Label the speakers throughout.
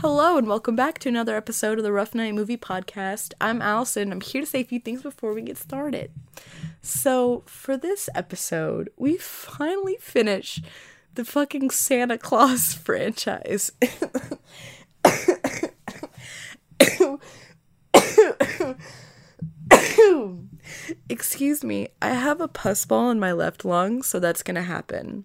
Speaker 1: Hello and welcome back to another episode of the Rough Night Movie Podcast. I'm Allison. I'm here to say a few things before we get started. So, for this episode, we finally finish the fucking Santa Claus franchise. Excuse me, I have a pus ball in my left lung, so that's gonna happen.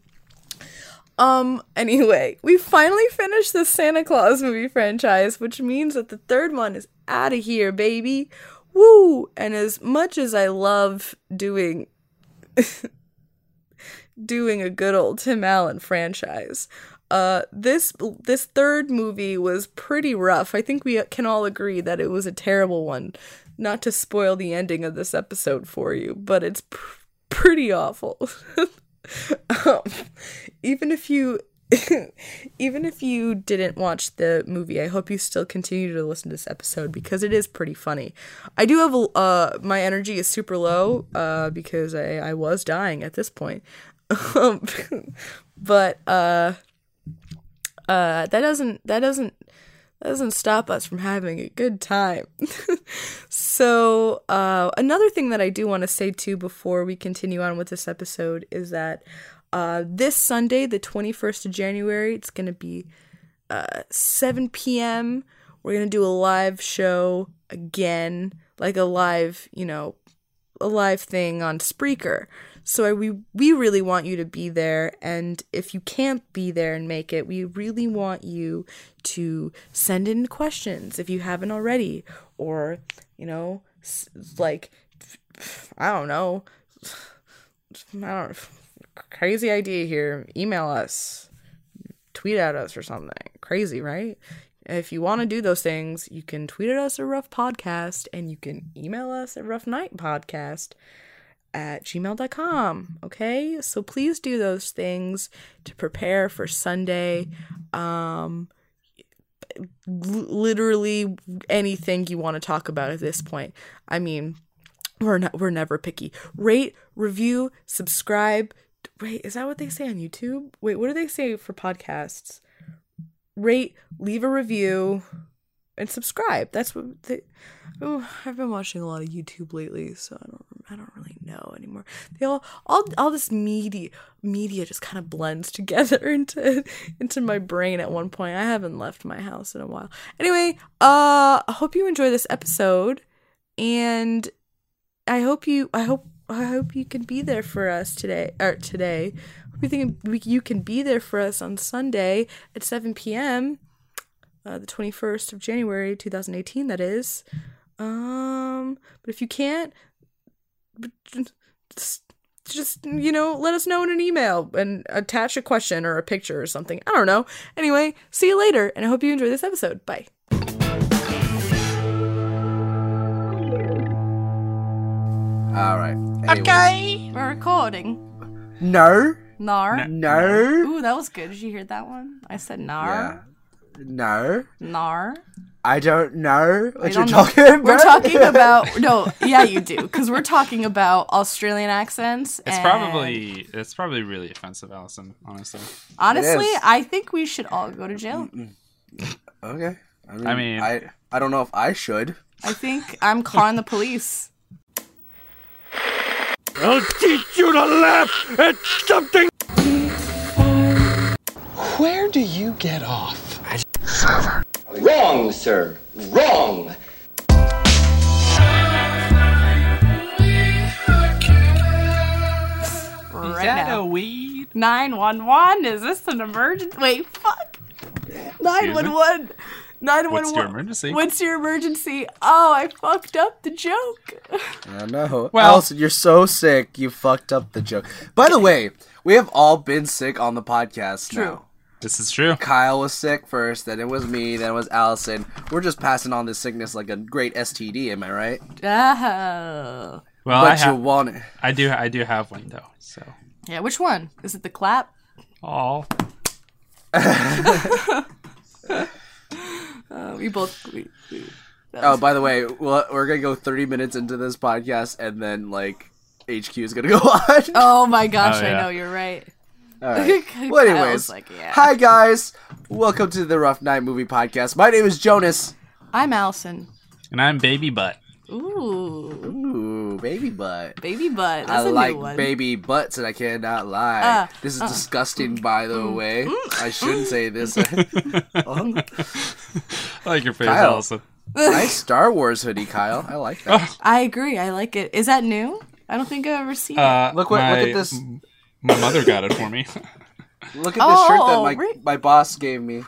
Speaker 1: Um, anyway, we finally finished the Santa Claus movie franchise, which means that the third one is out of here, baby. Woo! And as much as I love doing doing a good old Tim Allen franchise, uh this this third movie was pretty rough. I think we can all agree that it was a terrible one. Not to spoil the ending of this episode for you, but it's pr- pretty awful. um, even if you even if you didn't watch the movie i hope you still continue to listen to this episode because it is pretty funny i do have a- uh my energy is super low uh because i i was dying at this point um, but uh uh that doesn't that doesn't that doesn't stop us from having a good time. so, uh, another thing that I do want to say too before we continue on with this episode is that uh, this Sunday, the 21st of January, it's going to be uh, 7 p.m. We're going to do a live show again, like a live, you know, a live thing on Spreaker. So I, we we really want you to be there, and if you can't be there and make it, we really want you to send in questions if you haven't already, or you know, s- like I don't know, I don't crazy idea here. Email us, tweet at us or something. Crazy, right? If you want to do those things, you can tweet at us at Rough Podcast and you can email us at Rough Night Podcast at gmail.com. Okay. So please do those things to prepare for Sunday. Um, l- literally anything you want to talk about at this point. I mean, we're not, we're never picky. Rate, review, subscribe. Wait, is that what they say on YouTube? Wait, what do they say for podcasts? Rate, leave a review, and subscribe. That's what they. Oh, I've been watching a lot of YouTube lately, so I don't I don't really know anymore. They all all all this media media just kind of blends together into into my brain at one point. I haven't left my house in a while. Anyway, uh, I hope you enjoy this episode, and I hope you I hope I hope you can be there for us today or today. We think we, you can be there for us on Sunday at 7 p.m. Uh, the 21st of January 2018 that is. Um but if you can't but just, just you know, let us know in an email and attach a question or a picture or something. I don't know. Anyway, see you later and I hope you enjoy this episode. Bye.
Speaker 2: All right.
Speaker 1: Okay, we're recording.
Speaker 2: No.
Speaker 1: Nar.
Speaker 2: No.
Speaker 1: Ooh, that was good. Did you hear that one? I said nar.
Speaker 2: No.
Speaker 1: Nar.
Speaker 2: I don't know what you're
Speaker 1: don't-
Speaker 2: talking about.
Speaker 1: We're talking about no, yeah, you do, because we're talking about Australian accents.
Speaker 3: It's
Speaker 1: and
Speaker 3: probably it's probably really offensive, Allison. Honestly,
Speaker 1: honestly,
Speaker 2: It is.
Speaker 1: I think we should all go to jail.
Speaker 2: okay. I mean,
Speaker 3: I
Speaker 2: I
Speaker 3: mean-
Speaker 2: I, don't know if I should.
Speaker 1: I think I'm calling the police.
Speaker 4: I'll teach you to laugh at something.
Speaker 5: Where do you get off?
Speaker 6: Wrong, sir. Wrong.
Speaker 1: Right now. Nine one one. Is this an emergency? Wait, fuck. Nine one one. Nine one one.
Speaker 3: What's your emergency?
Speaker 1: What's your emergency? Oh, I fucked up the joke.
Speaker 2: I know.
Speaker 3: Well-
Speaker 2: Allison, you're so sick. You fucked up the joke. By the way, we have all been sick on the podcast.
Speaker 1: True.
Speaker 2: now.
Speaker 3: this is true.
Speaker 2: Kyle was sick first, then it was me, then it was Allison. We're just passing on this sickness like a great STD, am I right?
Speaker 1: Oh.
Speaker 3: Well, I
Speaker 2: But you
Speaker 3: have,
Speaker 2: want it.
Speaker 3: I do I do have one though. So,
Speaker 1: Yeah, which one? Is it the clap?
Speaker 3: oh,
Speaker 1: Uh, we both. We, we,
Speaker 2: Oh, by the way, we'll- we're gonna go 30 minutes into this podcast, and then like HQ is gonna go on.
Speaker 1: Oh my gosh,
Speaker 3: Oh, yeah.
Speaker 1: I know you're right.
Speaker 2: All right. Well,
Speaker 1: Kyle's
Speaker 2: anyways,
Speaker 1: like, yeah.
Speaker 2: hi guys, welcome to the Rough Night Movie Podcast. My name is Jonas.
Speaker 1: I'm Allison.
Speaker 3: And I'm baby butt.
Speaker 1: Ooh,
Speaker 2: Ooh, baby butt.
Speaker 1: baby butt.
Speaker 2: I
Speaker 1: That's a
Speaker 2: like
Speaker 1: new one.
Speaker 2: baby butts, and I cannot lie.
Speaker 1: Uh, Mm,
Speaker 2: this is disgusting, by the way. I shouldn't say this.
Speaker 3: I like your face,
Speaker 2: Kyle.
Speaker 3: Allison.
Speaker 2: nice Star Wars hoodie, Kyle. I like that.
Speaker 1: I agree. I like it. Is that new? I don't think I've ever seen it.
Speaker 3: Uh,
Speaker 2: Look what- look
Speaker 3: my-
Speaker 2: at this.
Speaker 3: My mother got it for me.
Speaker 2: Look at this
Speaker 1: Oh,
Speaker 2: shirt that my,
Speaker 1: right.
Speaker 2: my boss gave me.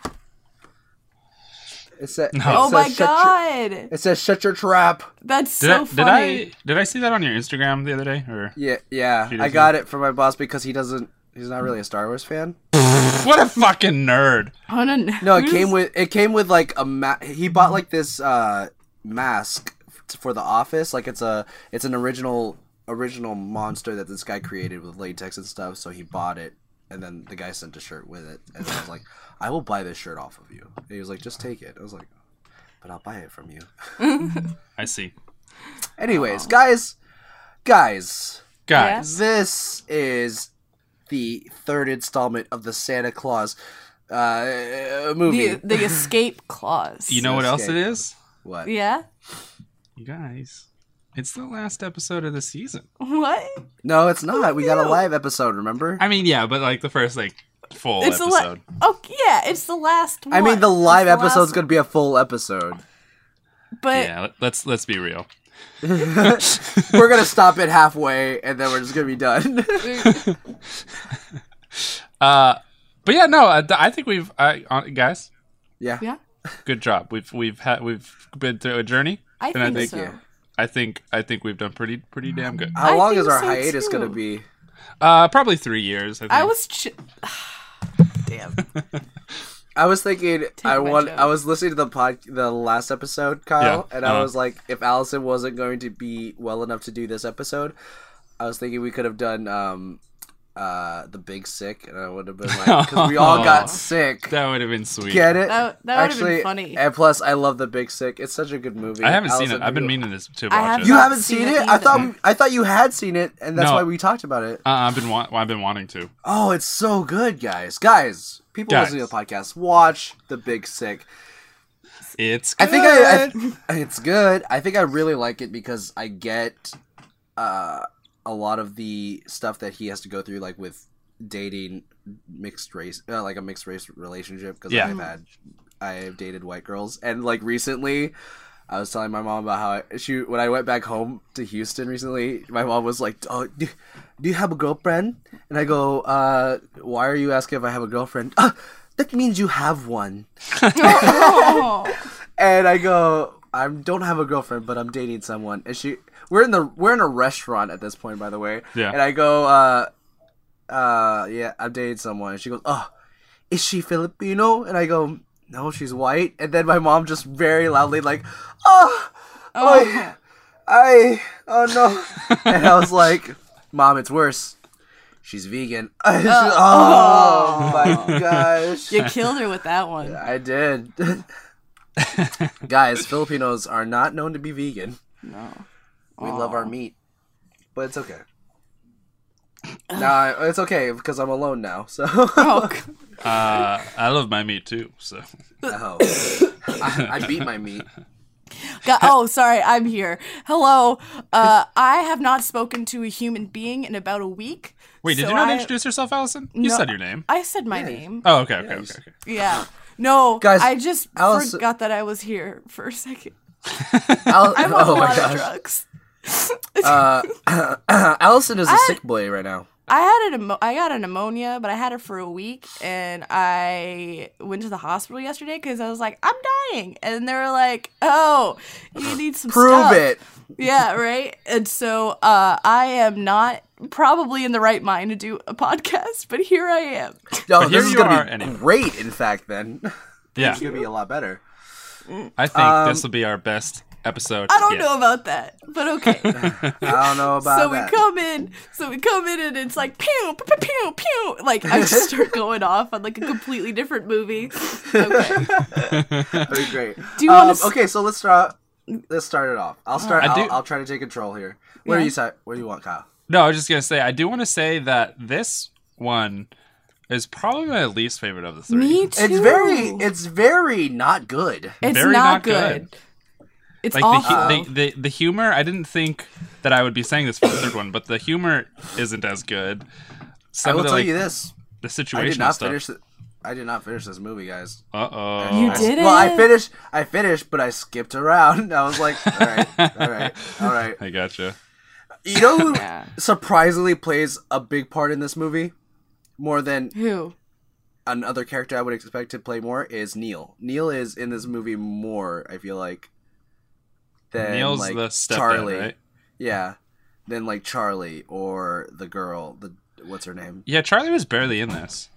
Speaker 2: It said, it
Speaker 1: Oh
Speaker 2: says,
Speaker 1: my
Speaker 2: "Shut your-
Speaker 1: god,
Speaker 2: it says shut your trap.
Speaker 1: that's
Speaker 3: Did,
Speaker 1: so
Speaker 3: I, did
Speaker 1: funny.
Speaker 3: I did I see that on your Instagram the other day? Or
Speaker 2: Yeah, yeah.
Speaker 3: She
Speaker 2: I got it from my boss because he doesn't. He's not really a Star Wars fan.
Speaker 3: what a fucking nerd!
Speaker 1: I don't know.
Speaker 2: No, it came with it came with like a ma- he bought like this uh mask f- for the office. Like it's a it's an original original monster that this guy created with latex and stuff. So he bought it, and then the guy sent a shirt with it, and I was like, I will buy this shirt off of you. And he was like, just take it. I was like, but I'll buy it from you.
Speaker 3: I see,
Speaker 2: Anyways, guys, guys,
Speaker 3: guys.
Speaker 2: This is the third installment of the Santa Claus uh, movie.
Speaker 1: the, the escape clause.
Speaker 3: You know what else it
Speaker 2: Escape.
Speaker 3: is,
Speaker 2: what?
Speaker 1: Yeah.
Speaker 3: you guys? It's the last episode of the season.
Speaker 1: What?
Speaker 2: No, it's not. We got a live episode. Remember?
Speaker 3: I mean, yeah, but like the first like full
Speaker 1: It's the la-
Speaker 3: episode.
Speaker 1: Oh yeah, it's the last. one.
Speaker 2: I mean, the
Speaker 1: It's
Speaker 2: live
Speaker 1: last-
Speaker 2: episode's gonna be a full episode.
Speaker 1: But
Speaker 3: yeah, let- let's let's be real.
Speaker 2: We're gonna stop it halfway, and then we're just gonna be done.
Speaker 3: Uh, but yeah, no, I, I think we've I, uh, guys.
Speaker 2: yeah.
Speaker 1: yeah,
Speaker 3: Good job. We've we've had we've been through a journey.
Speaker 1: I
Speaker 3: And I
Speaker 1: think
Speaker 3: think-
Speaker 1: so.
Speaker 2: yeah.
Speaker 3: I think I think we've done pretty pretty damn good.
Speaker 2: How
Speaker 1: I
Speaker 2: long
Speaker 1: think
Speaker 2: is our
Speaker 1: so,
Speaker 2: hiatus
Speaker 1: too.
Speaker 2: gonna be?
Speaker 3: Uh, probably three years. I, think.
Speaker 1: I was. Ch- Damn.
Speaker 2: I was thinking I
Speaker 1: my
Speaker 2: want.
Speaker 1: joke.
Speaker 2: I was listening to the pod, the last episode, Kyle,
Speaker 3: Yeah,
Speaker 2: and I
Speaker 3: uh-huh.
Speaker 2: was like, if Allison wasn't going to be well enough to do this episode, I was thinking we could have done um, uh, the big sick, and I would have been like, because we all got sick.
Speaker 3: That would have been sweet.
Speaker 2: Get it?
Speaker 1: That- that would've been
Speaker 2: Actually,
Speaker 1: funny.
Speaker 2: And plus, I love the big sick. It's such a good movie.
Speaker 3: I haven't seen
Speaker 2: Allison,
Speaker 3: it. I've been
Speaker 2: you-
Speaker 3: meaning this to
Speaker 1: I
Speaker 3: watch
Speaker 1: have
Speaker 3: it. Uh,
Speaker 2: You
Speaker 1: Not
Speaker 2: haven't seen,
Speaker 1: seen
Speaker 2: it?
Speaker 1: it
Speaker 2: I thought
Speaker 1: either.
Speaker 2: we, I thought you had seen it, and that's
Speaker 3: No.
Speaker 2: why we talked about it.
Speaker 3: Uh, I've been wa- well, I've been wanting to.
Speaker 2: Oh, it's so good, guys. Guys, people
Speaker 3: Guys.
Speaker 2: listening to the podcast, watch the big sick.
Speaker 3: It's
Speaker 2: I
Speaker 3: good.
Speaker 2: think I, I it's good. I think I really like it because I get uh, a lot of the stuff that he has to go through, like with dating mixed race, uh, like a mixed race relationship. Because
Speaker 3: Yeah.
Speaker 2: I've had, I've dated white girls, and like recently. I was telling my mom about how I- she when I went back home to Houston recently, my mom was like, "Oh, do, do you have a girlfriend?" And I go, uh, "Why are you asking if I have a girlfriend?" "Ah, that means you have one.
Speaker 1: oh,
Speaker 2: And I go, I don't have a girlfriend, but I'm dating someone. And she, we're in the, we're in a restaurant at this point, by the way.
Speaker 3: Yeah.
Speaker 2: And I go, uh, uh, yeah, I'm dating someone. And she goes, oh, is she Filipino? And I go, no, she's white. And then my mom just very loudly like, oh, oh, I, oh no. and I was like, mom, it's worse. She's vegan.
Speaker 1: Uh,
Speaker 2: oh my gosh.
Speaker 1: you killed her with that one.
Speaker 2: I did. Guys, Filipinos are not known to be vegan.
Speaker 1: No.
Speaker 2: We love our meat, but it's okay. Nah, it's okay because I'm alone now. So
Speaker 1: Oh, c-
Speaker 3: Uh, I love my meat too. So
Speaker 2: No. I, I beat my meat.
Speaker 1: God, oh, sorry, I'm here. Hello. Uh, I have not spoken to a human being in about a week.
Speaker 3: wait, did
Speaker 1: so
Speaker 3: you not
Speaker 1: I-
Speaker 3: introduce yourself, Allison? You
Speaker 1: No.
Speaker 3: said your name.
Speaker 1: I said my name.
Speaker 3: Oh, okay, okay, okay. okay.
Speaker 1: Yeah. No,
Speaker 2: Guys,
Speaker 1: I just
Speaker 2: Alice-
Speaker 1: forgot that I was here for a second.
Speaker 2: Al-
Speaker 1: I'm on
Speaker 2: oh
Speaker 1: a
Speaker 2: my
Speaker 1: lot of
Speaker 2: gosh.
Speaker 1: drugs.
Speaker 2: Uh, Allison is a sick boy right now.
Speaker 1: I had an emo- I got a pneumonia, but I had it for a week, and I went to the hospital yesterday because I was like, I'm dying, and they were like, Oh, you need some
Speaker 2: Prove
Speaker 1: stuff.
Speaker 2: it.
Speaker 1: Yeah, right. And so uh, I am not probably in the right mind to do a podcast, but here I am.
Speaker 2: No,
Speaker 3: But here
Speaker 2: this is
Speaker 3: you
Speaker 2: gonna
Speaker 3: are
Speaker 2: be
Speaker 3: anyway.
Speaker 2: great. In fact, then
Speaker 3: Yeah,
Speaker 2: it's gonna be a lot better.
Speaker 3: I think this will be our best episode.
Speaker 1: Um, I don't
Speaker 3: yet.
Speaker 1: know about that, but okay.
Speaker 2: I don't know about
Speaker 1: so we
Speaker 2: that.
Speaker 1: come in so we come in and it's like pew pew pew pew like i just start going off on like a completely different movie okay
Speaker 2: That'd be great.
Speaker 1: Do you
Speaker 2: um,
Speaker 1: wanna s-
Speaker 2: Okay, so let's start. Let's start it off. I'll start.
Speaker 3: I
Speaker 2: I'll,
Speaker 3: do-
Speaker 2: I'll try to take control here. What are
Speaker 1: Yeah.
Speaker 2: you? Si- what do you want, Kyle?
Speaker 3: No, I was just gonna say I do want to say that this one is probably my least favorite of the three.
Speaker 1: Me too.
Speaker 2: It's very, it's very not good.
Speaker 1: It's
Speaker 3: very
Speaker 1: not,
Speaker 3: not
Speaker 1: good.
Speaker 3: good.
Speaker 1: It's
Speaker 3: like
Speaker 1: awful.
Speaker 3: the, hu- the, the the humor i didn't think that i would be saying this for the third one but the humor isn't as good some
Speaker 2: I will
Speaker 3: of the,
Speaker 2: tell
Speaker 3: like,
Speaker 2: you this: I
Speaker 3: the
Speaker 2: did
Speaker 3: situational
Speaker 2: not
Speaker 3: stuff
Speaker 2: finish. The, I did not finish this movie, guys.
Speaker 3: uh-oh
Speaker 1: You
Speaker 2: I-
Speaker 1: did
Speaker 2: Well, I
Speaker 1: it?
Speaker 2: finished. I finished, but I skipped around. I was like, all right, all right, all right.
Speaker 3: i gotcha
Speaker 2: You know who
Speaker 1: Yeah.
Speaker 2: surprisingly plays a big part in this movie? More than
Speaker 1: Who?
Speaker 2: another character I would expect to play more is Neil. Neil is in this movie more, I feel like, than
Speaker 3: neil's
Speaker 2: like
Speaker 3: the stepdad
Speaker 2: Charlie.
Speaker 3: right
Speaker 2: Yeah. Than like Charlie or the girl, the what's her name?
Speaker 3: yeah charlie was barely in this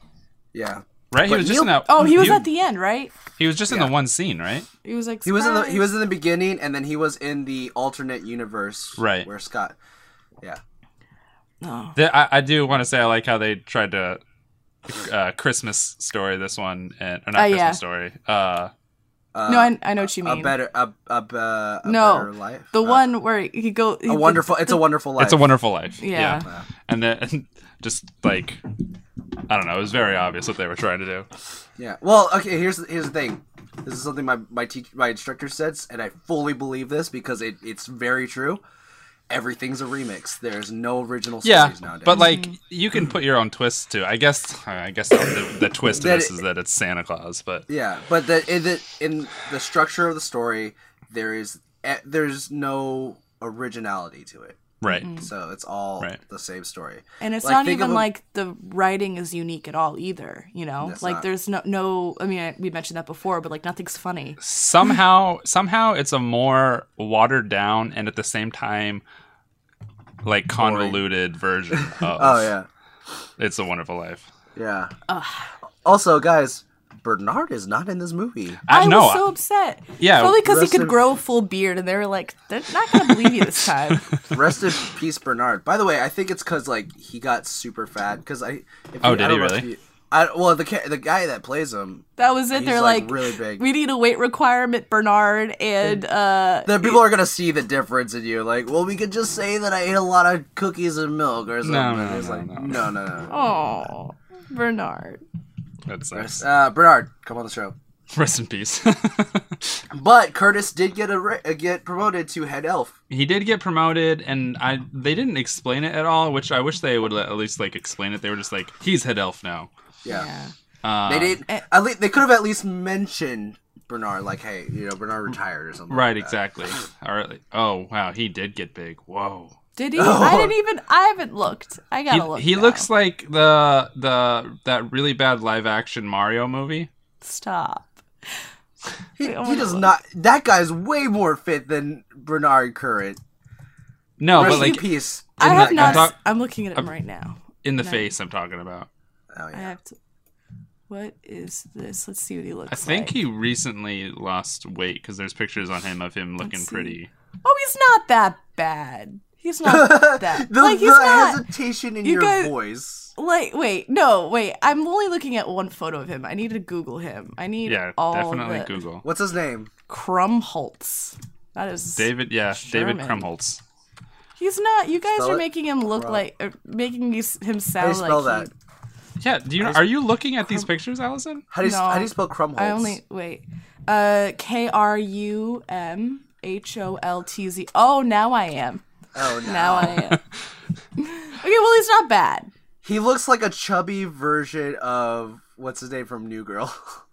Speaker 2: Yeah.
Speaker 3: right he
Speaker 2: But
Speaker 3: was just
Speaker 2: Neil-
Speaker 3: in that
Speaker 1: Oh, he was at the end, right?
Speaker 3: he was just in the one scene right
Speaker 1: He was like
Speaker 2: He was in the he
Speaker 1: "Surprise."
Speaker 2: was in the beginning and then he was in the alternate universe
Speaker 3: Right.
Speaker 2: where Scott Yeah.
Speaker 1: Oh.
Speaker 3: The- I, I do want to say i like how they tried to uh christmas story this one and or not
Speaker 1: Oh,
Speaker 3: christmas
Speaker 1: yeah.
Speaker 3: story uh
Speaker 2: Uh,
Speaker 1: No, I, I know what you
Speaker 2: a
Speaker 1: mean.
Speaker 2: better a, a, be- a
Speaker 1: No,
Speaker 2: better life.
Speaker 1: the
Speaker 2: Uh,
Speaker 1: one where he go. he-
Speaker 2: a wonderful it's a wonderful life.
Speaker 3: it's a wonderful life
Speaker 1: Yeah.
Speaker 3: yeah. and then just like i don't know it was very obvious what they were trying to do
Speaker 2: Yeah. Well, okay. Here's here's the thing. This is something my my teach, my instructor says, and I fully believe this because it, it's very true. Everything's a remix. There's no original stories
Speaker 3: yeah
Speaker 2: nowadays.
Speaker 3: but like you can put your own twist to i guess i guess the, the twist to
Speaker 2: That
Speaker 3: this
Speaker 2: it-
Speaker 3: is that it's santa claus but
Speaker 2: yeah, but the in, the in the structure of the story, there is eh, there's no originality to it.
Speaker 3: right
Speaker 2: So it's all
Speaker 3: Right.
Speaker 2: the same story.
Speaker 1: and it's
Speaker 2: like,
Speaker 1: not
Speaker 2: think of
Speaker 1: even
Speaker 2: a-
Speaker 1: like the writing is unique at all either. You know,
Speaker 2: It's
Speaker 1: like
Speaker 2: not.
Speaker 1: there's no no. I mean, I, we mentioned that before, but like nothing's funny.
Speaker 3: somehow somehow it's a more watered down and at the same time like convoluted version of
Speaker 2: Oh yeah,
Speaker 3: it's a wonderful life
Speaker 2: yeah. Also, guys, Bernard is not in this movie.
Speaker 1: I
Speaker 3: i, know
Speaker 1: was so upset.
Speaker 3: Yeah,
Speaker 1: probably because he
Speaker 2: rest
Speaker 1: could
Speaker 2: of-
Speaker 1: grow a full beard, and they were like, "They're not gonna believe you this time."
Speaker 2: Rest in peace, Bernard. By the way, I think it's because like he got super fat. Because I if
Speaker 3: Oh,
Speaker 2: you- I
Speaker 3: did he
Speaker 2: don't know if
Speaker 3: really?
Speaker 2: you- I well the ca- the guy that plays him.
Speaker 1: That was it.
Speaker 2: He's,
Speaker 1: They're like,
Speaker 2: like, really big.
Speaker 1: We need a weight requirement, Bernard, and uh,
Speaker 2: The people are gonna see the difference in you. Like, well, we could just say that I ate a lot of cookies and milk or something.
Speaker 3: no,
Speaker 2: It's
Speaker 3: no,
Speaker 2: like,
Speaker 3: no.
Speaker 2: no, no, no.
Speaker 1: oh, Bernard.
Speaker 3: that's nice
Speaker 2: Uh, Bernard, come on the show.
Speaker 3: rest in peace
Speaker 2: But Curtis did get a ra- uh, get promoted to head elf.
Speaker 3: he did get promoted and i they didn't explain it at all which i wish they would at least like explain it they were just like he's head elf now
Speaker 2: Yeah,
Speaker 3: uh,
Speaker 2: they did. At least they could have at least mentioned Bernard. Like, hey, you know, Bernard retired or something.
Speaker 3: Right,
Speaker 2: like that.
Speaker 3: exactly. All right. Oh wow, he did get big. Whoa.
Speaker 1: Did
Speaker 2: Oh.
Speaker 1: he? I didn't even. I haven't looked. I gotta
Speaker 3: He,
Speaker 1: look.
Speaker 3: he
Speaker 1: now.
Speaker 3: looks like the the that really bad live action Mario movie.
Speaker 1: Stop.
Speaker 2: He,
Speaker 1: I
Speaker 2: he
Speaker 1: wanna
Speaker 2: does
Speaker 1: look.
Speaker 2: not. That guy's way more fit than Bernard Current.
Speaker 3: No,
Speaker 2: Rest
Speaker 3: Oh, but
Speaker 2: in
Speaker 3: like
Speaker 2: peace.
Speaker 1: I have
Speaker 3: I'm
Speaker 1: not.
Speaker 3: talk-
Speaker 1: s- I'm looking at him
Speaker 3: I'm-
Speaker 1: right now.
Speaker 3: in the face I'm talking about.
Speaker 2: Oh,
Speaker 1: I
Speaker 2: yeah.
Speaker 1: have to. What is this? Let's see what he looks
Speaker 3: I think
Speaker 1: like.
Speaker 3: he recently lost weight cuz there's pictures on him of him looking
Speaker 1: see.
Speaker 3: pretty.
Speaker 1: Oh, he's not that bad. He's not that.
Speaker 2: The,
Speaker 1: like he's
Speaker 2: the
Speaker 1: not.
Speaker 2: hesitation in
Speaker 1: you
Speaker 2: your
Speaker 1: guys-
Speaker 2: voice.
Speaker 1: like wait no wait i'm only looking at one photo of him i need to google him i need
Speaker 3: Yeah,
Speaker 1: all
Speaker 3: definitely
Speaker 1: the
Speaker 3: Google.
Speaker 2: What's his name?
Speaker 1: crumholtz that is
Speaker 3: David, yeah,
Speaker 1: Sherman.
Speaker 3: David Krumholtz.
Speaker 1: he's not you guys
Speaker 2: Spell
Speaker 1: are
Speaker 2: it.
Speaker 1: making him look
Speaker 2: Crum-
Speaker 1: like or making you s- him
Speaker 2: How do you
Speaker 1: sound
Speaker 2: spell
Speaker 1: like
Speaker 2: that?
Speaker 1: he-
Speaker 3: Yeah, do you are you looking at these pictures, Allison?
Speaker 2: How do you, how do
Speaker 1: No.
Speaker 2: you spell Crumholtz?
Speaker 1: i only wait uh k-r-u-m h-o-l-t-z oh now i am
Speaker 2: Oh no.
Speaker 1: now i am okay well he's not bad
Speaker 2: He looks like a chubby version of what's his name from New Girl.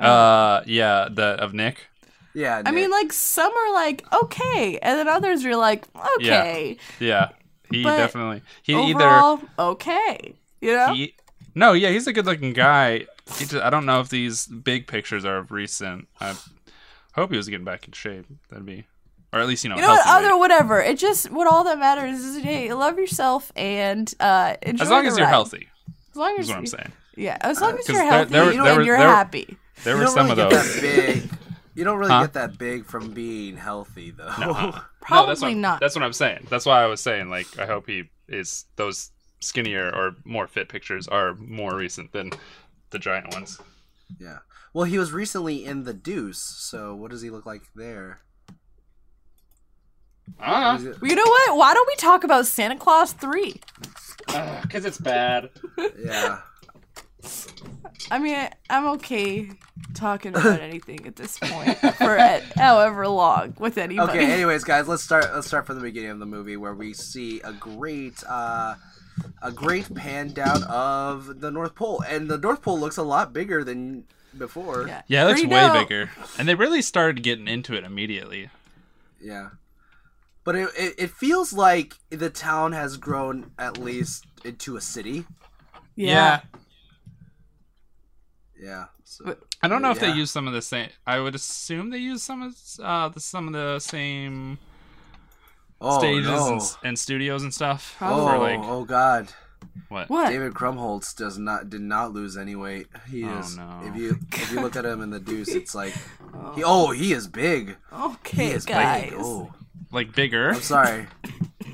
Speaker 1: Oh.
Speaker 3: Uh yeah, the of Nick.
Speaker 2: yeah.
Speaker 1: i mean like some are like okay and then others you're like
Speaker 3: Yeah.
Speaker 1: okay
Speaker 3: Yeah. He
Speaker 1: But
Speaker 3: definitely he either
Speaker 1: overall okay you know
Speaker 3: he, no, yeah, he's a good-looking guy. He just, I don't know if these big pictures are of recent. I hope he was getting back in shape. That'd be, or at least you know,
Speaker 1: you know what
Speaker 3: healthy
Speaker 1: other
Speaker 3: weight.
Speaker 1: whatever it just what all that matters is hey love yourself and uh enjoy
Speaker 3: as long
Speaker 1: the
Speaker 3: as you're
Speaker 1: ride.
Speaker 3: healthy.
Speaker 1: as long as
Speaker 3: Is what I'm saying. Uh,
Speaker 1: yeah as long as
Speaker 3: 'cause
Speaker 1: you're
Speaker 3: there-
Speaker 1: healthy
Speaker 3: there were-
Speaker 1: you know,
Speaker 3: there
Speaker 1: and
Speaker 3: were-
Speaker 1: you're
Speaker 3: there were-
Speaker 1: happy
Speaker 3: There
Speaker 2: you
Speaker 3: were
Speaker 2: don't
Speaker 3: some
Speaker 2: really
Speaker 3: of
Speaker 2: get
Speaker 3: those.
Speaker 2: that big. You don't really
Speaker 3: Huh?
Speaker 2: get that big from being healthy though.
Speaker 3: No, that's
Speaker 1: probably
Speaker 3: what,
Speaker 1: not.
Speaker 3: That's what I'm saying. That's why I was saying like I hope he is those skinnier or more fit pictures are more recent than the giant ones.
Speaker 2: yeah. Well, he was recently in The Deuce, so what does he look like there?
Speaker 3: Ah,
Speaker 1: you know what why don't we talk about santa claus 3
Speaker 3: because it's ah, bad.
Speaker 2: Yeah.
Speaker 1: I mean, I- I'm okay talking about anything at this point for at, however long with anybody.
Speaker 2: Okay. Anyways, guys, let's start. Let's start from the beginning of the movie where we see a great, uh, a great pan down of the North Pole, and the North Pole looks a lot bigger than before. Yeah.
Speaker 3: Yeah, it looks
Speaker 1: Free
Speaker 3: way
Speaker 1: dough.
Speaker 3: bigger. And they really started getting into it immediately.
Speaker 2: But it, it it feels like the town has grown at least into a city. Yeah. So.
Speaker 1: But-
Speaker 3: I don't know if
Speaker 2: Yeah.
Speaker 3: they use some of the same. I would assume they use some of s- uh, the, some of the same
Speaker 2: oh
Speaker 3: stages
Speaker 2: no.
Speaker 3: and, s- and studios and stuff
Speaker 2: Oh,
Speaker 3: for like
Speaker 2: oh God!
Speaker 3: what?
Speaker 1: What?
Speaker 2: David Krumholtz does not did not lose any weight. He
Speaker 3: Oh,
Speaker 2: is.
Speaker 3: no.
Speaker 2: If you if you look at him in the Deuce, it's like, he, oh, he is big. He
Speaker 1: Okay,
Speaker 2: is
Speaker 1: guys.
Speaker 2: big. Oh.
Speaker 3: Like bigger?
Speaker 2: I'm sorry.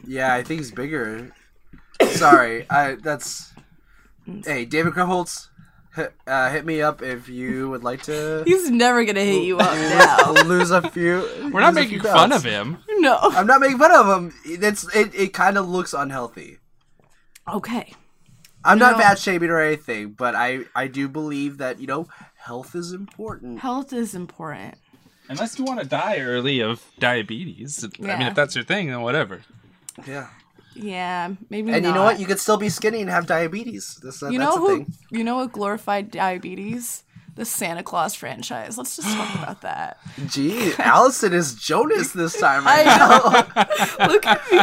Speaker 2: Yeah, I think he's bigger. Sorry, I that's. Hey, David Krumholtz, hit, uh, hit me up if you would like to
Speaker 1: He's never gonna hit you up now.
Speaker 2: lose a few.
Speaker 3: We're not making fun of him.
Speaker 1: No.
Speaker 2: I'm not making fun of him. It's it. It kind of looks unhealthy.
Speaker 1: Okay.
Speaker 2: I'm not
Speaker 1: No.
Speaker 2: fat shaming or anything, but I I do believe that you know health is important.
Speaker 1: Health is important.
Speaker 3: Unless you want to die early of diabetes. I mean,
Speaker 1: Yeah.
Speaker 3: if that's your thing, then whatever.
Speaker 2: Yeah.
Speaker 1: Yeah, maybe.
Speaker 2: And you know
Speaker 1: not.
Speaker 2: what? You could still be skinny and have diabetes. That's,
Speaker 1: You
Speaker 2: that's
Speaker 1: know
Speaker 2: a
Speaker 1: who?
Speaker 2: thing.
Speaker 1: You know what glorified diabetes? The Santa Claus franchise. Let's just talk about that.
Speaker 2: Gee, Allison is Jonas this time.
Speaker 1: I
Speaker 2: Right now.
Speaker 1: know. Look at me.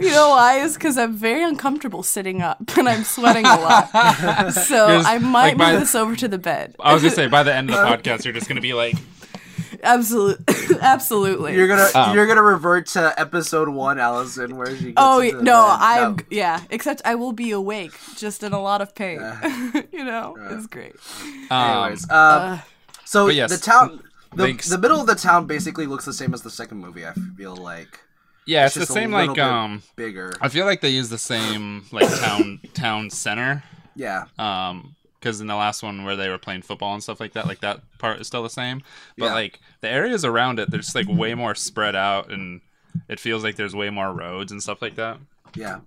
Speaker 1: You, you know why? Is because I'm very uncomfortable sitting up and I'm sweating a lot. So
Speaker 3: Here's-
Speaker 1: I might
Speaker 3: like my-
Speaker 1: move this over to the bed.
Speaker 3: I was gonna say by the end of the podcast, you're just gonna be like,
Speaker 1: Absolutely, absolutely.
Speaker 2: You're gonna
Speaker 3: Um.
Speaker 2: you're gonna revert to episode one, Allison, where she. Gets
Speaker 1: oh
Speaker 2: into
Speaker 1: y-
Speaker 2: the
Speaker 1: no,
Speaker 2: bed.
Speaker 1: I'm yeah. Except I will be awake, just in a lot of pain. you know, it's great.
Speaker 3: um,
Speaker 2: Anyways, um,
Speaker 1: uh.
Speaker 2: so
Speaker 3: but yes,
Speaker 2: the town, the,
Speaker 3: thanks.
Speaker 2: the middle of the town basically looks the same as the second movie. I feel like
Speaker 3: yeah, it's,
Speaker 2: just
Speaker 3: the
Speaker 2: a
Speaker 3: same
Speaker 2: little
Speaker 3: like
Speaker 2: bit
Speaker 3: um.
Speaker 2: bigger.
Speaker 3: I feel like they use the same like town town center
Speaker 2: Yeah,
Speaker 3: um because in the last one where they were playing football and stuff like that like that part is still the same but
Speaker 2: Yeah.
Speaker 3: like the areas around it they're just like way more spread out and it feels like there's way more roads and stuff like that
Speaker 2: yeah.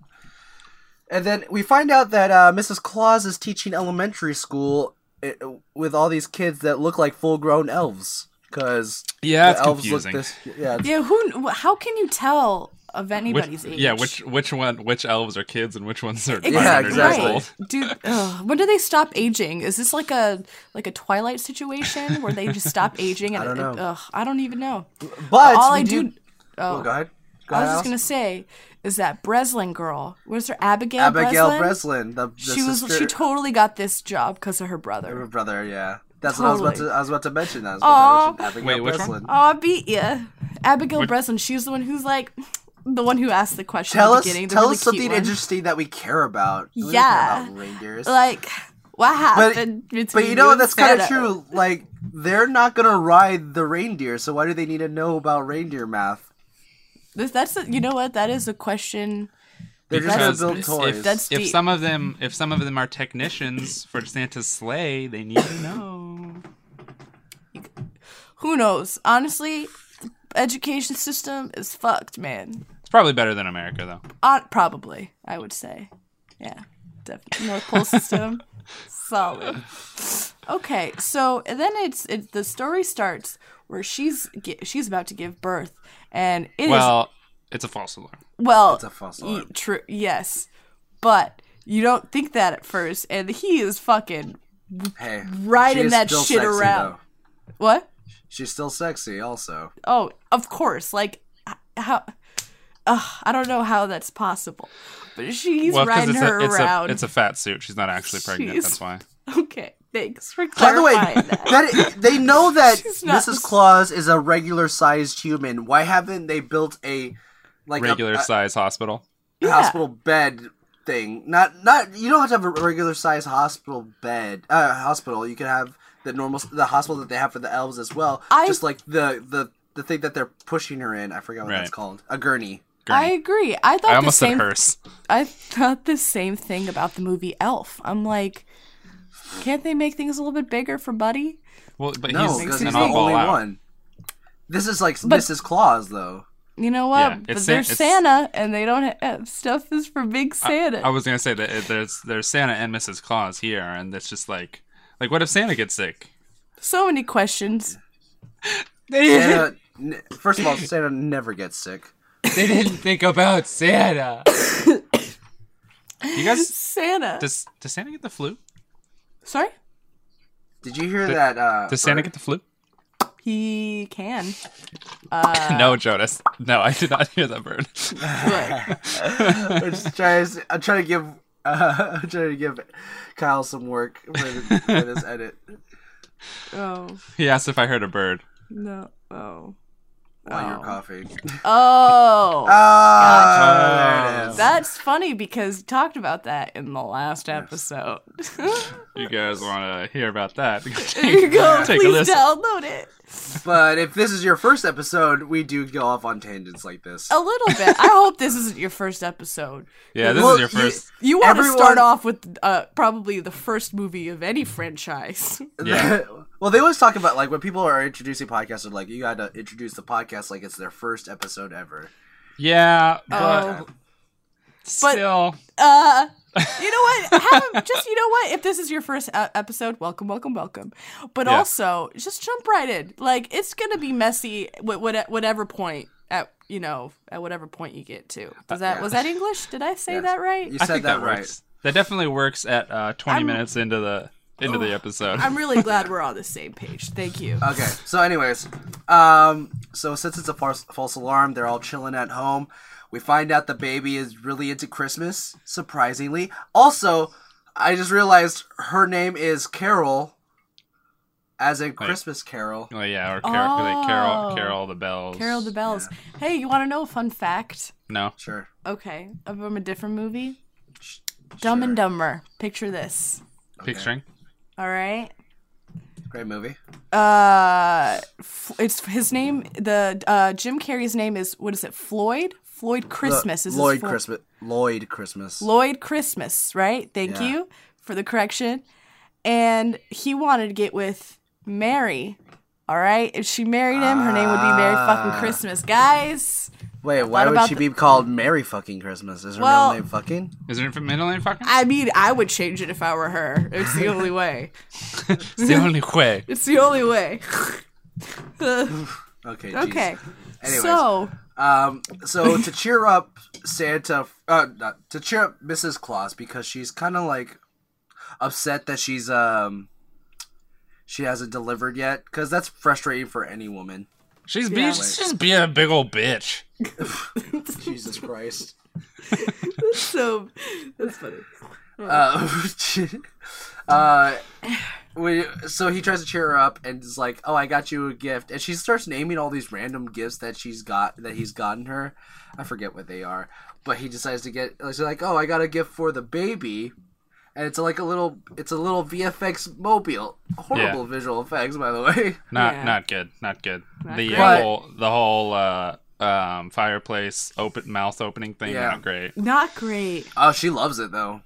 Speaker 2: And then we find out that uh, Mrs. Claus is teaching elementary school uh, with all these kids that look like full grown elves because
Speaker 3: Yeah, it's
Speaker 2: elves
Speaker 3: confusing.
Speaker 2: look this. Yeah,
Speaker 1: Yeah, who? kn- wh- How can you tell of
Speaker 3: which,
Speaker 1: anybody's age?
Speaker 3: yeah which which one which elves are kids and which ones are
Speaker 1: Exactly.
Speaker 3: 500 years
Speaker 2: exactly.
Speaker 3: old.
Speaker 1: Right. Dude, ugh, when do they stop aging? Is this like a like a Twilight situation where they just stop aging? And
Speaker 2: I don't
Speaker 1: it-
Speaker 2: know.
Speaker 1: ugh, I don't even know.
Speaker 2: but
Speaker 1: All
Speaker 2: we
Speaker 1: I do.
Speaker 2: do. Oh, go ahead. Go
Speaker 1: I was
Speaker 2: ahead,
Speaker 1: just gonna
Speaker 2: Allison.
Speaker 1: say is that Breslin girl. Was her Abigail?
Speaker 2: Abigail
Speaker 1: Breslin?
Speaker 2: Breslin, the, the
Speaker 1: She was.
Speaker 2: sister,
Speaker 1: She totally got this job because of her brother.
Speaker 2: Her brother, yeah. That's what I was about
Speaker 1: Totally.
Speaker 2: to. I was about to mention that. I was about to mention Abigail
Speaker 3: Wait, which one?
Speaker 2: Breslin.
Speaker 1: Oh, I beat ya. Abigail Breslin. She was the one who's like the one who asked the question.
Speaker 2: Tell
Speaker 1: at the
Speaker 2: us,
Speaker 1: beginning, the
Speaker 2: tell
Speaker 1: really
Speaker 2: us
Speaker 1: cute
Speaker 2: something
Speaker 1: one.
Speaker 2: interesting that we care about. We don't care
Speaker 1: Yeah.
Speaker 2: about reindeers.
Speaker 1: Like what
Speaker 2: but,
Speaker 1: happened between?
Speaker 2: but you know what?
Speaker 1: and
Speaker 2: That's kind of
Speaker 1: Santa?
Speaker 2: true. Like they're not gonna ride the reindeer, so why do they need to know about reindeer math?
Speaker 1: This, that's a, you know what? That is a question.
Speaker 2: They're just gonna
Speaker 3: Because
Speaker 2: build
Speaker 3: if-
Speaker 2: toys.
Speaker 1: That's
Speaker 3: if
Speaker 1: deep.
Speaker 3: some of them if some of them are technicians for santa's sleigh they need to know
Speaker 1: Who knows? Honestly, the education system is fucked, man.
Speaker 3: it's probably better than america though
Speaker 1: Uh, probably, I would say. Yeah, definitely. North Pole system, solid. Okay, so and then it's it, the story starts where she's gi- she's about to give birth, and it is
Speaker 3: well it's a false alarm
Speaker 1: well
Speaker 2: a false
Speaker 1: y-
Speaker 2: alarm.
Speaker 1: true, yes, but you don't think that at first, and he is fucking
Speaker 2: hey,
Speaker 1: riding
Speaker 2: she is
Speaker 1: that
Speaker 2: still
Speaker 1: shit
Speaker 2: sexy,
Speaker 1: around.
Speaker 2: though.
Speaker 1: what?
Speaker 2: She's still sexy, also.
Speaker 1: Oh, of course. Like h- how? Ugh, I don't know how that's possible, but she's
Speaker 3: well
Speaker 1: riding
Speaker 3: it's
Speaker 1: her
Speaker 3: a, it's, a,
Speaker 1: around.
Speaker 3: it's a fat suit she's not actually pregnant
Speaker 1: Jeez.
Speaker 3: that's why
Speaker 1: okay, thanks for
Speaker 2: By the way,
Speaker 1: clarifying that.
Speaker 2: that they know that
Speaker 1: She's not-
Speaker 2: Mrs. Claus is a regular sized human. Why haven't they built a like a-
Speaker 3: regular
Speaker 2: a,
Speaker 3: size hospital
Speaker 2: hospital bed thing. Not not you don't have to have a regular size hospital bed. Uh, hospital. You can have the normal the hospital that they have for the elves as well.
Speaker 1: I-
Speaker 2: Just like the the the thing that they're pushing her in. I forgot what that's
Speaker 3: Right.
Speaker 2: called. A gurney.
Speaker 1: I agree. I thought
Speaker 3: I
Speaker 1: the
Speaker 3: almost said
Speaker 1: same.
Speaker 3: hearse.
Speaker 1: I thought the same thing about the movie Elf. I'm like, can't they make things a little bit bigger for Buddy?
Speaker 3: Well, but
Speaker 2: No,
Speaker 3: he's
Speaker 2: because
Speaker 3: an
Speaker 2: he's the
Speaker 3: oddball
Speaker 2: only
Speaker 3: out.
Speaker 2: one. This is like
Speaker 1: But-
Speaker 2: Mrs. Claus though.
Speaker 1: You know what?
Speaker 3: Yeah,
Speaker 1: but
Speaker 3: it's
Speaker 1: they're
Speaker 3: San- it's-
Speaker 1: Santa, and they don't have stuff is for big Santa.
Speaker 3: I was gonna say that it- there's there's Santa and Mrs. Claus here, and it's just like like what if Santa gets sick?
Speaker 1: so many questions.
Speaker 2: Santa, n- first of all, Santa never gets sick.
Speaker 3: They didn't think about Santa. you guys,
Speaker 1: Santa.
Speaker 3: does does Santa get the flu?
Speaker 1: Sorry,
Speaker 2: Did you hear that? Uh,
Speaker 3: Does Santa
Speaker 2: bird?
Speaker 3: get the flu?
Speaker 1: he can. Uh,
Speaker 3: no, Jonas. No, I did not hear that bird.
Speaker 1: But
Speaker 2: I'm just trying to, I'm trying to give uh, I'm trying to give Kyle some work for, the, for this edit.
Speaker 1: oh
Speaker 3: he asked if I heard a bird.
Speaker 1: no. Oh.
Speaker 2: While
Speaker 1: Oh.
Speaker 2: you're coughing.
Speaker 1: Oh.
Speaker 2: Ah, there it
Speaker 3: Oh.
Speaker 2: is.
Speaker 1: That's funny because we talked about that in the last episode.
Speaker 3: You guys want to hear about that?
Speaker 1: Here you go.
Speaker 3: Take a
Speaker 1: Please
Speaker 3: listen.
Speaker 1: download it.
Speaker 2: But if this is your first episode, we do go off on tangents like this.
Speaker 1: A little bit. I hope this isn't your first episode.
Speaker 3: Yeah, this
Speaker 2: Well,
Speaker 3: is your
Speaker 2: you-
Speaker 3: first.
Speaker 1: You want
Speaker 2: Everyone-
Speaker 1: to start off with uh, probably the first movie of any franchise.
Speaker 3: Yeah.
Speaker 2: well, they always talk about like when people are introducing podcasts, they're like you got to introduce the podcast like it's their first episode ever.
Speaker 3: Yeah,
Speaker 1: Oh.
Speaker 3: but still,
Speaker 1: Uh, you know what? Have, just you know what? If this is your first uh, episode, welcome, welcome, welcome. But
Speaker 3: Yeah.
Speaker 1: also, just jump right in. Like it's gonna be messy. What what whatever point at you know at whatever point you get to. Does that was that English? Did I say
Speaker 2: Yes.
Speaker 1: that right?
Speaker 2: You
Speaker 3: I
Speaker 2: said
Speaker 3: think
Speaker 2: that,
Speaker 3: that,
Speaker 2: right.
Speaker 3: works. That definitely works at uh, 20
Speaker 1: I'm-
Speaker 3: minutes into the into the episode.
Speaker 1: I'm really glad we're on the same page. Thank you.
Speaker 2: Okay. So, anyways, um, so since it's a false, false alarm, they're all chilling at home. We find out the baby is really into Christmas, surprisingly. Also, I just realized her name is Carol, as in Christmas Carol.
Speaker 3: Oh yeah, or Carol, like Carol,
Speaker 1: Oh.
Speaker 3: Carol the bells.
Speaker 1: Carol the Bells. Hey, you want to know a fun fact?
Speaker 3: No,
Speaker 2: Sure.
Speaker 1: Okay, from a different movie. Dumb and
Speaker 2: sure.
Speaker 1: Dumber. Picture this.
Speaker 3: picturing.
Speaker 1: All right.
Speaker 2: Great movie.
Speaker 1: uh f- it's his name the uh jim carrey's name is what is it floyd floyd christmas
Speaker 2: The-
Speaker 1: is his
Speaker 2: Lloyd
Speaker 1: full-
Speaker 2: Christmas. Lloyd Christmas.
Speaker 1: lloyd christmas right thank
Speaker 2: Yeah.
Speaker 1: you for the correction and he wanted to get with mary all right if she married him her name would be mary fucking
Speaker 2: Ah.
Speaker 1: christmas guys
Speaker 2: Wait, why would
Speaker 1: about
Speaker 2: she
Speaker 1: the-
Speaker 2: be called Merry Fucking Christmas? Is her
Speaker 1: Well-
Speaker 2: real name fucking?
Speaker 3: Is there a middle name fucking?
Speaker 1: i mean i would change it if i were her it's the only way
Speaker 3: It's the only way.
Speaker 1: it's the only way
Speaker 2: Okay. jeez.
Speaker 1: okay
Speaker 2: Anyways.
Speaker 1: so
Speaker 2: Um, so to cheer up Santa, uh, not, to cheer up Mrs. Claus because she's kind of like upset that she's um she hasn't delivered yet because that's frustrating for any woman.
Speaker 3: She's being she's being a big old bitch.
Speaker 2: Jesus Christ.
Speaker 1: so that's funny
Speaker 2: Uh, uh, we, so he tries to cheer her up and is like, "Oh, I got you a gift," and she starts naming all these random gifts that she's got that he's gotten her. I forget what they are, but he decides to get. She's like, "Oh, I got a gift for the baby," and it's like a little, it's a little VFX mobile. Horrible
Speaker 3: Yeah.
Speaker 2: visual effects, by the way.
Speaker 3: Not
Speaker 1: Yeah.
Speaker 3: not good. Not good. the
Speaker 1: great.
Speaker 3: uh, whole the whole uh, um, fireplace open mouth opening thing.
Speaker 2: Yeah.
Speaker 3: Not great.
Speaker 1: not great
Speaker 2: Oh, she loves it though.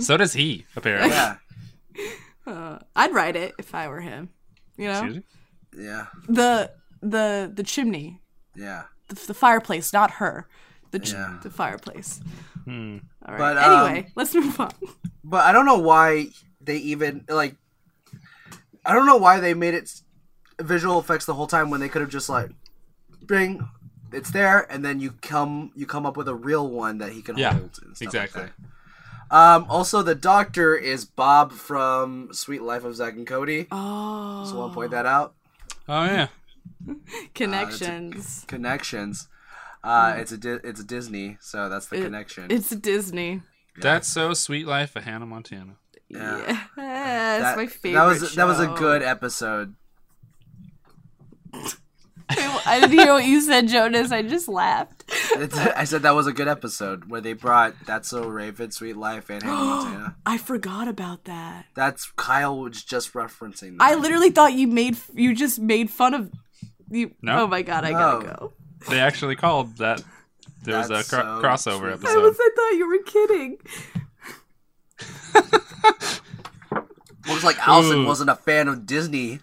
Speaker 3: So does he apparently.
Speaker 2: Yeah,
Speaker 1: I'd write it if I were him. You know
Speaker 3: Excuse me?
Speaker 2: yeah,
Speaker 1: the the the chimney,
Speaker 2: yeah.
Speaker 1: the, the fireplace, not her. The ch-
Speaker 2: Yeah. Hmm.
Speaker 1: the fireplace. All right.
Speaker 2: But, um,
Speaker 1: anyway, let's move on.
Speaker 2: But I don't know why they even like. I don't know why they made it s- visual effects the whole time when they could have just like, bring, it's there, and then you come you come up with a real one that he can
Speaker 3: Yeah,
Speaker 2: hold. and stuff like
Speaker 3: exactly.
Speaker 2: that. um. Also, the doctor is Bob from Sweet Life of Zack and Cody.
Speaker 1: Oh,
Speaker 2: So uh, I'll point that out.
Speaker 3: Oh yeah.
Speaker 1: connections.
Speaker 2: Connections. Uh, it's a Di- it's a Disney, so that's the
Speaker 1: Hmm. It-
Speaker 2: connection.
Speaker 1: It's Disney.
Speaker 3: That's so sweet. Life of Hannah Montana.
Speaker 2: Yeah.
Speaker 1: Yeah. That's
Speaker 2: that,
Speaker 1: my favorite.
Speaker 2: That was that was a
Speaker 1: show.
Speaker 2: good episode.
Speaker 1: I didn't hear what you said, Jonas. I just laughed.
Speaker 2: It's, I said that was a good episode where they brought That's So Raven, Sweet Life, and Hannah Montana.
Speaker 1: I forgot about that.
Speaker 2: That's Kyle was just referencing.
Speaker 1: I
Speaker 2: That.
Speaker 1: literally thought you made you just made fun of you.
Speaker 3: No.
Speaker 1: Oh my god, I gotta
Speaker 2: No.
Speaker 1: go.
Speaker 3: They actually called that. There was a
Speaker 2: That's
Speaker 3: cro-
Speaker 2: so
Speaker 3: crossover
Speaker 2: sweet.
Speaker 1: I
Speaker 3: episode.
Speaker 1: was. I thought you were kidding.
Speaker 2: Looks like Allison
Speaker 3: Ooh. Hmm.
Speaker 2: wasn't a fan of Disney.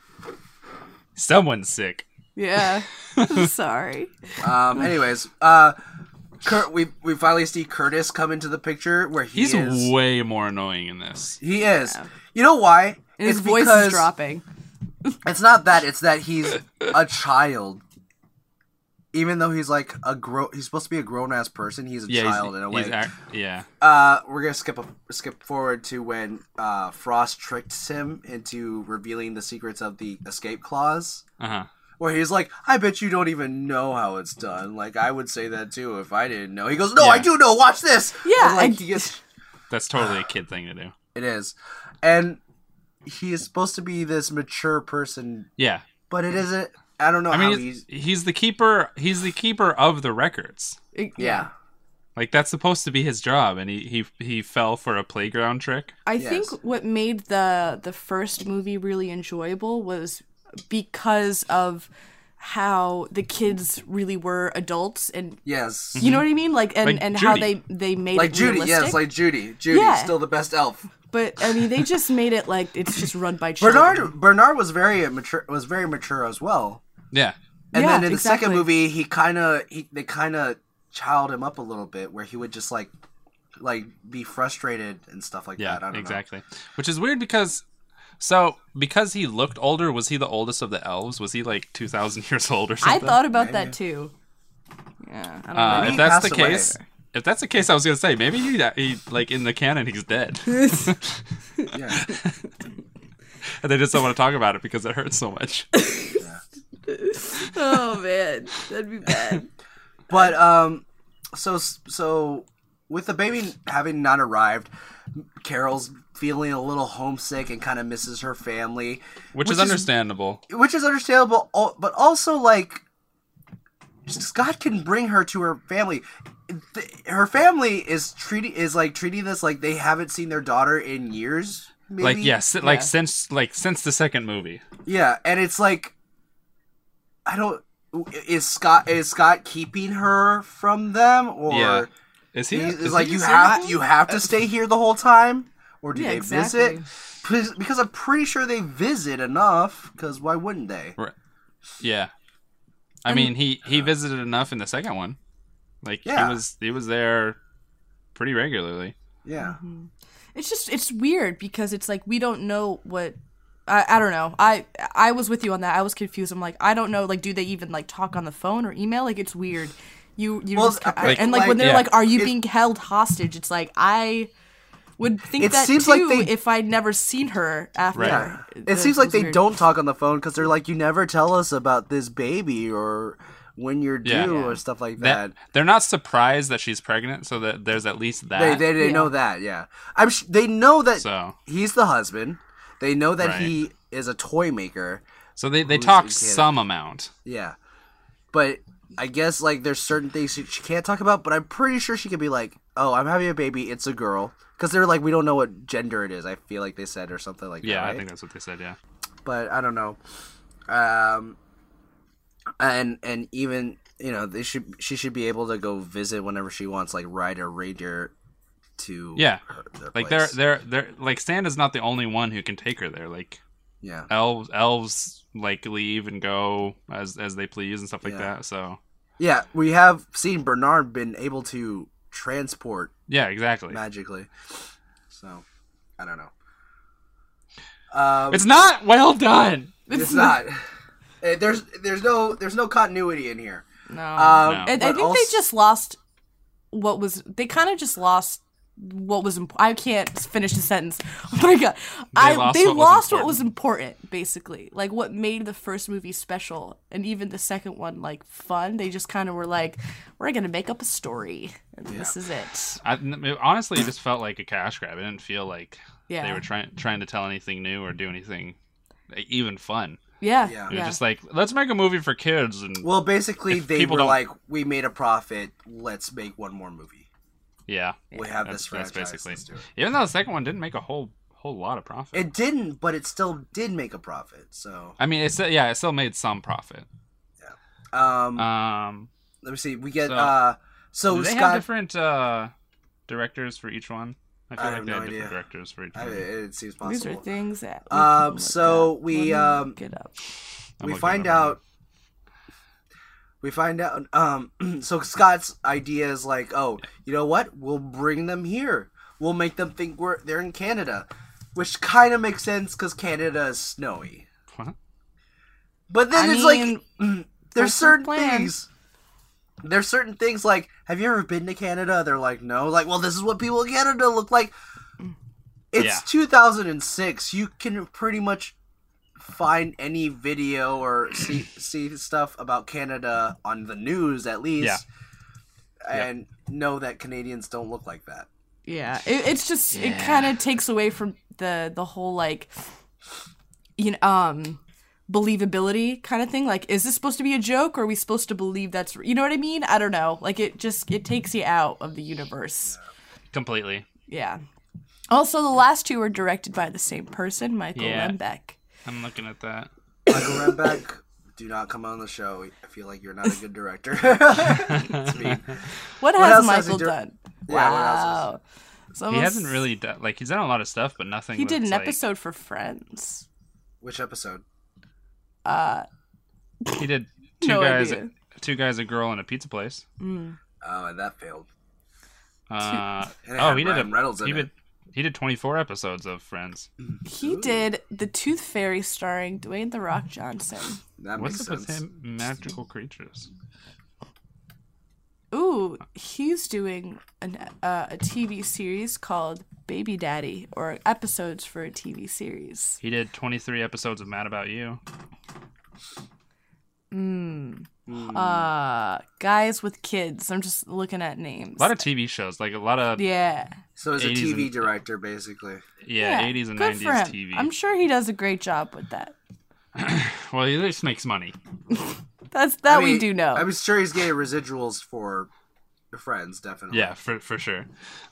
Speaker 3: Someone's sick.
Speaker 1: Yeah. Sorry.
Speaker 2: Um. Anyways, uh, Kurt, we we finally see Curtis come into the picture where he
Speaker 3: He's
Speaker 2: is.
Speaker 3: way more annoying in this.
Speaker 2: he is. You know why?
Speaker 1: And his
Speaker 2: It's
Speaker 1: voice
Speaker 2: because-
Speaker 1: is dropping.
Speaker 2: It's not that. It's that he's a child. Even though he's like a grow, he's supposed to be a grown ass person. He's a
Speaker 3: Yeah, he's-
Speaker 2: child in a way.
Speaker 3: he's act- yeah.
Speaker 2: uh, we're gonna skip a, skip forward to when uh, Frost tricks him into revealing the secrets of the escape clause.
Speaker 3: Uh huh.
Speaker 2: Where he's like, "I bet you don't even know how it's done." Like I would say that too if I didn't know. He goes, "No, I
Speaker 3: Yeah.
Speaker 2: do know. Watch this."
Speaker 1: Yeah,
Speaker 2: And, like
Speaker 1: I-
Speaker 2: he gets
Speaker 3: That's totally a kid thing to do.
Speaker 2: It is. And he is supposed to be this mature person,
Speaker 3: Yeah.
Speaker 2: but it isn't. I don't know
Speaker 3: I
Speaker 2: how
Speaker 3: mean,
Speaker 2: he's.
Speaker 3: he's, he's the keeper. He's the keeper of the records.
Speaker 1: It-
Speaker 2: Yeah.
Speaker 3: Like that's supposed to be his job, and he he he fell for a playground trick.
Speaker 1: I
Speaker 2: Yes.
Speaker 1: think what made the the first movie really enjoyable was because of how the kids really were adults and
Speaker 2: Yes.
Speaker 1: you know what I mean like and
Speaker 3: Like
Speaker 1: and how they
Speaker 3: Judy.
Speaker 1: they made
Speaker 2: Like
Speaker 1: it
Speaker 2: Mm-hmm. Judy.
Speaker 1: realistic.
Speaker 2: Yes, like Judy. Judy,
Speaker 1: Yeah.
Speaker 2: still the best elf.
Speaker 1: but I mean they just made it like it's just run by children.
Speaker 2: Bernard Bernard was very mature. Was very mature as well.
Speaker 3: Yeah.
Speaker 2: And
Speaker 1: Yeah,
Speaker 2: then in the second
Speaker 1: exactly.
Speaker 2: movie, he kind of he they kind of child him up a little bit, where he would just like like be frustrated and stuff like
Speaker 3: Yeah.
Speaker 2: that. I don't know.
Speaker 3: exactly. Which is weird because. So, because he looked older, was he the oldest of the elves? Was he like two thousand years old or
Speaker 1: I
Speaker 3: something?
Speaker 1: thought about that too. Yeah, I don't know.
Speaker 3: Uh,
Speaker 2: Maybe
Speaker 3: if
Speaker 2: he
Speaker 3: that's the
Speaker 2: passed away.
Speaker 3: case, if that's the case, I was gonna say maybe he, uh, he like in the canon he's dead,
Speaker 2: Yeah.
Speaker 3: and they just don't want to talk about it because it hurts so much.
Speaker 7: Oh man, that'd be bad.
Speaker 2: But um, so so with the baby having not arrived, Carol's feeling a little homesick and kind of misses her family,
Speaker 3: Which,
Speaker 2: Which
Speaker 3: is
Speaker 2: is-
Speaker 3: understandable.
Speaker 2: which is understandable. al- But also like, Scott can bring her to her family. Th- Her family is treating is like treating this like they haven't seen their daughter in years. Maybe?
Speaker 3: like yes, like since like since the second movie.
Speaker 2: Yeah, and it's like I don't is Scott is Scott keeping her from them or
Speaker 3: Yeah. Is he?
Speaker 2: He's-
Speaker 3: is
Speaker 2: like
Speaker 3: he
Speaker 2: you
Speaker 3: single?
Speaker 2: have you have to stay here the whole time, or do
Speaker 1: Yeah,
Speaker 2: they
Speaker 1: exactly.
Speaker 2: visit? Please- Because I'm pretty sure they visit enough. Because why wouldn't they?
Speaker 3: Right. Yeah. I mean, he he visited enough in the second one. Like
Speaker 2: Yeah.
Speaker 3: he was he was there pretty regularly.
Speaker 2: Yeah,
Speaker 1: It's just it's weird because it's like we don't know what I, I don't know. I I was with you on that. I was confused. I'm like I don't know. Like do they even like talk on the phone or email? Like it's weird. You you
Speaker 2: Well,
Speaker 1: just, ca-
Speaker 2: I-
Speaker 1: and like,
Speaker 2: like-
Speaker 1: when they're
Speaker 3: yeah.
Speaker 1: like, are you
Speaker 2: It-
Speaker 1: being held hostage? It's like I would think
Speaker 2: It
Speaker 1: that
Speaker 2: seems
Speaker 1: too
Speaker 2: like they-
Speaker 1: if I'd never seen her after.
Speaker 3: Right.
Speaker 2: yeah. It
Speaker 1: The-
Speaker 2: seems like
Speaker 1: was
Speaker 2: they
Speaker 1: weird.
Speaker 2: don't talk on the phone because they're like, you never tell us about this baby or when you're due
Speaker 3: Yeah.
Speaker 2: or stuff like that.
Speaker 3: That they're not surprised that she's pregnant, so that there's at least that.
Speaker 2: They they didn't know that. Yeah, I'm. Sh- they know that
Speaker 3: so
Speaker 2: he's the husband. They know that
Speaker 3: Right.
Speaker 2: he is a toy maker.
Speaker 3: so they they
Speaker 2: Who's
Speaker 3: talk
Speaker 2: in canon?
Speaker 3: some amount.
Speaker 2: Yeah. But I guess like there's certain things she, she can't talk about, but I'm pretty sure she could be like, "Oh, I'm having a baby. It's a girl." Cuz they're like, "We don't know what gender it is." I feel like they said or something like
Speaker 3: Yeah,
Speaker 2: that.
Speaker 3: I
Speaker 2: right?
Speaker 3: think that's what they said. Yeah.
Speaker 2: But I don't know. Um and and even, you know, they should she should be able to go visit whenever she wants like ride a reindeer to
Speaker 3: Yeah.
Speaker 2: her- their
Speaker 3: Like they're
Speaker 2: place.
Speaker 3: they're they're like Santa's not the only one who can take her there. Like
Speaker 2: yeah.
Speaker 3: elves elves like leave and go as as they please and stuff like
Speaker 2: Yeah.
Speaker 3: that. So
Speaker 2: Yeah, we have seen Bernard been able to transport
Speaker 3: yeah, exactly.
Speaker 2: magically. So, I don't know. Um,
Speaker 3: It's not well done.
Speaker 2: it's not. Eh, There's there's no there's no continuity in here.
Speaker 1: No.
Speaker 2: Um,
Speaker 3: No.
Speaker 1: I, I
Speaker 2: but
Speaker 1: think
Speaker 2: also-
Speaker 1: they just lost what was. They kind of just lost what was. Imp- I can't finish the sentence. Oh my god! I
Speaker 3: lost
Speaker 1: they
Speaker 3: what was
Speaker 1: lost what
Speaker 3: important.
Speaker 1: was important, basically. Like what made the first movie special, and even the second one like fun. They just kind of were like, we're gonna make up a story, and this is it.
Speaker 3: I, n- it- honestly, it just felt like a cash grab. It didn't feel like
Speaker 1: Yeah.
Speaker 3: they were trying trying to tell anything new or do anything like, even fun.
Speaker 1: Yeah,
Speaker 2: Yeah.
Speaker 1: yeah.
Speaker 3: It was just like let's make a movie for kids and
Speaker 2: Well, basically
Speaker 3: If
Speaker 2: they
Speaker 3: people
Speaker 2: were
Speaker 3: don't-
Speaker 2: like, we made a profit. Let's make one more movie.
Speaker 3: yeah,
Speaker 2: we have
Speaker 3: that's,
Speaker 2: this
Speaker 3: that's
Speaker 2: franchise.
Speaker 3: basically.
Speaker 2: let's do it.
Speaker 3: Even though the second one didn't make a whole whole lot of profit.
Speaker 2: It didn't, but it still did make a profit. So,
Speaker 3: I mean, it's yeah, it still made some profit.
Speaker 2: um,
Speaker 3: Um,
Speaker 2: let me see. We get
Speaker 3: so-
Speaker 2: uh,
Speaker 3: do
Speaker 2: so
Speaker 3: they
Speaker 2: Scott.
Speaker 3: have different uh, directors for each one? I feel
Speaker 2: I
Speaker 3: like
Speaker 2: have
Speaker 3: they
Speaker 2: no
Speaker 3: had different
Speaker 2: idea.
Speaker 3: directors for each
Speaker 2: I-
Speaker 3: one.
Speaker 2: it
Speaker 1: These
Speaker 2: seems
Speaker 1: are
Speaker 2: possible.
Speaker 1: things that. oh we
Speaker 2: Um,
Speaker 1: can look
Speaker 2: so
Speaker 1: up
Speaker 2: we,
Speaker 1: when
Speaker 2: um,
Speaker 1: get up.
Speaker 3: I'm
Speaker 2: we
Speaker 3: looking
Speaker 2: find
Speaker 3: it up right
Speaker 2: out we find out um so Scott's idea is like, oh, you know what? We'll bring them here. We'll make them think we're they're in Canada, which kind of makes sense because Canada is snowy.
Speaker 3: What?
Speaker 2: But then
Speaker 1: I
Speaker 2: it's
Speaker 1: mean,
Speaker 2: like mm, there's
Speaker 1: his
Speaker 2: certain
Speaker 1: plan.
Speaker 2: things. There's certain things like, have you ever been to Canada? They're like, no. Like, well, this is what people in Canada look like. It's
Speaker 3: Yeah.
Speaker 2: 2006. You can pretty much find any video or see see stuff about Canada on the news at least,
Speaker 3: Yeah.
Speaker 2: and know that Canadians don't look like that.
Speaker 1: Yeah, it, it's just it kind of takes away from the the whole like, you know, um, believability kind of thing. Like, is this supposed to be a joke, or are we supposed to believe that's you know what I mean? I don't know. Like, it just it takes you out of the universe.
Speaker 3: Completely.
Speaker 1: Yeah. Also, the last two were directed by the same person, Michael
Speaker 3: Yeah.
Speaker 1: Lembeck.
Speaker 3: I'm looking at that.
Speaker 2: Michael Rembeck, do not come on the show. I feel like you're not a good director. It's mean.
Speaker 1: What,
Speaker 2: else
Speaker 1: has
Speaker 2: has he
Speaker 1: Michael
Speaker 2: dir-
Speaker 1: done?
Speaker 2: Yeah, what else has-
Speaker 1: wow. It's
Speaker 3: He
Speaker 1: almost-
Speaker 3: hasn't really done like he's done a lot of stuff, but nothing.
Speaker 1: He did
Speaker 3: that's,
Speaker 1: an
Speaker 3: like-
Speaker 1: episode for Friends.
Speaker 2: Which episode?
Speaker 3: He did two
Speaker 1: No
Speaker 3: guys,
Speaker 1: idea.
Speaker 3: two guys, a girl, and a pizza place.
Speaker 2: Oh, and that failed.
Speaker 3: Uh,
Speaker 2: And it
Speaker 3: oh,
Speaker 2: had
Speaker 3: he did a,
Speaker 2: Ryan Reynolds in
Speaker 3: he
Speaker 2: it.
Speaker 3: did he did 24 episodes of Friends.
Speaker 1: He did The Tooth Fairy starring Dwayne The Rock Johnson.
Speaker 2: That
Speaker 3: What's
Speaker 2: makes
Speaker 3: up
Speaker 2: sense.
Speaker 3: with him? Magical creatures.
Speaker 1: Ooh, he's doing an, uh, a TV series called Baby Daddy, or episodes for a TV series.
Speaker 3: He did 23 episodes of Mad About You. Hmm.
Speaker 1: Uh, guys with kids. I'm just looking at names.
Speaker 3: A lot of TV shows, like a lot of yeah,
Speaker 1: yeah,
Speaker 2: So he's a
Speaker 3: 80s
Speaker 2: TV
Speaker 3: and-
Speaker 2: director, basically.
Speaker 3: 80s and
Speaker 1: good
Speaker 3: 90s
Speaker 1: for him.
Speaker 3: TV.
Speaker 1: I'm sure he does a great job with that.
Speaker 3: Well, he just makes money.
Speaker 1: That's that
Speaker 2: I mean,
Speaker 1: Oh, we do know.
Speaker 2: I'm sure he's getting residuals for the Friends, definitely.
Speaker 3: Yeah, for for sure.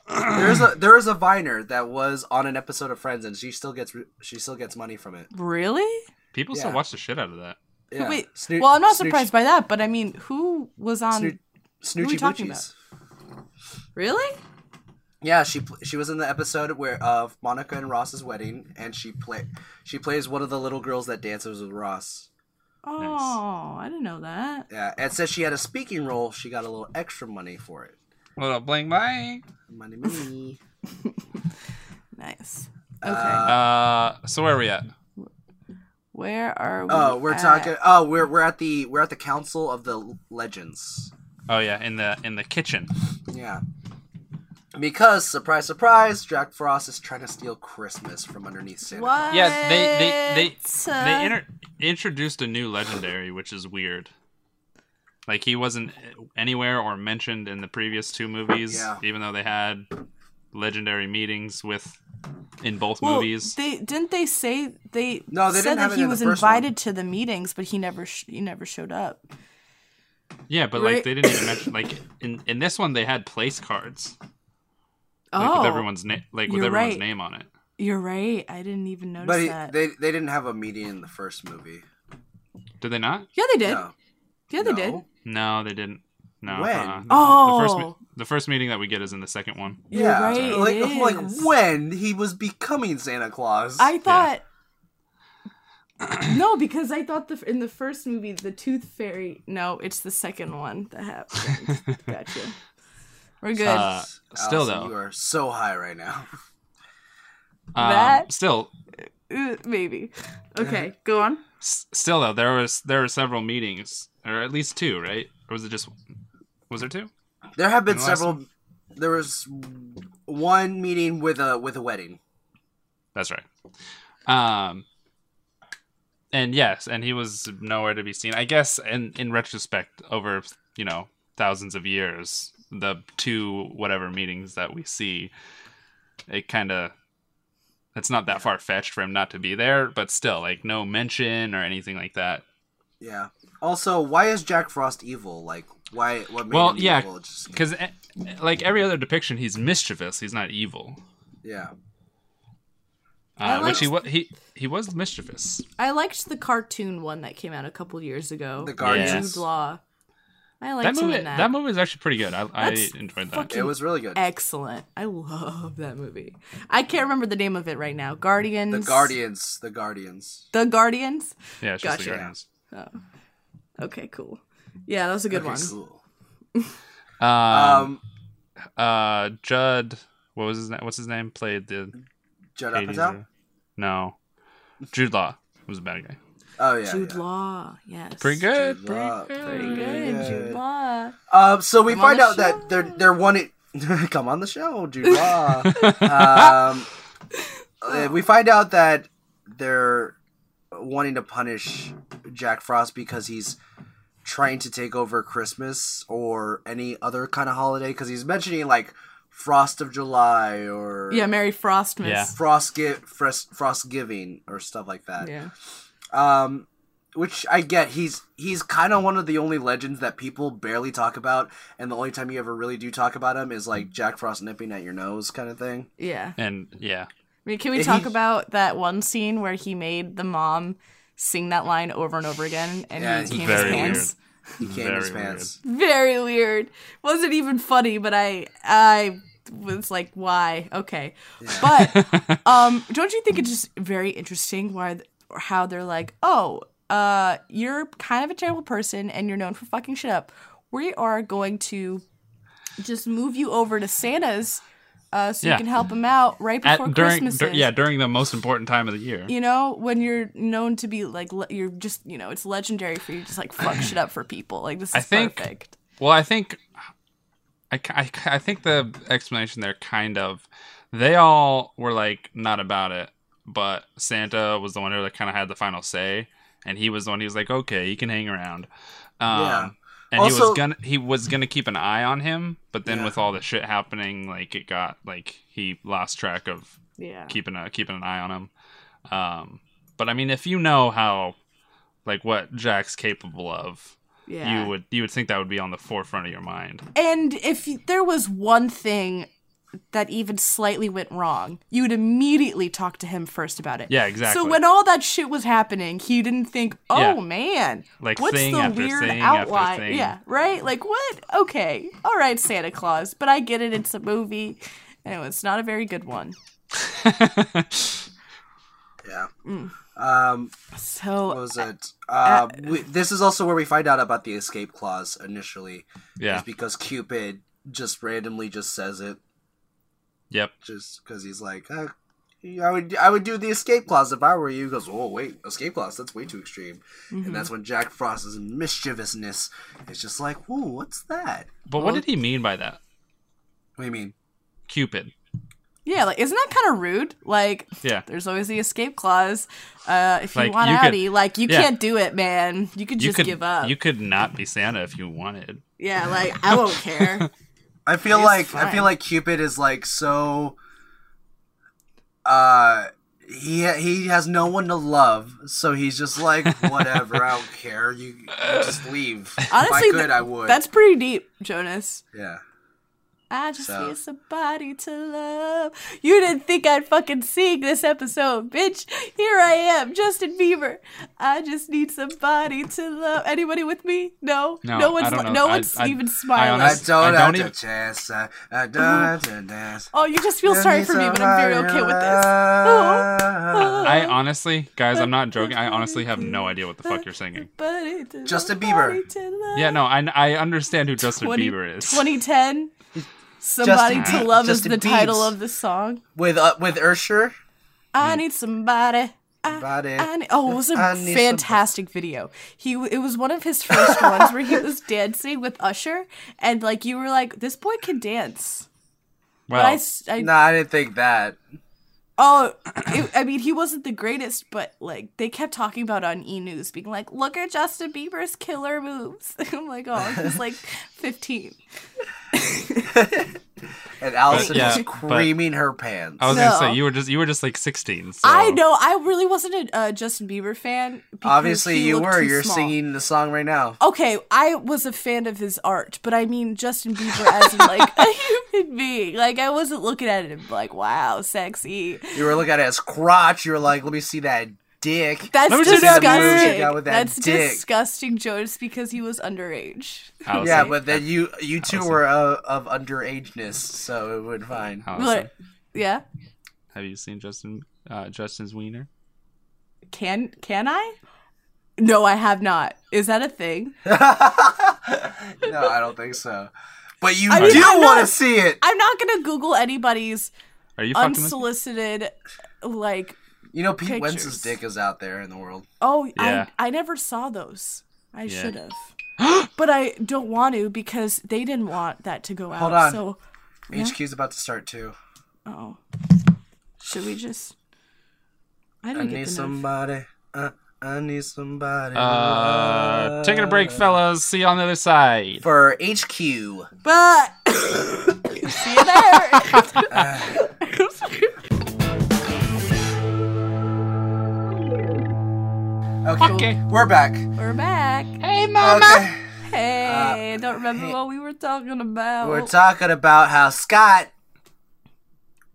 Speaker 2: There's a there is a Viner that was on an episode of Friends, and she still gets re- she still gets money from it.
Speaker 1: really?
Speaker 3: People
Speaker 2: Yeah.
Speaker 3: still watch the shit out of that.
Speaker 2: Yeah.
Speaker 1: Wait.
Speaker 2: Snoo-
Speaker 1: well, I'm not
Speaker 2: Snooch-
Speaker 1: surprised by that, but I mean, who was on?
Speaker 2: Snoo-
Speaker 1: Who are we
Speaker 2: Snoochie
Speaker 1: talking
Speaker 2: Boochies.
Speaker 1: Really?
Speaker 2: Yeah, she pl- she was in the episode where of Monica and Ross's wedding, and she play she plays one of the little girls that dances with Ross.
Speaker 1: Oh, I didn't know that.
Speaker 2: Yeah, and since she had a speaking role, she got a little extra money for it.
Speaker 3: Little bling bling.
Speaker 2: Money, money.
Speaker 1: Nice. Okay.
Speaker 3: Uh, so where are we at?
Speaker 1: Where are we?
Speaker 2: Oh, we're
Speaker 1: at?
Speaker 2: talking. Oh, we're we're at the we're at the council of the legends.
Speaker 3: Oh yeah, in the in the kitchen.
Speaker 2: Yeah. Because surprise, surprise, Jack Frost is trying to steal Christmas from underneath Santa. Claus.
Speaker 1: What?
Speaker 3: Yeah, they they they,
Speaker 1: Uh,
Speaker 3: they inter- introduced a new legendary, which is weird. Like he wasn't anywhere or mentioned in the previous two movies,
Speaker 2: Yeah.
Speaker 3: even though they had legendary meetings with in both
Speaker 1: well,
Speaker 3: movies.
Speaker 1: They didn't they say they
Speaker 2: No, they
Speaker 1: said
Speaker 2: didn't have
Speaker 1: that
Speaker 2: it
Speaker 1: he
Speaker 2: in the
Speaker 1: was
Speaker 2: first one.
Speaker 1: invited to the meetings, but he never sh- he never showed up.
Speaker 3: yeah, but
Speaker 1: Right.
Speaker 3: like they didn't even mention like in in this one they had place cards like,
Speaker 1: Oh,
Speaker 3: with everyone's name like with
Speaker 1: you're
Speaker 3: everyone's
Speaker 1: right.
Speaker 3: name on it.
Speaker 1: you're right. I didn't even notice
Speaker 2: But he,
Speaker 1: that.
Speaker 2: they they didn't have a meeting in the first movie.
Speaker 3: Did they not?
Speaker 1: yeah, they did.
Speaker 2: No.
Speaker 1: Yeah, they
Speaker 2: No.
Speaker 1: did.
Speaker 3: No, they didn't. No.
Speaker 2: When?
Speaker 3: uh-uh. The-
Speaker 1: Oh.
Speaker 3: The first, me- the first meeting that we get is in the second one.
Speaker 1: You're
Speaker 2: yeah,
Speaker 1: right, it
Speaker 2: like like
Speaker 1: is.
Speaker 2: when he was becoming Santa Claus.
Speaker 1: I thought. no, because I thought the in the first movie the Tooth Fairy. No, it's the second one that happened. gotcha. We're good.
Speaker 3: Uh, still
Speaker 2: Allison,
Speaker 3: though,
Speaker 2: you are so high right now.
Speaker 3: Um,
Speaker 1: That-
Speaker 3: still
Speaker 1: Uh, maybe. Okay, go on.
Speaker 3: s- still though there was there were several meetings or at least two right or was it just was there two
Speaker 2: There have been
Speaker 3: And the last
Speaker 2: several. There was one meeting with a with a wedding.
Speaker 3: that's right um and yes and he was nowhere to be seen i guess in in retrospect over you know thousands of years the two whatever meetings that we see it kind of it's not that far fetched for him not to be there but still like no mention or anything like that
Speaker 2: Yeah. Also, why is Jack Frost evil? Like, why? What made
Speaker 3: well
Speaker 2: him
Speaker 3: yeah
Speaker 2: evil? Just,
Speaker 3: because eh, like every other depiction he's mischievous he's not evil
Speaker 2: yeah.
Speaker 3: Uh,
Speaker 1: I
Speaker 3: which he was
Speaker 1: liked-
Speaker 3: he he was mischievous.
Speaker 1: I liked the cartoon one that came out a couple years ago.
Speaker 2: The Guardians.
Speaker 1: Jude Law. I liked
Speaker 3: That
Speaker 1: him
Speaker 3: movie
Speaker 1: in
Speaker 3: that.
Speaker 1: that.
Speaker 3: movie is actually pretty good. I, I
Speaker 1: That's
Speaker 3: enjoyed that.
Speaker 1: fucking
Speaker 2: It was really good.
Speaker 1: excellent. I love that movie. I can't remember the name of it right now. Guardians.
Speaker 2: The Guardians. The Guardians.
Speaker 1: The Guardians.
Speaker 3: yeah, it's just the
Speaker 1: gotcha.
Speaker 3: Guardians.
Speaker 1: Okay, cool.
Speaker 7: Yeah, that was a good one.
Speaker 2: Cool.
Speaker 3: Um,
Speaker 2: Um,
Speaker 3: uh, Judd, what was his name? What's his name? Played the
Speaker 2: Judd
Speaker 3: 80s.
Speaker 2: Apatow.
Speaker 3: or- No, Jude Law was a bad guy.
Speaker 2: Oh yeah.
Speaker 1: Jude
Speaker 2: yeah.
Speaker 1: Law. Yes.
Speaker 3: Pretty good.
Speaker 2: Jude Law,
Speaker 1: Pretty good. Jude Law.
Speaker 2: Um, so we
Speaker 1: Come on
Speaker 2: find
Speaker 1: the
Speaker 2: out
Speaker 1: show.
Speaker 2: that they're they're wanting come on the show, Jude Law. um, uh, we find out that they're wanting to punish Jack Frost because he's trying to take over Christmas or any other kind of holiday because he's mentioning like Frost of July or
Speaker 1: Yeah, Mary Frostmas.
Speaker 3: Yeah.
Speaker 2: Frost give Frost, Frost giving or stuff like that.
Speaker 1: Yeah.
Speaker 2: Um, which I get. He's he's kind of one of the only legends that people barely talk about, and the only time you ever really do talk about him is like Jack Frost nipping at your nose kind of thing.
Speaker 1: Yeah.
Speaker 3: And yeah,
Speaker 1: I mean, can we
Speaker 2: And
Speaker 1: talk
Speaker 2: he-
Speaker 1: about that one scene where he made the mom sing that line over and over again and
Speaker 2: Yeah,
Speaker 1: he
Speaker 2: it's
Speaker 1: came his
Speaker 3: very
Speaker 1: pants?
Speaker 2: He came in his
Speaker 3: Very
Speaker 2: pants.
Speaker 1: Very weird. Wasn't even funny, but I I was like, why? Okay. But um don't you think it's just very interesting why th- or how they're like, "Oh, uh you're kind of a terrible person and you're known for fucking shit up. We are going to just move you over to Santa's uh, so
Speaker 3: Yeah.
Speaker 1: you can help him out right
Speaker 3: at
Speaker 1: before
Speaker 3: during
Speaker 1: Christmas.
Speaker 3: dur-
Speaker 1: is."
Speaker 3: yeah during the most important time of the year.
Speaker 1: you know when you're known to be like le- you're just you know it's legendary for you to just like fuck shit up for people like this is
Speaker 3: I think-
Speaker 1: perfect
Speaker 3: Well, I think I, ki- I, ki- I think the explanation there kind of they all were like not about it, but Santa was the one who like, kind of had the final say, and he was the one who was like, okay, you can hang around. Um,
Speaker 2: Yeah.
Speaker 3: And he
Speaker 2: Also-
Speaker 3: was gonna he was gonna keep an eye on him, but then
Speaker 2: Yeah.
Speaker 3: with all the shit happening, like it got like he lost track of
Speaker 1: yeah
Speaker 3: keeping a keeping an eye on him. Um, but I mean, if you know how like what Jack's capable of,
Speaker 1: yeah
Speaker 3: you would you would think that would be on the forefront of your mind.
Speaker 1: and if y- there was one thing that even slightly went wrong you would immediately talk to him first about it
Speaker 3: Yeah, exactly.
Speaker 1: so when all that shit was happening he didn't think oh
Speaker 3: Yeah.
Speaker 1: man
Speaker 3: Like,
Speaker 1: what's
Speaker 3: thing
Speaker 1: the
Speaker 3: after
Speaker 1: weird
Speaker 3: thing after
Speaker 1: outline
Speaker 3: thing.
Speaker 1: yeah right like what okay all right santa claus but i get it it's a movie and it's not a very good one
Speaker 2: Yeah. Um,
Speaker 1: so
Speaker 2: what was it? Uh, we, this is also where we find out about the escape clause initially.
Speaker 3: yeah.
Speaker 2: Is because Cupid just randomly just says it,
Speaker 3: Yep.
Speaker 2: just because he's like, uh, I would I would do the escape clause if I were you. He goes, oh wait, escape clause that's way too extreme, and
Speaker 1: Mm-hmm.
Speaker 2: that's when Jack Frost's mischievousness is just like, whoa, what's that?
Speaker 3: But what did he mean by that?
Speaker 2: What do you mean?
Speaker 3: Cupid.
Speaker 1: Yeah, like isn't that kind of rude? Like,
Speaker 3: Yeah.
Speaker 1: there's always the escape clause. Uh, if you
Speaker 3: Like,
Speaker 1: want
Speaker 3: you could-
Speaker 1: outie, like you
Speaker 3: yeah.
Speaker 1: can't do it, man. You could
Speaker 3: You
Speaker 1: just
Speaker 3: could
Speaker 1: give up.
Speaker 3: you could not be Santa if you wanted.
Speaker 1: yeah, like I won't care.
Speaker 2: I feel
Speaker 1: He's
Speaker 2: like I
Speaker 1: fine.
Speaker 2: feel like Cupid is like so. Uh, he he has no one to love, so he's just like whatever. I don't care. You just leave.
Speaker 1: Honestly,
Speaker 2: if I could,
Speaker 1: th-
Speaker 2: I would.
Speaker 1: That's pretty deep, Jonas.
Speaker 2: yeah.
Speaker 1: I just
Speaker 2: So-
Speaker 1: need somebody to love. You didn't think I'd fucking sing this episode, bitch. Here I am, Justin Bieber. I just need somebody to love. Anybody with me? No,
Speaker 3: No, I
Speaker 1: one's
Speaker 3: don't
Speaker 1: li-
Speaker 3: know.
Speaker 1: no
Speaker 3: I-
Speaker 1: one's
Speaker 3: I-
Speaker 1: even
Speaker 3: I
Speaker 1: smiling.
Speaker 2: I
Speaker 3: honestly-
Speaker 2: don't,
Speaker 3: I don't e
Speaker 2: have
Speaker 3: even-
Speaker 2: to chase. I, I
Speaker 1: Mm-hmm.
Speaker 2: don't have to dance.
Speaker 1: oh, you just feel sorry for me, but I'm very okay with this. Oh.
Speaker 2: this.
Speaker 3: I honestly, guys, I'm not joking. I honestly have no idea what the fuck you're singing.
Speaker 1: Buddy to
Speaker 2: Justin
Speaker 1: the
Speaker 2: Bieber.
Speaker 1: party to love.
Speaker 3: Yeah, no, I, I understand who Justin
Speaker 1: 20
Speaker 3: Bieber is.
Speaker 1: 2010. Somebody
Speaker 2: Justin
Speaker 1: to
Speaker 2: Bie-
Speaker 1: love
Speaker 2: Justin
Speaker 1: is the title
Speaker 2: Biebs.
Speaker 1: of the song.
Speaker 2: With uh, with Ursher.
Speaker 1: I need somebody. I,
Speaker 2: About it.
Speaker 1: I need, oh, it was a
Speaker 2: I need
Speaker 1: fantastic video. He w- it was one of his first ones where he was dancing with Usher, and like you were like, this boy can dance. But I,
Speaker 3: Well,
Speaker 1: s- I-
Speaker 2: Nah, I didn't think that.
Speaker 1: Oh, it, I mean, he wasn't the greatest, but like they kept talking about it on E News, being like, "Look at Justin Bieber's killer moves." I'm like, "Oh, he's like 15."
Speaker 2: And Allison
Speaker 3: yeah,
Speaker 2: was
Speaker 3: but-
Speaker 2: creaming her pants.
Speaker 3: I was gonna
Speaker 1: No.
Speaker 3: say you were just you were just like 16. So.
Speaker 1: I know. I really wasn't a uh, Justin Bieber fan. because
Speaker 2: Obviously,
Speaker 1: he
Speaker 2: you
Speaker 1: looked
Speaker 2: were.
Speaker 1: too
Speaker 2: You're
Speaker 1: small.
Speaker 2: singing the song right now.
Speaker 1: Okay, I was a fan of his art, but I mean Justin Bieber as in, like a human being. Like I wasn't looking at him like, "Wow, sexy."
Speaker 2: You were looking at his crotch. You were like, "Let me see that dick."
Speaker 1: That's
Speaker 3: Let me see that
Speaker 1: disgusting.
Speaker 2: boob you got with that
Speaker 1: That's
Speaker 2: dick.
Speaker 1: disgusting, Jonas, because he was underage.
Speaker 3: Allison,
Speaker 2: yeah, but then you you two
Speaker 3: Allison.
Speaker 2: were uh, of underageness, so it went fine.
Speaker 3: Allison,
Speaker 1: What? Yeah.
Speaker 3: have you seen Justin uh, Justin's wiener?
Speaker 1: Can can I? No, I have not. Is that a thing?
Speaker 2: no, I don't think so. But you
Speaker 1: mean,
Speaker 2: do
Speaker 1: I'm
Speaker 2: want to
Speaker 1: not-
Speaker 2: see it.
Speaker 1: I'm not gonna Google anybody's
Speaker 3: Are you fucking with me?
Speaker 1: unsolicited, like.
Speaker 2: You know, Pete
Speaker 1: Pictures.
Speaker 2: Wentz's dick is out there in the world.
Speaker 1: Oh,
Speaker 3: Yeah.
Speaker 1: I I never saw those. I
Speaker 3: Yeah.
Speaker 1: should have, but I don't want to because they didn't want that to go out.
Speaker 2: Hold on.
Speaker 1: So,
Speaker 2: HQ's about to start too.
Speaker 1: oh, should we just? I
Speaker 2: I
Speaker 1: didn't get
Speaker 2: need
Speaker 1: the note.
Speaker 2: somebody. Uh, I need somebody.
Speaker 3: Uh, taking a break, fellas. See you on the other side.
Speaker 2: For HQ.
Speaker 1: But see you there.
Speaker 2: Okay.
Speaker 3: Okay.
Speaker 2: We're back.
Speaker 1: We're back.
Speaker 2: Uh,
Speaker 3: Hey,
Speaker 2: Okay.
Speaker 1: Hey, don't remember what we were talking about.
Speaker 2: We're talking about how Scott.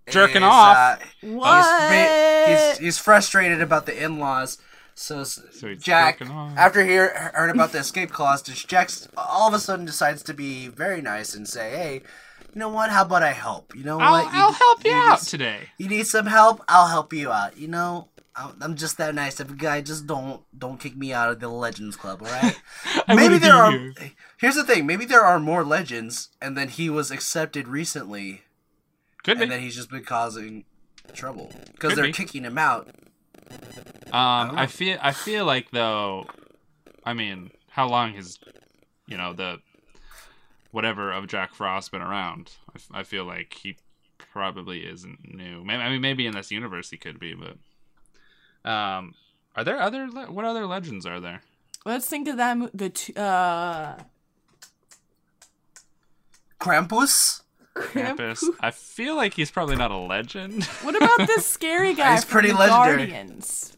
Speaker 3: Jerking
Speaker 2: is,
Speaker 3: off.
Speaker 2: uh,
Speaker 1: what?
Speaker 2: He's, he's, he's frustrated about the in laws. So, s-
Speaker 3: he's
Speaker 2: Jack,
Speaker 3: jerking off.
Speaker 2: after he hear- heard about the escape clause, just Jack all of a sudden decides to be very nice and say, hey, you know what? How about I help? You know
Speaker 3: I'll,
Speaker 2: what? You-
Speaker 3: I'll help you out
Speaker 2: just-
Speaker 3: today.
Speaker 2: You need some help? I'll help you out. You know, I'm I'm just that nice of a guy. Just don't don't kick me out of the Legends Club, all right? maybe
Speaker 3: wouldn't
Speaker 2: there
Speaker 3: be
Speaker 2: are.
Speaker 3: here.
Speaker 2: Here's the thing. Maybe there are more legends, and then he was accepted recently,
Speaker 3: Could
Speaker 2: and
Speaker 3: be.
Speaker 2: then he's just been causing trouble because
Speaker 3: Could
Speaker 2: they're
Speaker 3: be.
Speaker 2: kicking him out.
Speaker 3: Um, I feel I feel like though, I mean, how long has you know the whatever of Jack Frost been around? I f- I, feel like he probably isn't new. Maybe I mean maybe in this universe he could be, but um, are there other le- what other legends are there?
Speaker 1: Let's think of them. The two, uh,
Speaker 2: Krampus.
Speaker 3: Krampus. I feel like he's probably not a legend.
Speaker 1: what about this scary guy?
Speaker 2: He's
Speaker 1: from
Speaker 2: pretty
Speaker 1: the
Speaker 2: legendary.
Speaker 1: Guardians.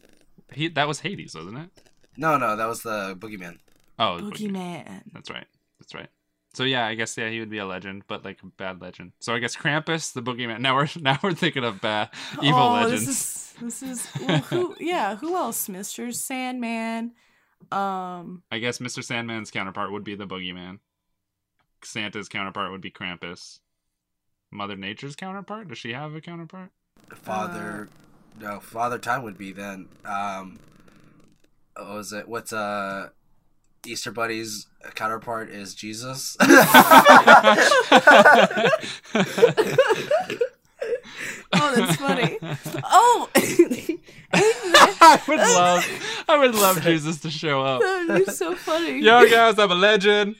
Speaker 3: he that was Hades, wasn't it?
Speaker 2: No, no, that was the boogeyman.
Speaker 3: Oh, the
Speaker 1: Boogeyman.
Speaker 3: That's right. That's right. So yeah, I guess yeah, he would be a legend, but like a bad legend. So I guess Krampus, the boogeyman. Now we're now we're thinking of bad evil
Speaker 1: oh,
Speaker 3: legends.
Speaker 1: This is this is well, who? Yeah, who else? Mister Sandman. Um,
Speaker 3: I guess Mr. Sandman's counterpart would be the boogeyman. Santa's counterpart would be Krampus. Mother Nature's counterpart? Does she have a counterpart?
Speaker 2: Father, no, Father Time would be then. Um, what was it? What's uh, Easter Bunny's counterpart is Jesus.
Speaker 1: oh, that's funny. oh,
Speaker 3: I would love I would love Jesus to show up.
Speaker 1: you're so funny.
Speaker 3: Yo guys, I'm a legend.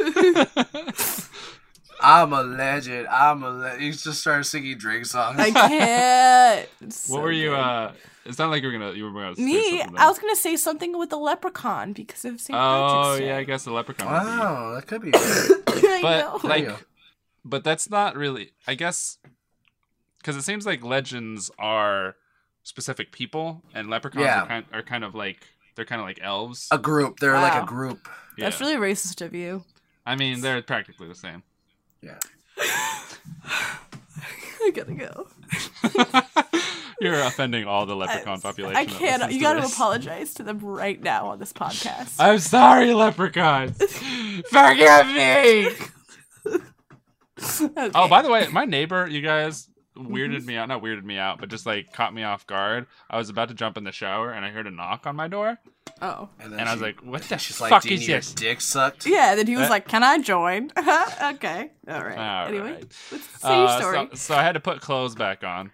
Speaker 2: I'm a legend. I'm a legend. He just started singing Drake songs.
Speaker 1: I can't. It's
Speaker 3: What
Speaker 1: so
Speaker 3: were you
Speaker 1: good.
Speaker 3: uh it sounded like you were gonna you were gonna say
Speaker 1: Me,
Speaker 3: something there.
Speaker 1: I was gonna say something with the leprechaun because of St.
Speaker 3: Oh
Speaker 1: Patrick's Day.
Speaker 3: yeah, I guess the leprechaun. would be-
Speaker 2: wow, that could be. right.
Speaker 1: I
Speaker 3: But
Speaker 1: know.
Speaker 3: like,
Speaker 2: Yeah.
Speaker 3: but that's not really. I guess because it seems like legends are specific people, and leprechauns
Speaker 2: Yeah. Uh,
Speaker 3: are, kind, are kind of like they're kind of like elves.
Speaker 2: a group. They're like
Speaker 1: Wow.
Speaker 2: a group.
Speaker 1: that's
Speaker 3: Yeah.
Speaker 1: really racist of you.
Speaker 3: I mean, they're practically the same.
Speaker 2: Yeah.
Speaker 1: I gotta go.
Speaker 3: You're offending all the leprechaun population.
Speaker 1: I
Speaker 3: that
Speaker 1: can't.
Speaker 3: listens
Speaker 1: You
Speaker 3: to
Speaker 1: gotta
Speaker 3: this.
Speaker 1: apologize to them right now on this podcast.
Speaker 3: I'm sorry, leprechauns. Forgive me.
Speaker 1: Okay.
Speaker 3: Oh, by the way, my neighbor, you guys, weirded me out. Not weirded me out, but just like caught me off guard. I was about to jump in the shower and I heard a knock on my door.
Speaker 1: Oh.
Speaker 2: then
Speaker 3: And I was
Speaker 2: she-
Speaker 3: like, what the
Speaker 2: she's
Speaker 3: fuck
Speaker 2: like, do you
Speaker 3: is
Speaker 2: need your
Speaker 3: this?
Speaker 2: dick sucked?
Speaker 1: Yeah, then he was
Speaker 3: Uh,
Speaker 1: like, "Can I join?" okay, all right.
Speaker 3: All
Speaker 1: anyway,
Speaker 3: right.
Speaker 1: let's say your
Speaker 3: Uh,
Speaker 1: story.
Speaker 3: So, so I had to put clothes back on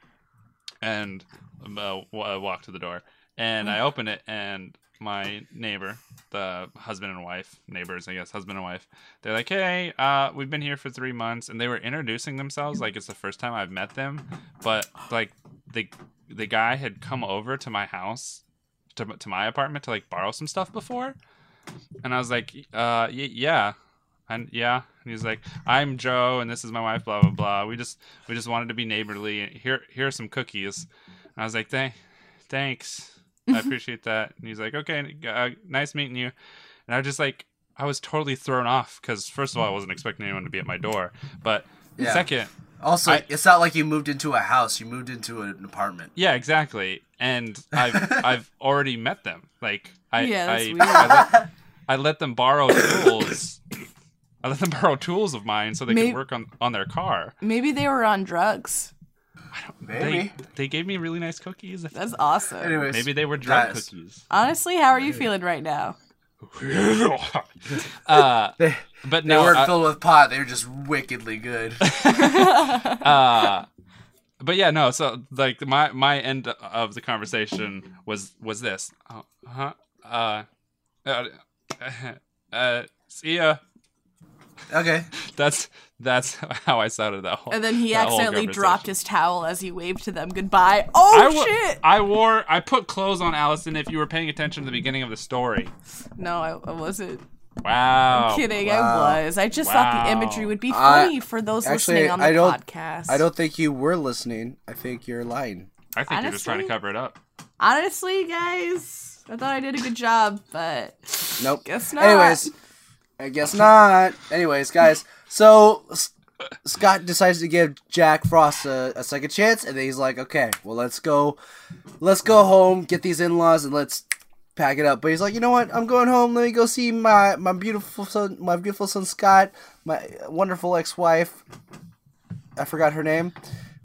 Speaker 3: and uh, w- uh, walk to the door. And I open it, and my neighbor, the husband and wife, neighbors, I guess, husband and wife, they're like, hey, uh, we've been here for three months. And they were introducing themselves like it's the first time I've met them. But like the, the guy had come over to my house, to, to my apartment to like borrow some stuff before. And I was like, uh, y- yeah. And yeah, and he's like, "I'm Joe, and this is my wife." Blah blah blah. We just we just wanted to be neighborly. Here here are some cookies. And I was like, "Thank, thanks, I appreciate that." And he's like, "Okay, uh, nice meeting you." And I just like I was totally thrown off because first of all, I wasn't expecting anyone to be at my door, but
Speaker 2: Yeah.
Speaker 3: second,
Speaker 2: Also,
Speaker 3: I-
Speaker 2: it's not like you moved into a house. You moved into an apartment.
Speaker 3: yeah, exactly. And I've I've already met them. Like I
Speaker 1: Yeah, that's
Speaker 3: I,
Speaker 1: weird.
Speaker 3: I, let, I let them borrow tools. I let them borrow tools of mine so they
Speaker 1: May-
Speaker 3: could work on on their car.
Speaker 1: Maybe they were on drugs.
Speaker 3: They,
Speaker 2: Maybe.
Speaker 3: they gave me really nice cookies.
Speaker 1: That's awesome.
Speaker 2: Anyways,
Speaker 3: Maybe they were drug
Speaker 2: guys.
Speaker 3: cookies.
Speaker 1: Honestly, how are you feeling right now?
Speaker 3: uh,
Speaker 2: they,
Speaker 3: but
Speaker 2: they
Speaker 3: no,
Speaker 2: weren't
Speaker 3: uh,
Speaker 2: filled with pot. They were just wickedly good.
Speaker 3: uh, but yeah, no. So like my my end of the conversation was was this. Uh huh. Uh, uh, uh, see ya.
Speaker 2: okay.
Speaker 3: That's that's how I sounded that whole.
Speaker 1: And then he
Speaker 3: Oh, that whole
Speaker 1: accidentally
Speaker 3: conversation.
Speaker 1: dropped his towel as he waved to them goodbye.
Speaker 3: I
Speaker 1: Oh
Speaker 3: wa-
Speaker 1: shit!
Speaker 3: I wore I put clothes on Allison. If you were paying attention to the beginning of the story.
Speaker 1: No, I, I wasn't
Speaker 3: Wow.
Speaker 1: kidding.
Speaker 2: wow.
Speaker 1: I was. I just thought the
Speaker 3: Oh, Wow.
Speaker 1: imagery would be
Speaker 2: I-
Speaker 1: funny for those
Speaker 2: actually,
Speaker 1: listening on the
Speaker 2: I don't-
Speaker 1: podcast.
Speaker 2: I don't think you were listening. I think you're lying.
Speaker 3: I think you're just trying to
Speaker 1: Honestly?
Speaker 3: cover it up.
Speaker 1: Honestly, guys, I thought I did a good job, but
Speaker 2: Nope.
Speaker 1: Guess not.
Speaker 2: Anyways, I guess not. Anyways, guys, so S- Scott decides to give Jack Frost a, a second chance, and then he's like, "Okay, well, let's go, let's go home, get these in-laws, and let's pack it up." But he's like, "You know what? I'm going home. Let me go see my my beautiful son, my beautiful son Scott, my wonderful ex-wife. I forgot her name."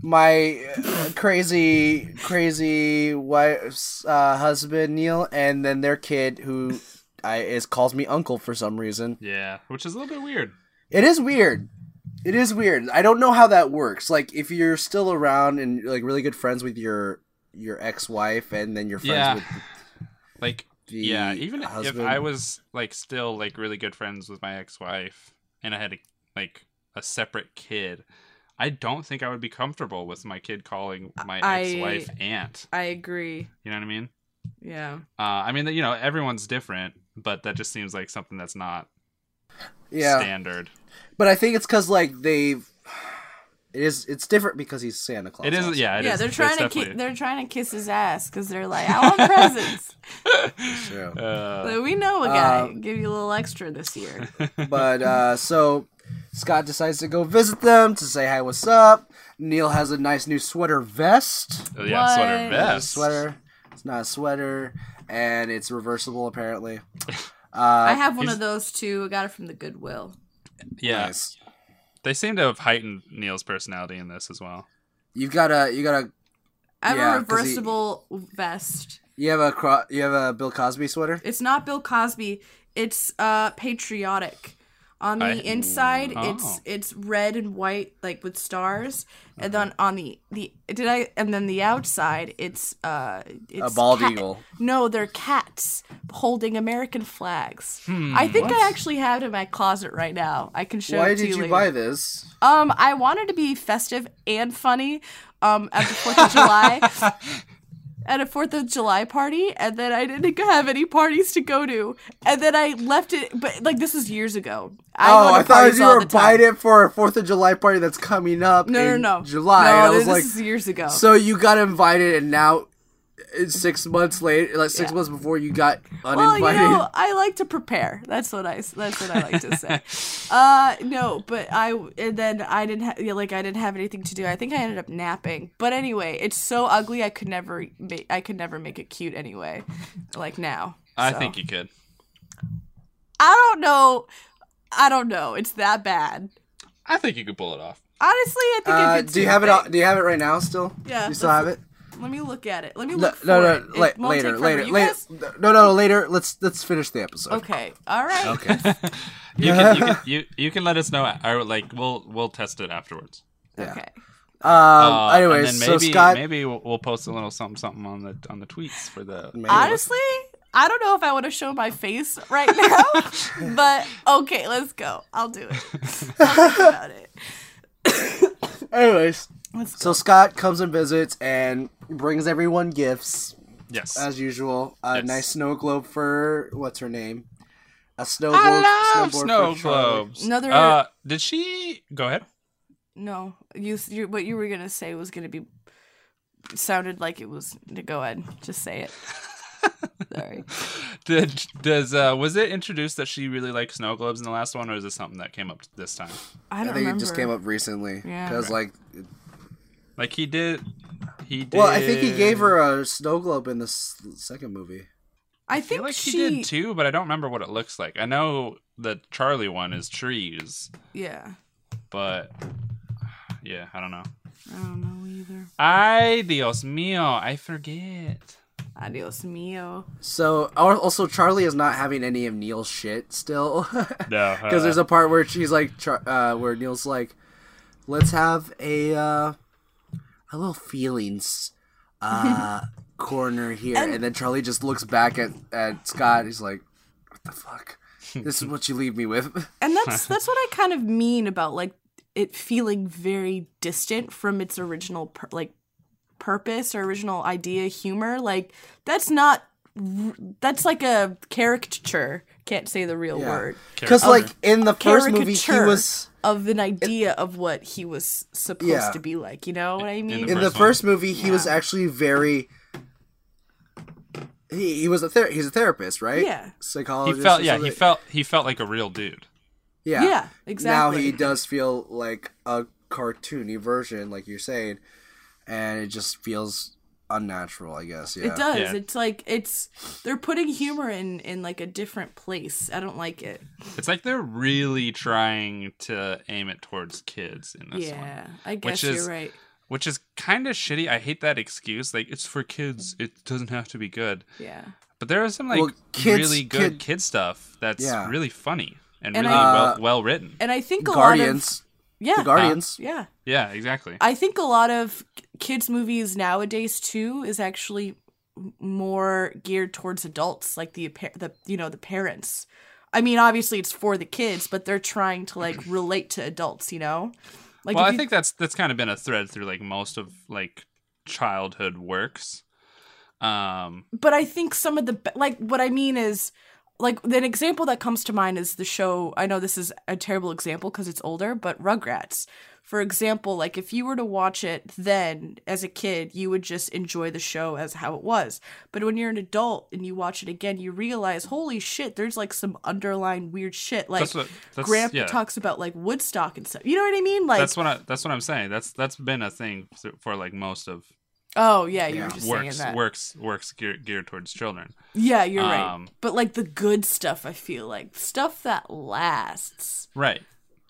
Speaker 2: My uh, crazy, crazy wife's uh, husband Neil, and then their kid who I is calls me uncle for some reason.
Speaker 3: Yeah, which is a little bit weird.
Speaker 2: It is weird. It is weird. I don't know how that works. Like if you're still around and like really good friends with your your ex-wife and then you're friends
Speaker 3: Yeah.
Speaker 2: with
Speaker 3: Like
Speaker 2: the
Speaker 3: yeah, even
Speaker 2: husband.
Speaker 3: if I was like still like really good friends with my ex-wife and I had a, like a separate kid, I don't think I would be comfortable with my kid calling my
Speaker 1: I-
Speaker 3: ex-wife aunt.
Speaker 1: I agree.
Speaker 3: You know what I mean?
Speaker 1: Yeah.
Speaker 3: Uh, I mean, you know, everyone's different, but that just seems like something that's not
Speaker 2: Yeah.
Speaker 3: standard.
Speaker 2: But I think it's cuz like they've it is it's different because he's Santa Claus.
Speaker 3: It is,
Speaker 2: also.
Speaker 3: yeah. it
Speaker 1: yeah,
Speaker 3: is-
Speaker 1: they're
Speaker 3: it's
Speaker 1: trying to ki-
Speaker 3: definitely-
Speaker 1: they're trying to kiss his ass because they're like, I want presents.
Speaker 2: True.
Speaker 3: Uh,
Speaker 1: So we know a guy.
Speaker 2: Uh,
Speaker 1: Give you a little extra this year.
Speaker 2: But uh, so Scott decides to go visit them to say hi, what's up. Neil has a nice new sweater vest.
Speaker 3: uh, yeah,
Speaker 1: What?
Speaker 3: sweater
Speaker 2: It's not a
Speaker 3: vest.
Speaker 2: sweater. It's not a sweater, and it's reversible apparently. Uh,
Speaker 1: I have one
Speaker 3: he's-
Speaker 1: of those too. I got it from the Goodwill.
Speaker 3: Yeah,
Speaker 2: Nice.
Speaker 3: they seem to have heightened Neil's personality in this as well.
Speaker 2: You've got a you got a
Speaker 1: I have a
Speaker 2: Yeah, 'cause he-
Speaker 1: reversible vest.
Speaker 2: you have a cro- you have a Bill Cosby sweater.
Speaker 1: It's not Bill Cosby. It's uh patriotic. On the
Speaker 3: I-
Speaker 1: inside,
Speaker 3: Oh.
Speaker 1: it's it's red and white, like with stars, and
Speaker 3: Uh-huh.
Speaker 1: then on the the did I and then the outside, it's uh
Speaker 2: A
Speaker 1: it's
Speaker 2: bald
Speaker 1: cat-
Speaker 2: eagle.
Speaker 1: No, they're cats holding American flags. I think I actually have it in my closet right now. I can show
Speaker 2: Hmm, Why
Speaker 1: it to
Speaker 2: did
Speaker 1: you,
Speaker 2: you
Speaker 1: later.
Speaker 2: buy this?
Speaker 1: Um, I wanted to be festive and funny. Um, at the Fourth of July, at a Fourth of July party, and then I didn't have any parties to go to, and then I left it. But like this was years ago. I go
Speaker 2: oh,
Speaker 1: to
Speaker 2: I thought
Speaker 1: parties
Speaker 2: you
Speaker 1: all
Speaker 2: were
Speaker 1: the time.
Speaker 2: buying it for a Fourth of July party that's coming up.
Speaker 1: No, no,
Speaker 2: in
Speaker 1: no.
Speaker 2: July.
Speaker 1: No,
Speaker 2: and I
Speaker 1: this
Speaker 2: was like,
Speaker 1: is years ago.
Speaker 2: so you got invited, and now it's six months later, like six
Speaker 1: Yeah.
Speaker 2: months before you got
Speaker 1: well,
Speaker 2: uninvited.
Speaker 1: Oh, you know, I like to prepare. That's what I. That's what I like to say. uh, no, but I. And then I didn't. Ha- yeah, like I didn't have anything to do. I think I ended up napping. But anyway, it's so ugly. I could never. Make, I could never make it cute anyway. Like now.
Speaker 3: I
Speaker 1: So.
Speaker 3: think you could.
Speaker 1: I don't know. I don't know. It's that bad.
Speaker 3: I think you could pull it off.
Speaker 1: Honestly, I think. I
Speaker 2: Uh,
Speaker 1: could
Speaker 2: do you
Speaker 1: too.
Speaker 2: have it? on- Do you have it right now? Still?
Speaker 1: Yeah,
Speaker 2: You still
Speaker 1: let's-
Speaker 2: have it?
Speaker 1: Let me look at it. Let me
Speaker 2: No,
Speaker 1: look.
Speaker 2: no,
Speaker 1: for
Speaker 2: no.
Speaker 1: it. It
Speaker 2: la-
Speaker 1: won't
Speaker 2: later,
Speaker 1: take
Speaker 2: later,
Speaker 1: forever. You
Speaker 2: later.
Speaker 1: guys-
Speaker 2: No, no, later. Let's let's finish the episode.
Speaker 1: Okay. All right.
Speaker 2: Okay.
Speaker 3: You can, you, can, you you can let us know, or like we'll we'll test it afterwards.
Speaker 2: Yeah.
Speaker 1: Okay.
Speaker 2: Um.
Speaker 3: Uh, and
Speaker 2: anyways,
Speaker 3: then
Speaker 2: so
Speaker 3: maybe,
Speaker 2: Scott.
Speaker 3: maybe we'll, we'll post a little something something on the on the tweets for the.
Speaker 2: Maybe.
Speaker 1: Honestly, I don't know if I want to show my face right now, but okay, let's go. I'll do it. I'll think about it.
Speaker 2: Anyways,
Speaker 1: Let's
Speaker 2: so Scott comes and visits and brings everyone gifts
Speaker 3: Yes.
Speaker 2: as usual. A
Speaker 3: Yes.
Speaker 2: nice snow globe for what's her name? A snow globe.
Speaker 3: I love
Speaker 2: snowboard
Speaker 3: snow
Speaker 2: for Charlie.
Speaker 3: globes.
Speaker 1: Another-
Speaker 3: Uh, did she go ahead?
Speaker 1: No, you, you what you were gonna say was gonna be sounded like it was to go ahead. Just say it. Sorry.
Speaker 3: Did does uh was it introduced that she really liked snow globes in the last one, or is this something that came up this time?
Speaker 1: I don't
Speaker 2: I think it just
Speaker 1: remember.
Speaker 2: came up recently.
Speaker 1: Yeah.
Speaker 2: Because like,
Speaker 3: Like he did. He did.
Speaker 2: well, I think he gave her a snow globe in the s- second movie.
Speaker 1: I
Speaker 3: I
Speaker 1: think
Speaker 3: feel like
Speaker 1: she,
Speaker 3: he did too, but I don't remember what it looks like. I know the Charlie one is trees,
Speaker 1: Yeah.
Speaker 3: but yeah, I don't know.
Speaker 1: I don't know either.
Speaker 3: Ay, Dios mío, I forget.
Speaker 1: Adios mio.
Speaker 2: So al- also Charlie is not having any of Neil's shit still.
Speaker 3: No,
Speaker 2: because there's a part where she's like, Char- uh, where Neil's like, let's have a uh, a little feelings uh, corner here, and, then Charlie just looks back at at Scott. He's like, what the fuck? This is what you leave me with.
Speaker 1: And that's that's what I kind of mean about like it feeling very distant from its original pur- like purpose or original idea humor. Like that's not r- that's like a caricature. Can't say the real
Speaker 2: Yeah.
Speaker 1: word
Speaker 2: Because like in the first movie, he
Speaker 1: caricature
Speaker 2: was
Speaker 1: of an idea of what he was supposed
Speaker 2: Yeah.
Speaker 1: to be like. You know what I mean?
Speaker 3: the
Speaker 2: in the
Speaker 3: first one.
Speaker 2: first movie he was actually very he, he was a ther- he's a therapist right
Speaker 1: Yeah.
Speaker 3: he
Speaker 2: psychologist
Speaker 3: felt
Speaker 2: or
Speaker 3: yeah, he
Speaker 2: something.
Speaker 3: felt he felt like a real dude.
Speaker 2: yeah
Speaker 1: yeah. exactly.
Speaker 2: now he does feel like a cartoony version like you're saying and it just feels unnatural i guess yeah
Speaker 1: It does.
Speaker 3: Yeah.
Speaker 1: It's like it's they're putting humor in in like a different place. I don't like it.
Speaker 3: It's like they're really trying to aim it towards kids in this one.
Speaker 1: yeah, I guess
Speaker 3: is-
Speaker 1: you're right.
Speaker 3: Which is kind of shitty. I hate that excuse. Like it's for kids. It doesn't have to be good.
Speaker 1: Yeah.
Speaker 3: But there is some like
Speaker 2: Well, kids-
Speaker 3: really good kid,
Speaker 2: kid-
Speaker 3: stuff that's
Speaker 2: Yeah. Uh,
Speaker 3: really funny and,
Speaker 1: And
Speaker 3: really
Speaker 1: I-
Speaker 3: well well written.
Speaker 1: And I think a lot of
Speaker 2: guardians
Speaker 1: yeah,
Speaker 2: the guardians
Speaker 1: yeah.
Speaker 3: Yeah, exactly.
Speaker 1: I think a lot of k- kids movies nowadays too is actually m- more geared towards adults, like the appa- the you know the parents. I mean, obviously it's for the kids, but they're trying to like relate to adults. You know, like
Speaker 3: well,
Speaker 1: if
Speaker 3: I
Speaker 1: you-
Speaker 3: think that's that's kind of been a thread through like most of like childhood works. Um,
Speaker 1: but I think some of the be- like what I mean is like an example that comes to mind is the show. I know this is a terrible example because it's older, but Rugrats, for example, like if you were to watch it then as a kid, you would just enjoy the show as how it was. But when you're an adult and you watch it again, you realize, holy shit, there's like some underlying weird shit. Like
Speaker 3: that's what that's
Speaker 1: Grandpa
Speaker 3: yeah.
Speaker 1: talks about like Woodstock and stuff. You know what I mean? Like,
Speaker 3: that's what I, that's what I'm saying. That's that's been a thing th- for like most of
Speaker 1: oh yeah, you
Speaker 2: Yeah.
Speaker 1: were just saying
Speaker 3: works
Speaker 1: that.
Speaker 3: works works geared, geared towards children.
Speaker 1: Yeah, you're right.
Speaker 3: Um,
Speaker 1: But like the good stuff, I feel like stuff that lasts.
Speaker 3: Right.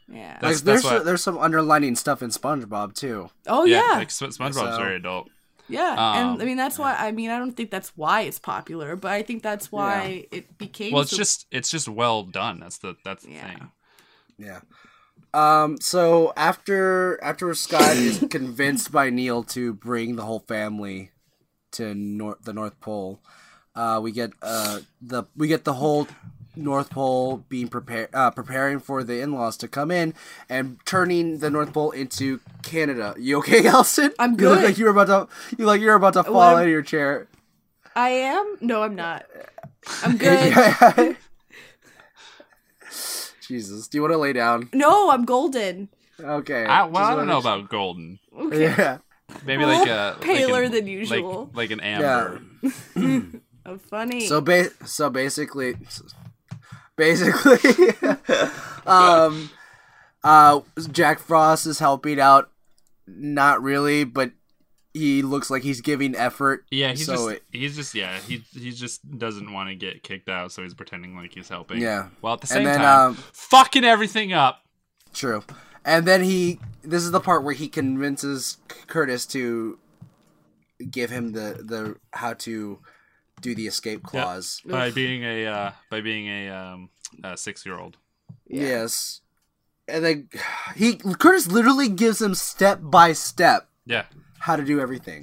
Speaker 1: Yeah.
Speaker 2: like
Speaker 3: That's-
Speaker 2: there's
Speaker 3: that's what-
Speaker 2: there's some underlining stuff in SpongeBob too.
Speaker 1: oh yeah. Yeah.
Speaker 3: Like Sp- SpongeBob's
Speaker 2: So-
Speaker 3: very adult. um,
Speaker 1: and I mean that's why I mean I don't think that's why it's popular, but I think that's why it became
Speaker 3: Well, it's
Speaker 1: so-
Speaker 3: just it's just well done. That's the that's the
Speaker 1: Yeah.
Speaker 3: thing.
Speaker 2: Yeah. Um. So after after Scott is convinced by Neil to bring the whole family to nor- the North Pole, uh, we get uh the we get the whole North Pole being prepared uh, preparing for the in laws to come in and turning the North Pole into Canada. You okay, Allison?
Speaker 1: I'm
Speaker 2: You look
Speaker 1: good.
Speaker 2: like you were about to you like you're about to fall
Speaker 1: I'm-
Speaker 2: out of your chair.
Speaker 1: I am? No, I'm not. I'm good.
Speaker 2: Jesus, do you want to lay down?
Speaker 1: No, I'm golden.
Speaker 2: Okay.
Speaker 3: I, Uh, well,
Speaker 2: Just
Speaker 3: I don't
Speaker 2: wanna-
Speaker 3: know about golden.
Speaker 2: Yeah.
Speaker 3: Maybe
Speaker 1: A
Speaker 3: like
Speaker 1: little
Speaker 3: a like
Speaker 1: paler
Speaker 3: an-
Speaker 1: than
Speaker 3: like-
Speaker 1: usual.
Speaker 3: like, an amber.
Speaker 1: I'm Oh, funny.
Speaker 2: So ba- so basically, basically, um, uh, Jack Frost is helping out. Not really, but he looks like he's giving effort.
Speaker 3: Yeah, he's
Speaker 2: So
Speaker 3: just
Speaker 2: it-
Speaker 3: he's just yeah he he just doesn't want to get kicked out, so he's pretending like he's helping.
Speaker 2: Yeah.
Speaker 3: Well, at the
Speaker 2: And
Speaker 3: same
Speaker 2: then,
Speaker 3: time,
Speaker 2: um,
Speaker 3: fucking everything up.
Speaker 2: True. And then he. This is the part where he convinces Curtis to give him the the how to do the escape clause.
Speaker 3: by being a uh, by being a um a six year old.
Speaker 2: Yes. And then he Curtis literally gives him step by step
Speaker 3: Yeah.
Speaker 2: how to do everything.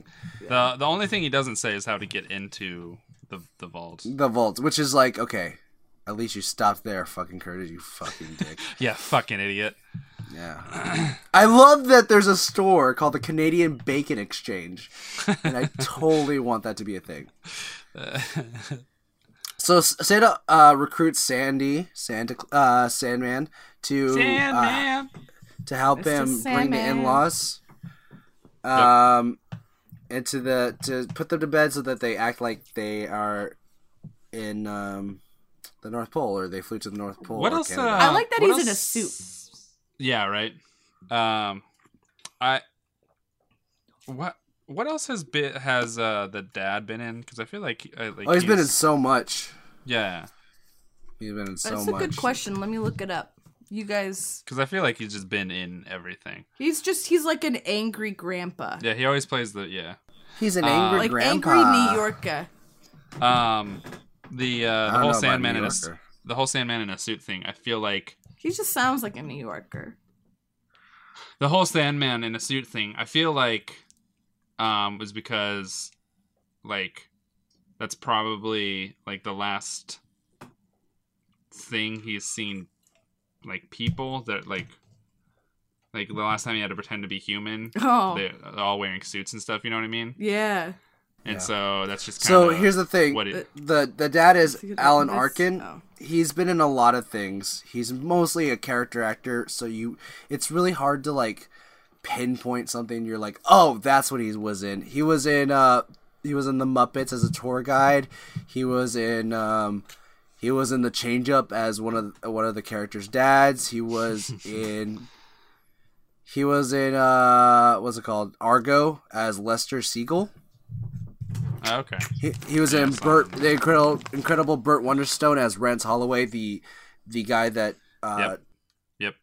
Speaker 3: The the only thing he doesn't say is how to get into the the vault.
Speaker 2: the vault, which is like, okay, at least you stopped there, fucking Curtis, you fucking dick.
Speaker 3: Yeah, fucking idiot.
Speaker 2: Yeah. I love that there's a store called the Canadian Bacon Exchange, and I totally want that to be a thing. So S- Santa uh, recruits Sandy, Santa, Cl- uh, Sandman, to uh,
Speaker 3: Sandman.
Speaker 2: to help him bring the
Speaker 1: Sandman.
Speaker 2: in-laws, um, and to the to put them to bed so that they act like they are in um, the North Pole or they flew to the North Pole.
Speaker 3: What
Speaker 2: or
Speaker 3: else? Uh,
Speaker 2: Canada.
Speaker 1: I like that
Speaker 3: what
Speaker 1: he's in a
Speaker 3: else-
Speaker 1: suit.
Speaker 3: Yeah, right. Um, I what what else has been has uh the dad been in? Because I feel like I like
Speaker 2: Oh, he's been in so much.
Speaker 3: yeah.
Speaker 2: He's been in so
Speaker 1: that's a
Speaker 2: much.
Speaker 1: good question. Let me look it up. You guys,
Speaker 3: Because I feel like he's just been in everything.
Speaker 1: he's just he's like an angry grandpa,
Speaker 3: Yeah, he always plays the yeah.
Speaker 2: He's an
Speaker 3: Uh,
Speaker 2: angry
Speaker 1: like
Speaker 2: grandpa.
Speaker 1: angry New Yorker.
Speaker 3: Um, the uh, the
Speaker 2: don't know
Speaker 3: whole
Speaker 2: about
Speaker 3: Sandman
Speaker 2: New
Speaker 3: in a s-
Speaker 2: Yorker.
Speaker 3: the whole Sandman in a suit thing. I feel like
Speaker 1: He just sounds like a New Yorker.
Speaker 3: the whole Sandman in a suit thing. I feel like um was because like that's probably like the last thing he's seen like people that like like the last time he had to pretend to be human.
Speaker 1: Oh.
Speaker 3: They're all wearing suits and stuff. You know what I mean?
Speaker 1: Yeah.
Speaker 3: And so that's just
Speaker 2: So
Speaker 3: kinda
Speaker 2: here's the thing.
Speaker 3: What it,
Speaker 2: the the dad is
Speaker 1: Because
Speaker 2: Alan
Speaker 1: that's-
Speaker 2: Arkin.
Speaker 1: oh.
Speaker 2: He's been in a lot of things. He's mostly a character actor, so you it's really hard to like pinpoint something you're like, "Oh, that's what he was in." He was in uh he was in the Muppets as a tour guide. He was in um he was in the Change Up as one of one of the characters' dads. He was in he was in uh what's it called? Argo as Lester Siegel.
Speaker 1: Uh,
Speaker 3: oh, okay.
Speaker 2: He, he was in Burt, the incredible, incredible Burt Wonderstone as Rance Holloway, the the guy that uh,
Speaker 3: Yep. Yep.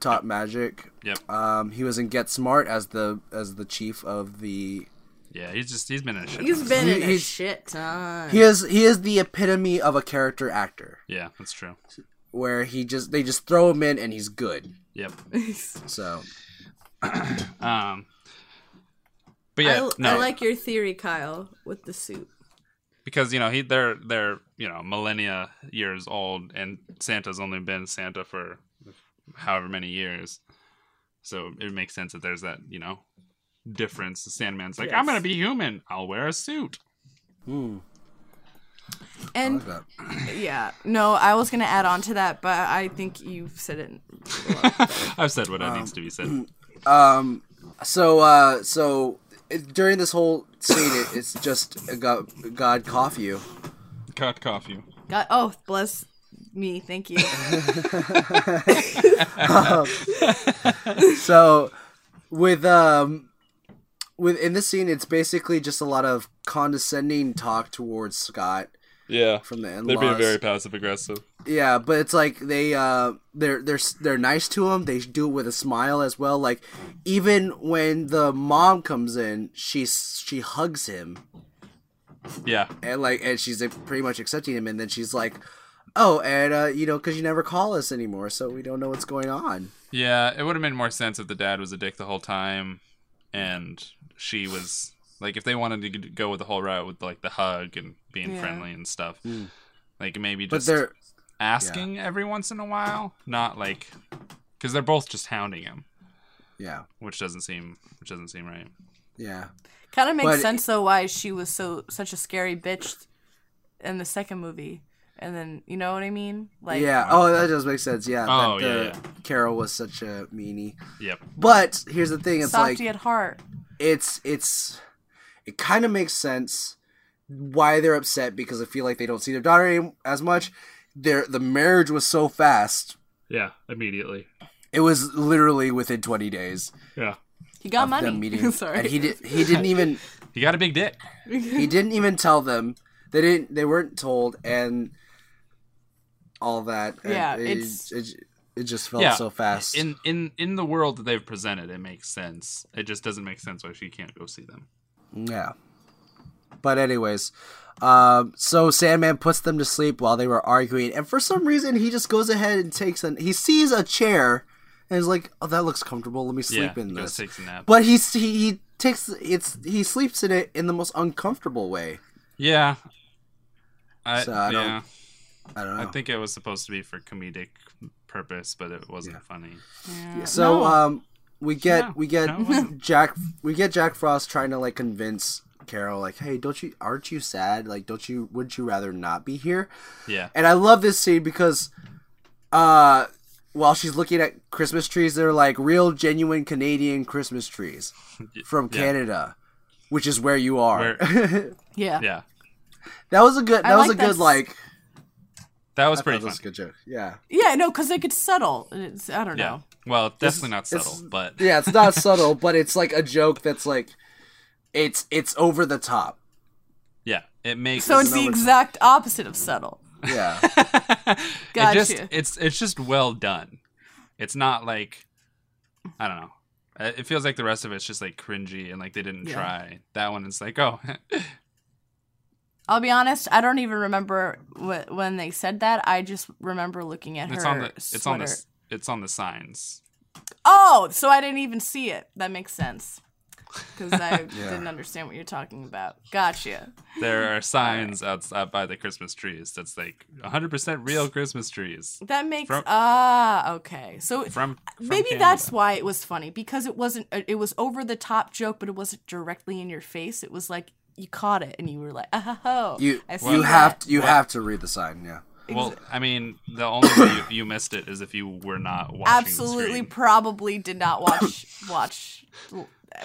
Speaker 2: taught magic.
Speaker 3: Yep.
Speaker 2: Um, he was in Get Smart as the as the chief of the.
Speaker 3: Yeah, he's just he's been in a shit.
Speaker 1: He's
Speaker 3: ton.
Speaker 1: been
Speaker 2: He-
Speaker 1: in a
Speaker 2: he's-
Speaker 1: shit ton.
Speaker 2: He is he is the epitome of a character actor,
Speaker 3: Yeah, that's true.
Speaker 2: where he just they just throw him in and he's good.
Speaker 3: Yep.
Speaker 2: So
Speaker 3: Um. But yeah,
Speaker 1: I,
Speaker 3: no,
Speaker 1: I like your theory, Kyle, with the suit.
Speaker 3: because you know he they're they're you know millennia years old, and Santa's only been Santa for however many years, so it makes sense that there's that you know difference. The Sandman's like, I'm gonna be human. I'll wear a suit.
Speaker 1: And
Speaker 2: that.
Speaker 1: yeah, no, I was gonna add on to that, but I think you said it.
Speaker 3: I've said what I needs to be said.
Speaker 2: Um, so uh, so it- during this whole scene, it, it's just a God, God cough you.
Speaker 3: Cut cough you.
Speaker 1: God, oh, bless me, thank you.
Speaker 2: so with um with in this scene it's basically just a lot of condescending talk towards scott
Speaker 3: Yeah,
Speaker 2: from the in-laws
Speaker 3: they're being very passive aggressive.
Speaker 2: yeah but it's like they uh they're they're s- they're nice to him they do it with a smile as well like even when the mom comes in she s- she hugs him
Speaker 3: Yeah,
Speaker 2: and like and she's like, pretty much accepting him and then she's like oh and uh you know because you never call us anymore so we don't know what's going on
Speaker 3: Yeah, it would have made more sense if the dad was a dick the whole time, and she was like, if they wanted to g- go with the whole route with like the hug and being
Speaker 1: Yeah.
Speaker 3: friendly and stuff, like maybe
Speaker 2: Hmm. but
Speaker 3: just
Speaker 2: they're
Speaker 3: asking every once in a while, not like because they're both just hounding him,
Speaker 2: yeah
Speaker 3: which doesn't seem which doesn't seem right.
Speaker 2: yeah
Speaker 1: kind of makes
Speaker 2: But-
Speaker 1: sense though why she was so such a scary bitch in the second movie, and then you know what I mean? Like,
Speaker 2: yeah. Oh, that does make sense. Yeah.
Speaker 3: Oh,
Speaker 2: that, uh,
Speaker 3: yeah, yeah.
Speaker 2: Carol was such a meanie.
Speaker 3: Yep.
Speaker 2: But here's the thing. It's
Speaker 1: softy
Speaker 2: like
Speaker 1: at heart.
Speaker 2: it's it's it kind of makes sense why they're upset because I feel like they don't see their daughter any- as much. Their the marriage was so fast.
Speaker 3: Yeah. Immediately.
Speaker 2: It was literally within 20 days.
Speaker 3: Yeah.
Speaker 1: He got
Speaker 2: of them
Speaker 1: money.
Speaker 2: meeting,
Speaker 1: Sorry,
Speaker 2: and he did. He didn't even.
Speaker 3: He got a big dick.
Speaker 2: he didn't even tell them. They didn't. They weren't told, and all that. and
Speaker 1: Yeah,
Speaker 2: It,
Speaker 1: it's-
Speaker 2: it, it just felt so fast.
Speaker 3: In in in the world that they've presented, it makes sense. It just doesn't make sense why she can't go see them.
Speaker 2: Yeah. But anyways, um, so Sandman puts them to sleep while they were arguing, and for some reason he just goes ahead and takes an he sees a chair and is like, "Oh, that looks comfortable. Let me sleep
Speaker 3: yeah.
Speaker 2: in
Speaker 3: he
Speaker 2: this."
Speaker 3: goes takes a nap.
Speaker 2: But he he, he takes it's he sleeps in it in the most uncomfortable way.
Speaker 3: Yeah. I,
Speaker 2: So I don't-
Speaker 3: yeah,
Speaker 2: I don't know.
Speaker 3: I think it was supposed to be for comedic purpose, but it wasn't funny.
Speaker 2: so.
Speaker 1: No.
Speaker 2: Um, we get
Speaker 3: No.
Speaker 2: we get
Speaker 3: No, it wasn't.
Speaker 2: Jack we get Jack Frost trying to like convince Carol like, "Hey, don't you aren't you sad? Like, don't you would you rather not be here?"
Speaker 3: Yeah,
Speaker 2: And I love this scene because uh while she's looking at Christmas trees, they're like real genuine Canadian Christmas trees from
Speaker 3: Yeah.
Speaker 2: Canada, which is where you are.
Speaker 1: yeah.
Speaker 3: yeah,
Speaker 2: that was a good that
Speaker 1: I
Speaker 2: was
Speaker 1: like
Speaker 2: a good
Speaker 1: that
Speaker 2: like
Speaker 3: that was
Speaker 2: I
Speaker 3: pretty
Speaker 2: thought that
Speaker 3: funny.
Speaker 2: was a good joke. Yeah.
Speaker 1: Yeah, no, because it could settle. It's, I don't
Speaker 3: Yeah,
Speaker 1: know.
Speaker 3: well, definitely not
Speaker 2: it's-
Speaker 3: subtle, but
Speaker 2: Yeah, it's not subtle, but it's like a joke that's like it's it's over the top.
Speaker 3: yeah, it makes
Speaker 1: So it's
Speaker 2: No,
Speaker 1: the
Speaker 2: it's-
Speaker 1: exact opposite of subtle.
Speaker 2: Yeah.
Speaker 3: it just
Speaker 1: Gotcha.
Speaker 3: it's it's just well done. It's not like I don't know. Uh, It feels like the rest of it's just like cringy and like they didn't
Speaker 1: Yeah.
Speaker 3: try. That one is like, oh,
Speaker 1: I'll be honest. I don't even remember wh- when they said that. I just remember looking at
Speaker 3: it's
Speaker 1: her
Speaker 3: on the it's on the
Speaker 1: sweater.
Speaker 3: s- it's on the signs.
Speaker 1: Oh, so I didn't even see it. That makes sense. Because I didn't understand what you're talking about. Gotcha.
Speaker 3: There are signs outside by the Christmas trees that's like 100% real Christmas trees
Speaker 1: That makes
Speaker 3: From-
Speaker 1: ah okay. So
Speaker 3: from, from
Speaker 1: maybe
Speaker 3: Canada.
Speaker 1: that's why it was funny because it wasn't. uh, It was over the top joke, but it wasn't directly in your face. It was like you caught it and you were like, ah, ho, ho,
Speaker 2: You
Speaker 1: I see
Speaker 2: you
Speaker 1: that."
Speaker 2: have to, you have to read the sign. Yeah.
Speaker 3: Well, I mean, the only way you, you missed it is if you were not watching.
Speaker 1: absolutely probably did not watch watch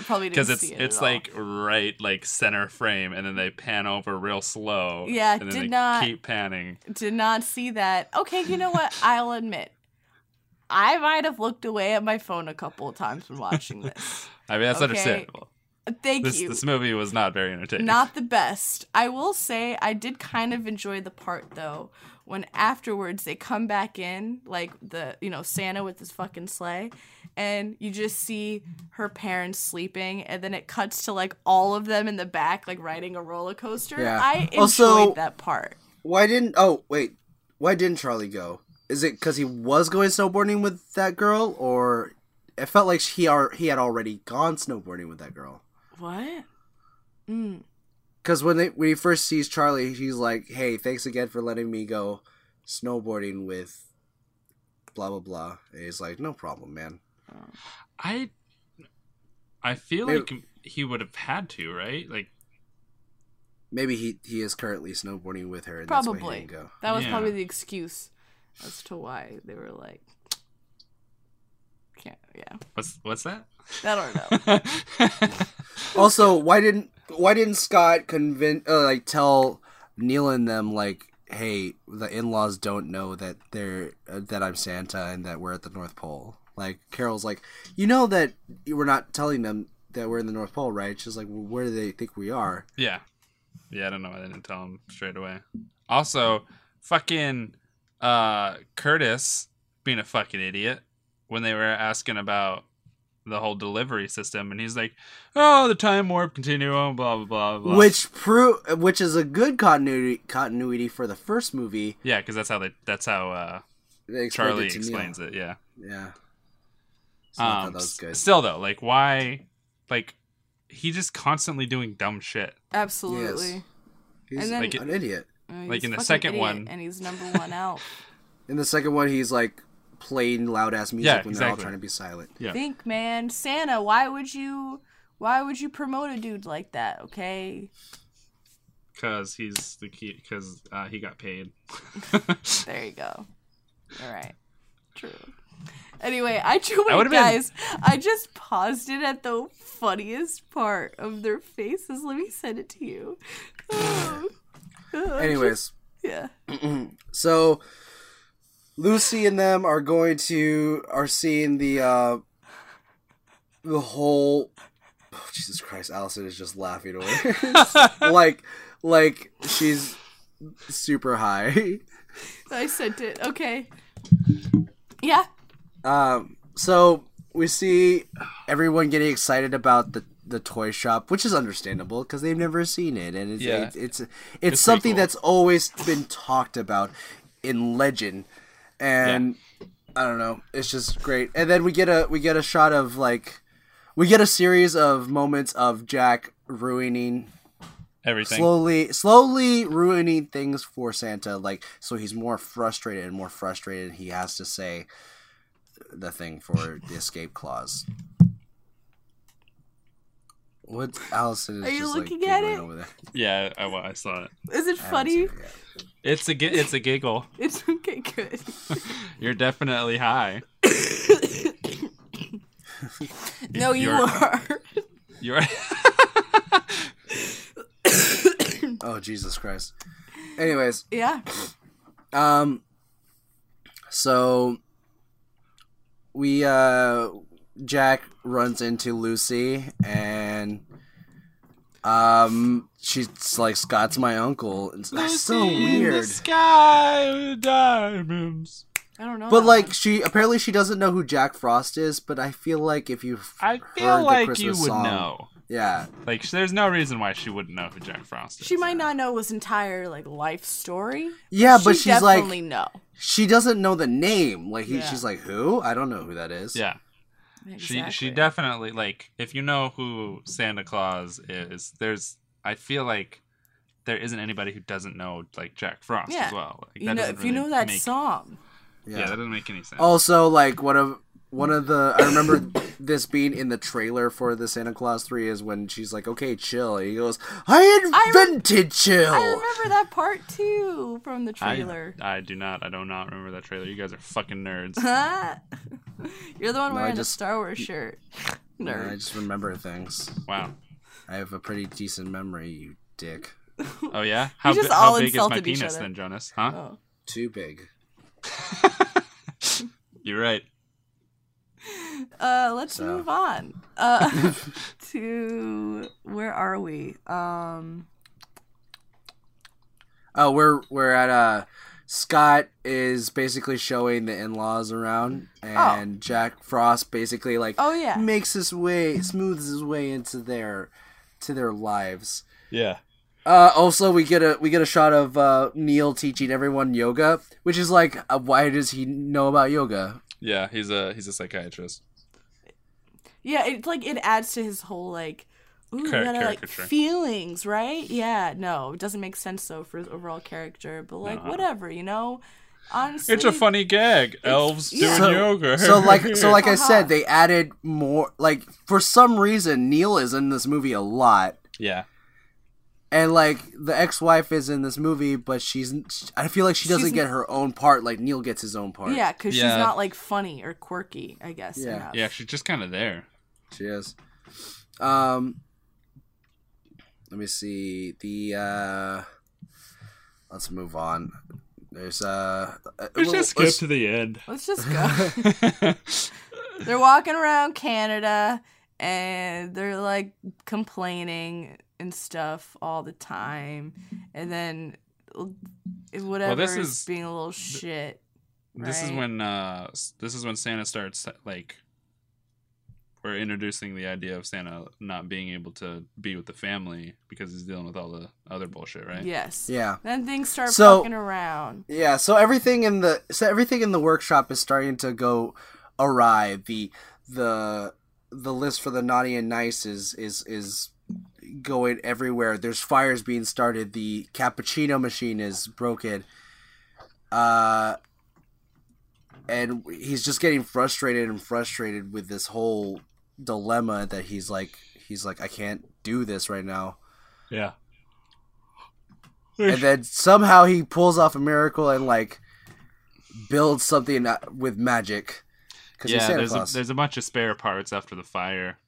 Speaker 1: probably didn't
Speaker 3: because it's
Speaker 1: see it
Speaker 3: it's
Speaker 1: at all.
Speaker 3: like right like center frame, and then they pan over real slow.
Speaker 1: Yeah,
Speaker 3: and then
Speaker 1: did
Speaker 3: they
Speaker 1: not-
Speaker 3: keep panning.
Speaker 1: did not see that. Okay, you know what? I'll admit. I might have looked away at my phone a couple of times when watching this.
Speaker 3: I mean, that's
Speaker 1: Okay,
Speaker 3: understandable.
Speaker 1: Thank
Speaker 3: This
Speaker 1: you.
Speaker 3: this movie was not very entertaining.
Speaker 1: Not the best. I will say I did kind of enjoy the part though when afterwards they come back in like the you know Santa with his fucking sleigh and you just see her parents sleeping and then it cuts to like all of them in the back like riding a roller coaster.
Speaker 2: Yeah.
Speaker 1: I enjoyed
Speaker 2: Also-
Speaker 1: that part.
Speaker 2: Why didn't? Oh wait, why didn't Charlie go? Is it because he was going snowboarding with that girl, or it felt like he are he had already gone snowboarding with that girl?
Speaker 1: What? Mm.
Speaker 2: Because when they when he first sees Charlie, he's like, "Hey, thanks again for letting me go snowboarding with." Blah blah blah. And he's like, "No problem, man."
Speaker 3: I I feel
Speaker 2: Maybe-
Speaker 3: like he would have had to right like
Speaker 2: Maybe he he is currently snowboarding with her. And That's why he
Speaker 1: Probably.
Speaker 2: didn't go.
Speaker 1: That was
Speaker 3: Yeah.
Speaker 1: probably the excuse as to why they were like, can't, yeah.
Speaker 3: what's what's that?
Speaker 1: I don't know.
Speaker 2: Also, why didn't why didn't Scott convince uh, like tell Neil and them like, hey, the in laws don't know that they're uh, that I'm Santa and that we're at the North Pole. Like Carol's like, you know that we're not telling them that we're in the North Pole, right? She's like, well, where do they think we are?
Speaker 3: Yeah. Yeah, I don't know why they didn't tell him straight away. Also, fucking uh Curtis being a fucking idiot when they were asking about the whole delivery system and he's like, Oh, the time warp continuum, blah blah blah blah
Speaker 2: Which pro- which is a good continuity continuity for the first movie.
Speaker 3: Yeah, because that's how they that's how uh
Speaker 2: They explained
Speaker 3: Charlie
Speaker 2: it to Neil.
Speaker 3: explains it, yeah.
Speaker 2: Yeah. So I thought
Speaker 3: Um
Speaker 2: that was
Speaker 3: s-
Speaker 2: good.
Speaker 3: still though, like why like he just constantly doing dumb shit.
Speaker 1: Absolutely.
Speaker 2: Yes. He's
Speaker 1: and then-
Speaker 3: Like it-
Speaker 2: an idiot.
Speaker 1: I mean,
Speaker 3: Like
Speaker 1: he's
Speaker 3: in the
Speaker 1: a fucking
Speaker 3: second
Speaker 1: idiot,
Speaker 3: one.
Speaker 1: and he's number one out.
Speaker 2: In the second one, he's like playing loud ass music
Speaker 3: Yeah,
Speaker 2: when they're all
Speaker 3: exactly.
Speaker 2: trying to be silent.
Speaker 3: Yeah.
Speaker 1: Think, man, Santa. Why would you? Why would you promote a dude like that? Okay,
Speaker 3: Cause he's the key because uh, he got paid.
Speaker 1: there you go. All right, true. Anyway, I ju-
Speaker 3: I
Speaker 1: wait,
Speaker 3: would've been-
Speaker 1: guys. I just paused it at the funniest part of their faces. Let me send it to you. Oh.
Speaker 2: Anyways,
Speaker 1: Yeah.
Speaker 2: so Lucy and them are going to are seeing the uh the whole oh, Jesus Christ, Allison is just laughing away. like like she's super high.
Speaker 1: I sent it. Okay. Yeah.
Speaker 2: Um, so we see everyone getting excited about the the toy shop, which is understandable because they've never seen it, and it's
Speaker 3: Yeah.
Speaker 2: it's, it's it's something
Speaker 3: cool.
Speaker 2: that's always been talked about in legend, and I don't know, it's just great. And then we get a we get a shot of like we get a series of moments of Jack ruining
Speaker 3: Everything.
Speaker 2: slowly slowly ruining things for santa like so he's more frustrated and more frustrated he has to say the thing for the escape clause what allison is
Speaker 1: Are you
Speaker 2: just,
Speaker 1: looking
Speaker 2: like,
Speaker 1: at
Speaker 2: giggling
Speaker 1: it?
Speaker 2: over there.
Speaker 3: Yeah, I, I saw it.
Speaker 1: Is it funny?
Speaker 3: It's a gi- it's a giggle.
Speaker 1: It's okay. Good.
Speaker 3: You're definitely high.
Speaker 1: No, you
Speaker 3: You're-
Speaker 1: are.
Speaker 3: You're
Speaker 2: oh jesus christ anyways
Speaker 1: yeah.
Speaker 2: um so we uh jack runs into lucy and um she's like scott's my uncle and it's that's so weird
Speaker 3: sky with diamonds.
Speaker 1: I don't know.
Speaker 2: But
Speaker 1: that
Speaker 2: like
Speaker 1: one.
Speaker 2: she apparently she doesn't know who Jack Frost is, but I feel like if you
Speaker 3: I
Speaker 2: heard
Speaker 3: feel
Speaker 2: the
Speaker 3: like you would
Speaker 2: Christmas song-
Speaker 3: know.
Speaker 2: yeah,
Speaker 3: Like, sh- there's no reason why she wouldn't know who Jack Frost is.
Speaker 1: she might not know his entire like life story.
Speaker 2: yeah, but
Speaker 1: she
Speaker 2: she's
Speaker 1: definitely
Speaker 2: like
Speaker 1: know.
Speaker 2: she doesn't know the name. Like he,
Speaker 1: Yeah.
Speaker 2: she's like who? I don't know who that is.
Speaker 3: Yeah. She she definitely like if you know who Santa Claus is, there's I feel like there isn't anybody who doesn't know like Jack Frost
Speaker 1: Yeah.
Speaker 3: as well. Like,
Speaker 1: You know,
Speaker 3: doesn't
Speaker 1: if you
Speaker 3: really
Speaker 1: know that
Speaker 3: make-
Speaker 1: song,
Speaker 3: yeah. that doesn't make any sense.
Speaker 2: Also, like one of one of the I remember this being in the trailer for the Santa Claus Three is when she's like, "Okay, chill." And he goes, "I
Speaker 1: rem-
Speaker 2: invented chill."
Speaker 1: I remember that part too from the trailer.
Speaker 3: I, I do not. I do not remember that trailer. You guys are fucking nerds.
Speaker 1: You're the one
Speaker 2: I
Speaker 1: wearing the
Speaker 2: just-
Speaker 1: Star Wars shirt.
Speaker 2: And I
Speaker 1: Nerd.
Speaker 2: just remember things.
Speaker 3: wow.
Speaker 2: I have a pretty decent memory, you dick.
Speaker 3: Oh yeah. How,
Speaker 1: just
Speaker 3: bi- how
Speaker 1: all
Speaker 3: big is my
Speaker 1: insulted each
Speaker 3: penis
Speaker 1: other. Oh.
Speaker 3: then, Jonas? Huh?
Speaker 2: Too big.
Speaker 3: You're right.
Speaker 1: Uh, let's
Speaker 2: So.
Speaker 1: move on. Uh, to where are we? Um,
Speaker 2: Oh, we're we're at uh Scott is basically showing the in-laws around, and Jack Frost basically like
Speaker 1: Oh, yeah.
Speaker 2: makes his way smooths his way into their to their lives.
Speaker 3: Yeah.
Speaker 2: Uh, also, we get a we get a shot of uh, Neil teaching everyone yoga, which is like, uh, why does he know about yoga?
Speaker 3: Yeah. He's a he's a psychiatrist.
Speaker 1: yeah, it's like it adds to his whole like, ooh, you
Speaker 3: Car-
Speaker 1: gotta, like
Speaker 3: caricature.
Speaker 1: feelings, right? Yeah, no, it doesn't make sense though for his overall character, but like whatever, you know. Honestly,
Speaker 3: It's a funny gag. Elves
Speaker 1: yeah.
Speaker 2: So-
Speaker 3: doing yoga.
Speaker 2: So like, so like I said, they added more. Like for some reason, Neil is in this movie a lot,
Speaker 3: yeah.
Speaker 2: and like the ex-wife is in this movie, but she's I feel like she doesn't
Speaker 1: She's-
Speaker 2: get her own part. Like Neil gets his own part.
Speaker 1: Yeah, because
Speaker 3: Yeah.
Speaker 1: she's not like funny or quirky, I guess.
Speaker 2: Yeah.
Speaker 1: enough.
Speaker 3: Yeah. She's just kind of there.
Speaker 2: she is. Um, let me see the. uh Let's move on. There's uh.
Speaker 3: Let's
Speaker 2: well,
Speaker 3: just skip
Speaker 2: let's-
Speaker 3: to the end.
Speaker 1: Let's just go. they're walking around Canada and they're like complaining and stuff all the time. And then whatever
Speaker 3: this
Speaker 1: is,
Speaker 3: is-
Speaker 1: being a little shit.
Speaker 3: This is
Speaker 1: right?
Speaker 3: when uh s- this is when Santa starts like we're introducing the idea of Santa not being able to be with the family because he's dealing with all the other bullshit, right?
Speaker 1: Yes.
Speaker 2: Yeah.
Speaker 1: Then things start
Speaker 2: So-
Speaker 1: fucking around.
Speaker 2: Yeah, so everything in the so everything in the workshop is starting to go awry. The the the list for the naughty and nice is is is going everywhere. There's fires being started. The cappuccino machine is broken. Uh and he's just getting frustrated and frustrated with this whole dilemma that he's like he's like I can't do this right now
Speaker 3: Yeah.
Speaker 2: and then somehow he pulls off a miracle and like builds something out- with magic because he's
Speaker 3: Yeah,
Speaker 2: Santa
Speaker 3: there's a,
Speaker 2: Claus.
Speaker 3: there's a bunch of spare parts after the fire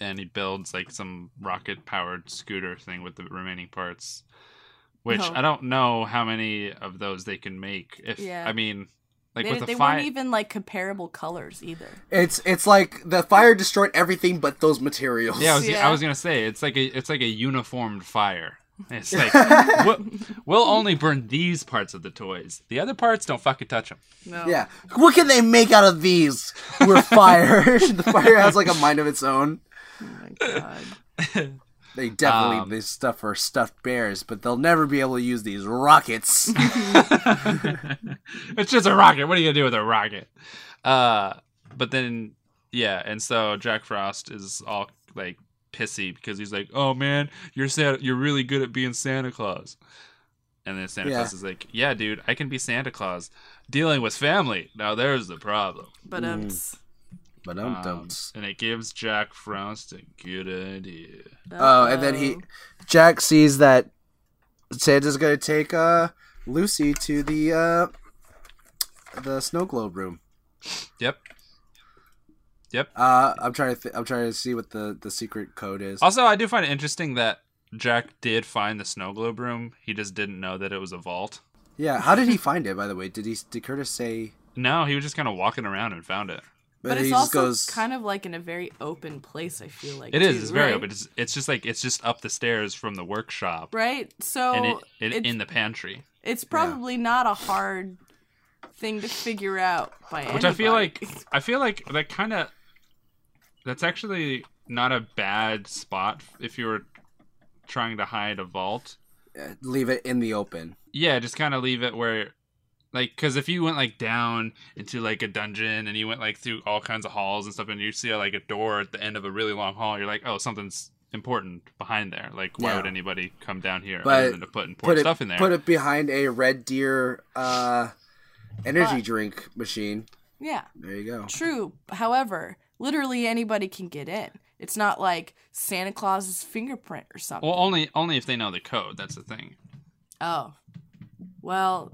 Speaker 3: and he builds like some rocket powered scooter thing with the remaining parts. Which
Speaker 1: No.
Speaker 3: I don't know how many of those they can make if
Speaker 1: Yeah.
Speaker 3: I mean like
Speaker 1: they
Speaker 3: with
Speaker 1: they
Speaker 3: the fire
Speaker 1: weren't even like comparable colors either.
Speaker 2: It's it's like the fire destroyed everything but those materials.
Speaker 3: Yeah, I was,
Speaker 1: Yeah.
Speaker 3: I was gonna say it's like a it's like a uniformed fire. It's like we'll, we'll only burn these parts of the toys. The other parts don't fucking touch them.
Speaker 1: No.
Speaker 2: Yeah. What can they make out of these? We're fire. the fire has like a mind of its own.
Speaker 1: Oh my god.
Speaker 2: They definitely
Speaker 3: Um,
Speaker 2: this stuff are stuffed bears, but they'll never be able to use these rockets.
Speaker 3: it's just a rocket. What are you gonna do with a rocket? Uh, but then yeah, and so Jack Frost is all like pissy because he's like, "Oh man, you're Santa, you're really good at being Santa Claus." And then Santa
Speaker 2: Yeah.
Speaker 3: Claus is like, "Yeah, dude, I can be Santa Claus. Dealing with family now. There's the problem."
Speaker 1: But um
Speaker 2: Mm. but um,
Speaker 3: Um, and it gives Jack Frost a good idea.
Speaker 2: Oh, and then he, Jack sees that Santa's gonna take uh Lucy to the uh the snow globe room.
Speaker 3: Yep. Yep.
Speaker 2: Uh, I'm trying to th- I'm trying to see what the the secret code is.
Speaker 3: Also, I do find it interesting that Jack did find the snow globe room. He just didn't know that it was a vault.
Speaker 2: Yeah, how did he find it? By the way, did he did Curtis say?
Speaker 3: No, he was just kind of walking around and found it.
Speaker 1: But it's also kind of like in a very open place, I feel like.
Speaker 3: It is.
Speaker 1: too,
Speaker 3: It's very
Speaker 1: right?
Speaker 3: open. It's, it's just like it's just up the stairs from the workshop
Speaker 1: Right? So
Speaker 3: and it, it
Speaker 1: it's-
Speaker 3: in the pantry.
Speaker 1: it's probably not a hard thing to figure out by
Speaker 3: Which I feel like I feel like that kind of that's actually not a bad spot if you were trying to hide a vault.
Speaker 2: Uh, Leave it in the open.
Speaker 3: Yeah, just kind of leave it where like cuz if you went like down into like a dungeon and you went like through all kinds of halls and stuff and you see like a door at the end of a really long hall, you're like, "Oh, something's important behind there. Like why
Speaker 2: Yeah.
Speaker 3: would anybody come down here
Speaker 2: But
Speaker 3: other than to put important
Speaker 2: it,
Speaker 3: stuff in there?"
Speaker 2: Put it behind a Red Deer uh, energy drink machine.
Speaker 1: yeah,
Speaker 2: There you go.
Speaker 1: true. However, literally anybody can get in. It's not like Santa Claus's fingerprint or something.
Speaker 3: well, only only if they know the code. That's the thing.
Speaker 1: oh, well,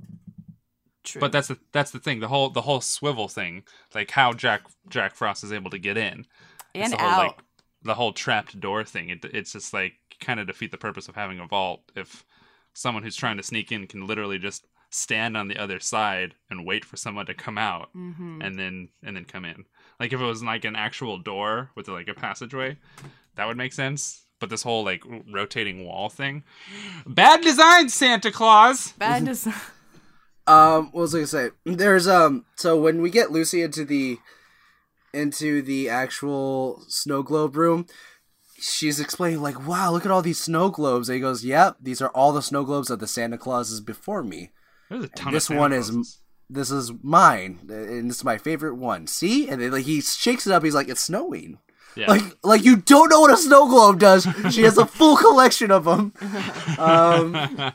Speaker 1: true.
Speaker 3: But that's the that's the thing. The whole the whole swivel thing, like how Jack Jack Frost is able to get in It's
Speaker 1: and
Speaker 3: the
Speaker 1: out.
Speaker 3: whole, Like, the whole trapped door thing. It, it's just like kind of defeat the purpose of having a vault if someone who's trying to sneak in can literally just stand on the other side and wait for someone to come out
Speaker 1: mm-hmm.
Speaker 3: and then and then come in. Like if it was like an actual door with like a passageway, that would make sense. But this whole like r- rotating wall thing, bad design, Santa Claus.
Speaker 1: Bad design.
Speaker 2: Um, what was I gonna say? There's um. So when we get Lucy into the into the actual snow globe room, she's explaining like, "Wow, look at all these snow globes." And he goes, "Yep, these are all the snow globes of the Santa Clauses before me.
Speaker 3: There's a ton
Speaker 2: this
Speaker 3: of Santa
Speaker 2: one is m-
Speaker 3: Clauses.
Speaker 2: This is mine, and this is my favorite one. See?" And then like he shakes it up. He's like, "It's snowing."
Speaker 3: yeah.
Speaker 2: Like, like you don't know what a snow globe does. She has a full collection of them. Um,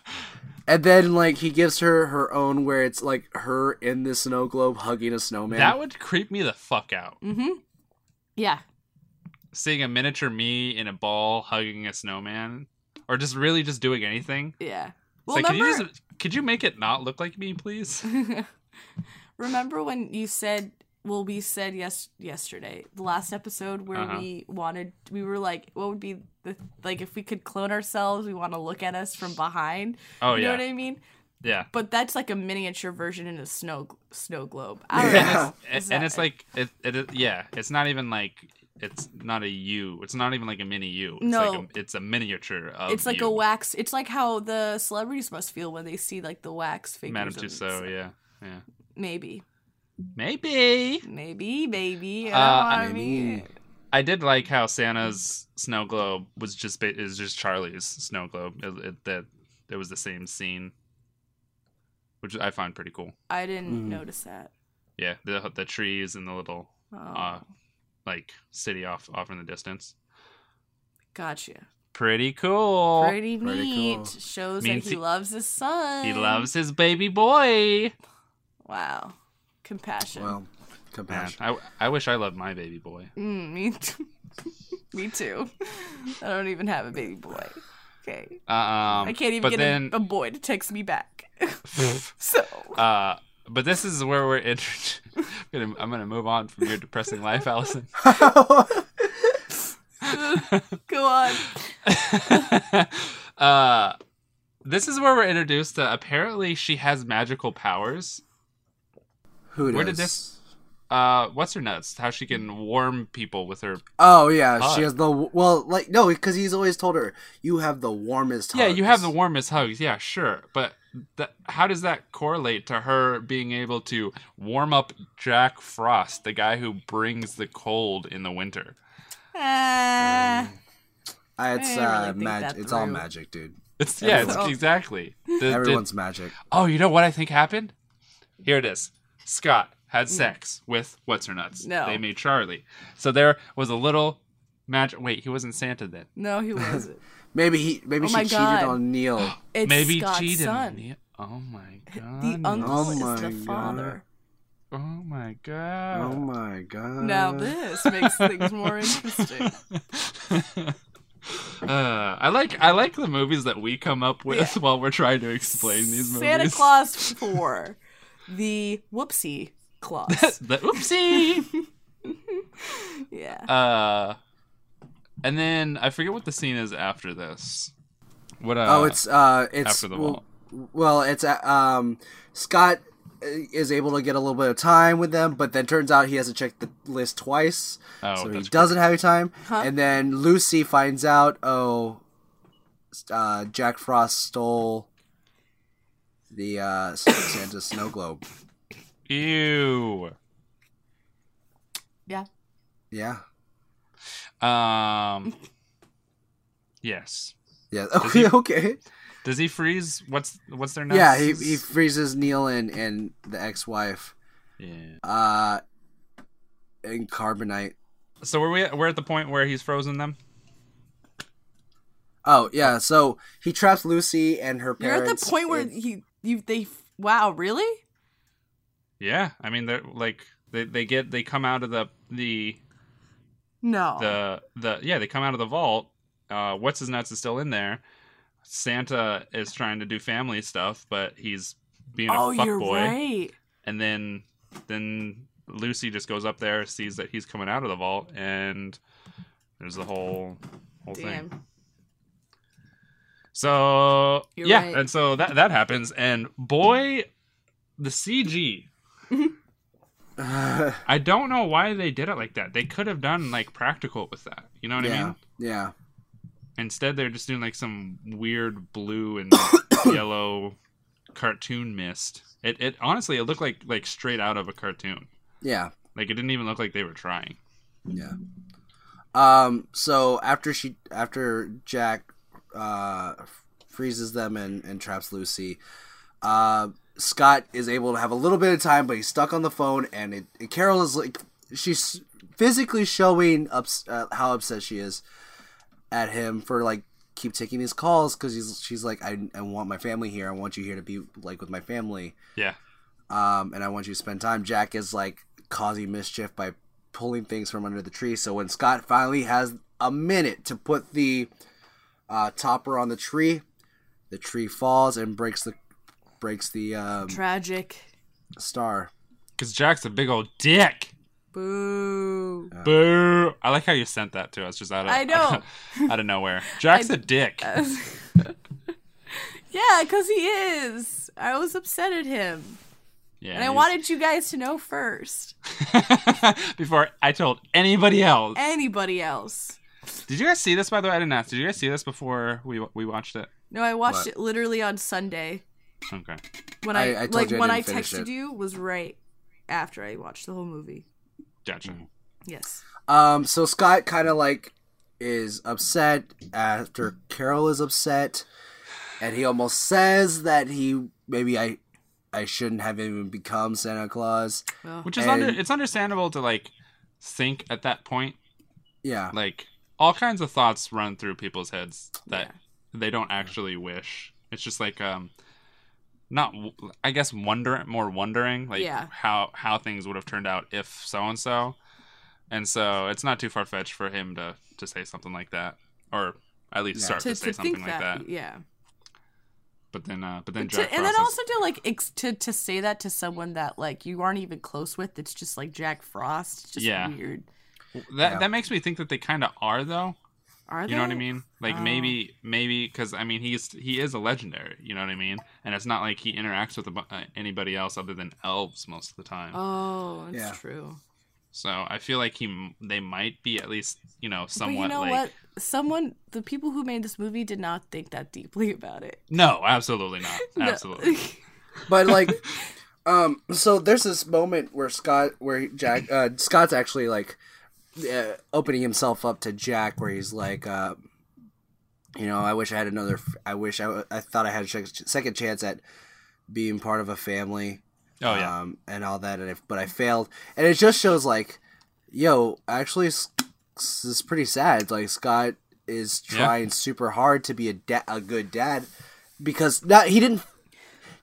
Speaker 2: and then like he gives her her own, where it's like her in the snow globe hugging a snowman.
Speaker 3: that would creep me the fuck out.
Speaker 1: Mm-hmm. yeah.
Speaker 3: seeing a miniature me in a ball hugging a snowman or just really just doing anything.
Speaker 1: Yeah.
Speaker 3: It's
Speaker 1: Well,
Speaker 3: like,
Speaker 1: remember,
Speaker 3: could you just could you make it not look like me, please?
Speaker 1: remember when you said, well, we said yes yesterday, the last episode where
Speaker 3: Uh-huh.
Speaker 1: we wanted, we were like, what would be the like if we could clone ourselves, we want to look at us from behind.
Speaker 3: Oh
Speaker 1: you
Speaker 3: yeah,
Speaker 1: know what I mean?
Speaker 3: yeah.
Speaker 1: But that's like a miniature version in a snow gl- snow globe. I don't
Speaker 2: Yeah.
Speaker 1: know.
Speaker 3: And,
Speaker 1: Is
Speaker 3: and
Speaker 1: that-
Speaker 3: it's like it, it, it- yeah, it's not even like it's not a you. It's not even like a mini you. It's
Speaker 1: No.
Speaker 3: like a, it's a miniature of
Speaker 1: it's like
Speaker 3: oh, you.
Speaker 1: a wax. It's like how the celebrities must feel when they see like the wax figures.
Speaker 3: Madame
Speaker 1: and
Speaker 3: Tussauds.
Speaker 1: stuff.
Speaker 3: Yeah, yeah.
Speaker 1: Maybe,
Speaker 3: Maybe
Speaker 1: maybe, maybe.
Speaker 3: Uh,
Speaker 1: I don't know what I mean.
Speaker 2: Maybe.
Speaker 3: I did like how Santa's snow globe was just ba- is just Charlie's snow globe. It, it, that it was the same scene, which I find pretty cool.
Speaker 1: I didn't
Speaker 2: Mhm.
Speaker 1: notice that.
Speaker 3: Yeah, the the trees and the little
Speaker 1: Oh,
Speaker 3: uh, like city off off in the distance.
Speaker 1: gotcha.
Speaker 3: Pretty cool.
Speaker 1: Pretty
Speaker 2: pretty
Speaker 1: neat.
Speaker 2: cool.
Speaker 1: Shows
Speaker 3: Means
Speaker 1: that he
Speaker 3: he-
Speaker 1: loves his son.
Speaker 3: He loves his baby boy.
Speaker 1: Wow, compassion.
Speaker 2: Well,
Speaker 3: Man,
Speaker 2: compassion.
Speaker 3: I, I wish I loved my baby boy.
Speaker 1: Mm, me, too. me too. I don't even have a baby boy. Okay.
Speaker 3: Uh, Um,
Speaker 1: I can't even
Speaker 3: but
Speaker 1: get
Speaker 3: then,
Speaker 1: a, a boy to text me back. so
Speaker 3: uh, but this is where we're introduced. I'm gonna, I'm gonna move on from your depressing life, Allison.
Speaker 1: go on.
Speaker 3: uh, this is where we're introduced to apparently she has magical powers.
Speaker 2: Who
Speaker 3: Where
Speaker 2: does?
Speaker 3: did this- Uh, what's her nuts? How she can warm people with her.
Speaker 2: Oh yeah,
Speaker 3: Hug.
Speaker 2: she has the well, like no, because he's always told her you have the warmest.
Speaker 3: Yeah, you have the
Speaker 2: hugs."
Speaker 3: warmest hugs. Yeah, sure. But th- how does that correlate to her being able to warm up Jack Frost, the guy who brings the cold in the winter?
Speaker 1: Ah,
Speaker 2: Uh,
Speaker 3: Mm.
Speaker 2: It's
Speaker 1: I didn't
Speaker 2: uh,
Speaker 1: really think
Speaker 2: mag-
Speaker 1: that
Speaker 2: It's all
Speaker 1: through.
Speaker 2: magic, dude.
Speaker 3: It's yeah, it's,
Speaker 1: Everyone-
Speaker 3: exactly. The- the-
Speaker 2: Everyone's magic.
Speaker 3: oh, you know what I think happened? Here it is. Scott had sex with what's her nuts.
Speaker 1: No.
Speaker 3: they made Charlie. So there was a little magic. Wait, he wasn't Santa then.
Speaker 1: no, he wasn't.
Speaker 2: Maybe he. Maybe
Speaker 1: Oh
Speaker 2: she
Speaker 1: my
Speaker 2: cheated
Speaker 1: God.
Speaker 2: on Neil.
Speaker 1: It's
Speaker 3: Maybe
Speaker 1: Scott's
Speaker 3: cheated.
Speaker 1: son.
Speaker 3: Yeah. Oh my god.
Speaker 1: The uncle
Speaker 2: Oh
Speaker 1: is
Speaker 2: my
Speaker 1: the
Speaker 2: God.
Speaker 1: father.
Speaker 3: Oh my
Speaker 2: Oh
Speaker 3: god.
Speaker 2: my god.
Speaker 1: Now this makes things more interesting.
Speaker 3: Uh, I like I like the movies that we come up with while we're trying to explain these movies.
Speaker 1: Santa Claus for the whoopsie Claus.
Speaker 3: the oopsie.
Speaker 1: yeah.
Speaker 3: uh, and then I forget what the scene is after this. What? Uh,
Speaker 2: Oh, it's uh, it's
Speaker 3: after the
Speaker 2: well, well, it's uh, um, Scott uh, is able to get a little bit of time with them, but then turns out he hasn't checked the list twice,
Speaker 3: oh,
Speaker 2: so he
Speaker 3: that's-
Speaker 2: doesn't have any time. And then Lucy finds out, oh, uh, Jack Frost stole the uh, Santa's snow globe.
Speaker 3: Ew.
Speaker 1: Yeah.
Speaker 2: Yeah.
Speaker 3: Um. Yes.
Speaker 2: Yeah.
Speaker 3: Does he-
Speaker 2: Okay. Okay.
Speaker 3: Does he freeze? What's what's their name?
Speaker 2: Yeah. He he freezes Neil and and the ex-wife.
Speaker 3: Yeah.
Speaker 2: Uh. In carbonite.
Speaker 3: So we're we we're at the point where he's frozen them.
Speaker 2: Oh yeah. So he traps Lucy and her
Speaker 1: You're
Speaker 2: parents.
Speaker 1: at the point where
Speaker 2: in-
Speaker 1: he you they wow really
Speaker 3: Yeah. I mean they're like they, they get they come out of the the
Speaker 1: no
Speaker 3: the the yeah they come out of the vault. Uh, what's his nuts is still in there. Santa is trying to do family stuff, but he's being a
Speaker 1: oh
Speaker 3: fuck
Speaker 1: you're
Speaker 3: boy.
Speaker 1: right
Speaker 3: and then then Lucy just goes up there, sees that he's coming out of the vault, and there's the whole whole thing.
Speaker 1: damn
Speaker 3: So
Speaker 1: You're
Speaker 3: yeah,
Speaker 1: right.
Speaker 3: and so that that happens, and boy, the CG. I don't know why they did it like that. They could have done like practical with that. You know what I
Speaker 2: yeah.
Speaker 3: mean?
Speaker 2: Yeah.
Speaker 3: Instead, they're just doing like some weird blue and yellow cartoon mist. It it honestly it looked like like straight out of a cartoon.
Speaker 2: Yeah.
Speaker 3: Like it didn't even look like they were trying.
Speaker 2: Yeah. Um. So after she, after Jack, uh, freezes them and and traps Lucy, uh, Scott is able to have a little bit of time, but he's stuck on the phone, and it, and Carol is like, she's physically showing ups, uh, how upset she is at him for like keep taking his calls because he's she's like I, I want my family here i want you here to be like with my family
Speaker 3: Yeah.
Speaker 2: um, and I want you to spend time. Jack is like causing mischief by pulling things from under the tree. So when Scott finally has a minute to put the uh, topper on the tree, the tree falls and breaks the breaks the um,
Speaker 1: tragic
Speaker 2: star.
Speaker 3: Because Jack's a big old dick.
Speaker 1: boo
Speaker 3: Boo. I like how you sent that to us just out of
Speaker 1: I know. uh,
Speaker 3: out of nowhere. Jack's a dick.
Speaker 1: yeah because he is I was upset at him
Speaker 3: yeah,
Speaker 1: and I
Speaker 3: he's-
Speaker 1: wanted you guys to know first
Speaker 3: before I told anybody else.
Speaker 1: anybody else
Speaker 3: Did you guys see this by the way? I didn't ask. Did you guys see this before we we watched it?
Speaker 1: no I watched
Speaker 2: What?
Speaker 1: it literally on Sunday
Speaker 3: Okay.
Speaker 1: when I,
Speaker 2: I- I told
Speaker 1: like
Speaker 2: you I
Speaker 1: when I
Speaker 2: didn't finish
Speaker 1: texted
Speaker 2: it.
Speaker 1: you was right after I watched the whole movie
Speaker 3: Gotcha.
Speaker 1: yes
Speaker 2: Um, so Scott kind of like is upset after Carol is upset, and he almost says that he maybe I I shouldn't have even become Santa Claus.
Speaker 3: Which is
Speaker 2: And-
Speaker 3: under it's understandable to like think at that point.
Speaker 2: Yeah,
Speaker 3: Like all kinds of thoughts run through people's heads that they don't actually wish. It's just like um not w- I guess wonder more wondering like
Speaker 1: Yeah.
Speaker 3: how how things would have turned out if so and so. And so it's not too far fetched for him to to say something like that or at least
Speaker 2: Yeah.
Speaker 3: start to,
Speaker 1: to,
Speaker 3: say
Speaker 1: to
Speaker 3: something
Speaker 1: think
Speaker 3: like that.
Speaker 1: that yeah
Speaker 3: But then uh but then
Speaker 1: To-
Speaker 3: Jack
Speaker 1: and then
Speaker 3: Frost
Speaker 1: also to like ex- to to say that to someone that like you aren't even close with, it's just like Jack Frost. It's just
Speaker 3: Yeah.
Speaker 1: weird.
Speaker 3: is- that
Speaker 2: Yeah.
Speaker 3: that makes me think that they kind of are though.
Speaker 1: Are they?
Speaker 3: You know what I mean? Like
Speaker 1: Oh.
Speaker 3: maybe, maybe because I mean he's he is a legendary. You know what I mean? And it's not like he interacts with a bu- uh, anybody else other than elves most of the time.
Speaker 1: Oh, it's
Speaker 2: Yeah.
Speaker 1: true.
Speaker 3: So I feel like he m- they might be at least you know
Speaker 1: but
Speaker 3: somewhat
Speaker 1: you know
Speaker 3: like
Speaker 1: what? Someone, the people who made this movie, did not think that deeply about it.
Speaker 3: no, absolutely not,
Speaker 1: No.
Speaker 3: absolutely.
Speaker 2: but like um so there's this moment where scott where jack uh scott's actually like uh, opening himself up to jack where he's like uh you know i wish i had another f- i wish i, I thought i had a sh- second chance at being part of a family
Speaker 3: oh yeah,
Speaker 2: um and all that and if, but i failed and it just shows like yo actually s- this is pretty sad like scott is
Speaker 3: Yeah.
Speaker 2: trying super hard to be a da- a good dad because now he didn't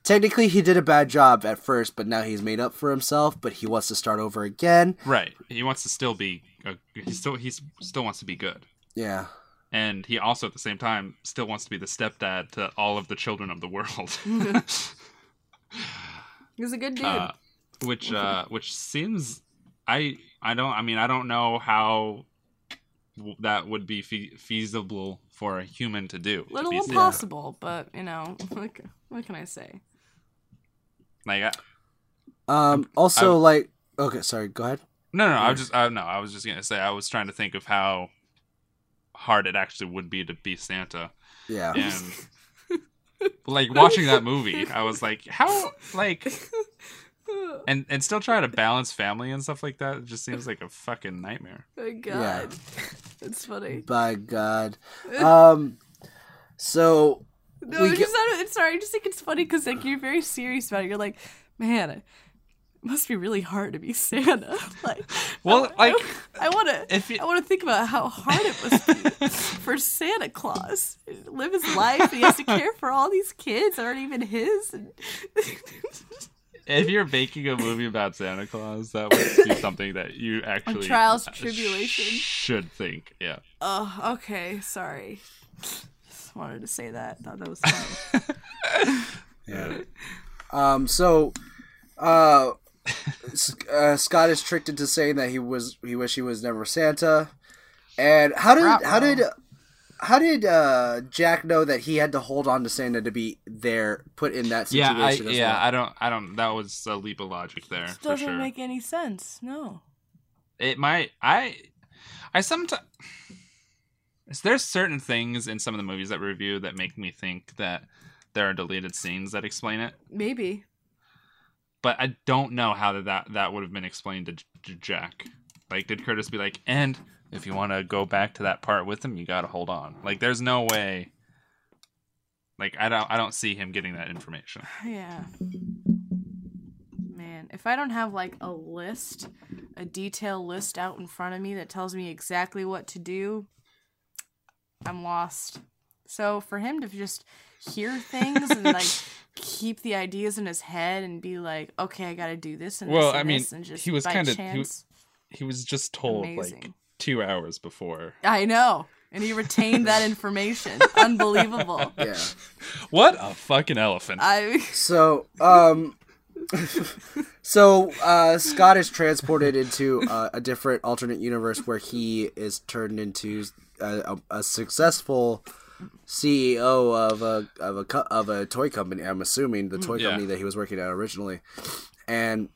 Speaker 2: technically he did a bad job at first but now he's made up for himself but he wants to start over again
Speaker 3: right. He wants to still be a, he still he still wants to be good,
Speaker 2: yeah
Speaker 3: and he also at the same time still wants to be the stepdad to all of the children of the world.
Speaker 1: He was a good dude.
Speaker 3: Uh, which uh which seems i i don't i mean i don't know how w- that would be fe- feasible for a human to do to
Speaker 1: Little
Speaker 3: be-
Speaker 1: impossible, but you know, like, what can I say?
Speaker 3: like I,
Speaker 2: um also like okay sorry go ahead
Speaker 3: no no i was just i no i was just gonna say i was trying to think of how hard it actually would be to be santa
Speaker 2: yeah
Speaker 3: and like watching that movie i was like how like
Speaker 1: Oh,
Speaker 3: and and still try to balance family and stuff like that. It just seems like a fucking nightmare.
Speaker 1: Oh, God. It's funny.
Speaker 2: By God. Um. So
Speaker 1: No,
Speaker 2: We
Speaker 1: it's
Speaker 2: get-
Speaker 1: just not, it's sorry. I just think it's funny because like you're very serious about it. You're like, man, it must be really hard to be Santa. like,
Speaker 3: Well,
Speaker 1: Oh, I,
Speaker 3: like
Speaker 1: want to,
Speaker 3: if you-
Speaker 1: I want to think about how hard it must be for Santa Claus to live his life. And he has to care for all these kids that aren't even his. And
Speaker 3: if you're making a movie about Santa Claus, that would be something that you actually
Speaker 1: trials, tribulations.
Speaker 3: should think. Yeah.
Speaker 1: oh, okay, sorry. Just wanted to say that. Thought that was funny.
Speaker 2: Um, so, uh, S- uh, Scott is tricked into saying that he was he wish he was never Santa. And how did how did how did uh, Jack know that he had to hold on to Santa to be there, put in that
Speaker 3: Yeah,
Speaker 2: situation?
Speaker 3: I,
Speaker 2: as
Speaker 3: yeah,
Speaker 2: well?
Speaker 3: I don't, I don't. That was a leap of logic there for
Speaker 1: Doesn't
Speaker 3: sure.
Speaker 1: make any sense. No.
Speaker 3: it might. I, I sometimes. There's certain things in some of the movies that we review that make me think that there are deleted scenes that explain it,
Speaker 1: Maybe.
Speaker 3: but I don't know how that that, that would have been explained to J- J- Jack. Like, did Curtis be like, and if you want to go back to that part with him, you got to hold on. Like, there's no way. Like, I don't, I don't see him getting that information.
Speaker 1: Yeah. Man, if I don't have like a list, a detailed list out in front of me that tells me exactly what to do, I'm lost. So for him to just hear things and like keep the ideas in his head and be like, okay, I got to do this and this
Speaker 3: Well,
Speaker 1: and
Speaker 3: I mean,
Speaker 1: this," and just
Speaker 3: he was
Speaker 1: by
Speaker 3: kinda- he w-
Speaker 1: chance.
Speaker 3: He was just told like
Speaker 1: Amazing.
Speaker 3: two hours before
Speaker 1: I know, and he retained that information. Unbelievable.
Speaker 2: yeah.
Speaker 3: What a fucking elephant.
Speaker 1: I
Speaker 2: So, um, so uh, Scott is transported into uh, a different alternate universe where he is turned into a, a, a successful CEO of a of a co- of a toy company. I'm assuming the toy
Speaker 3: Mm, yeah.
Speaker 2: company that he was working at originally, and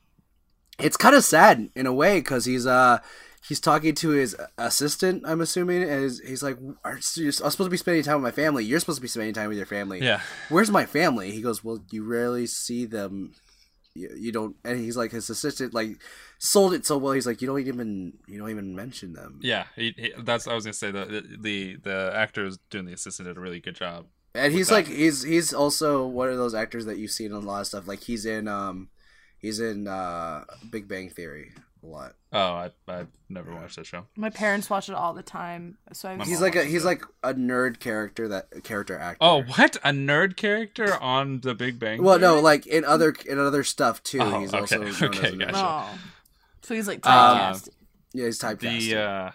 Speaker 2: it's kind of sad in a way because he's uh he's talking to his assistant. I'm assuming, and he's, he's like, "Are you- "I'm supposed to be spending time with my family. You're supposed to be spending time with your family."
Speaker 3: yeah.
Speaker 2: where's my family he goes well you rarely see them you, you don't and he's like his assistant like sold it so well he's like you don't even you don't even mention them
Speaker 3: Yeah, he, he, that's I was gonna say the the the actor who's doing the assistant did a really good job.
Speaker 2: and he's
Speaker 3: that.
Speaker 2: like he's he's also one of those actors that you've seen in a lot of stuff like he's in um he's in uh big bang theory a lot
Speaker 3: Oh, I I never watched that show.
Speaker 1: my parents watch it all the time, so I've
Speaker 3: My
Speaker 2: he's
Speaker 3: mom
Speaker 2: like a
Speaker 3: watches
Speaker 2: he's
Speaker 3: it.
Speaker 2: like a nerd character that character actor
Speaker 3: Oh, what a nerd character on The Big Bang.
Speaker 2: well no like in other in other stuff too
Speaker 3: Oh,
Speaker 2: he's
Speaker 3: okay,
Speaker 2: also known
Speaker 3: okay,
Speaker 2: as a nerd.
Speaker 3: gotcha.
Speaker 1: Oh. So he's like
Speaker 2: Um,
Speaker 3: Uh,
Speaker 1: typecast.
Speaker 2: yeah he's typecast
Speaker 3: the uh,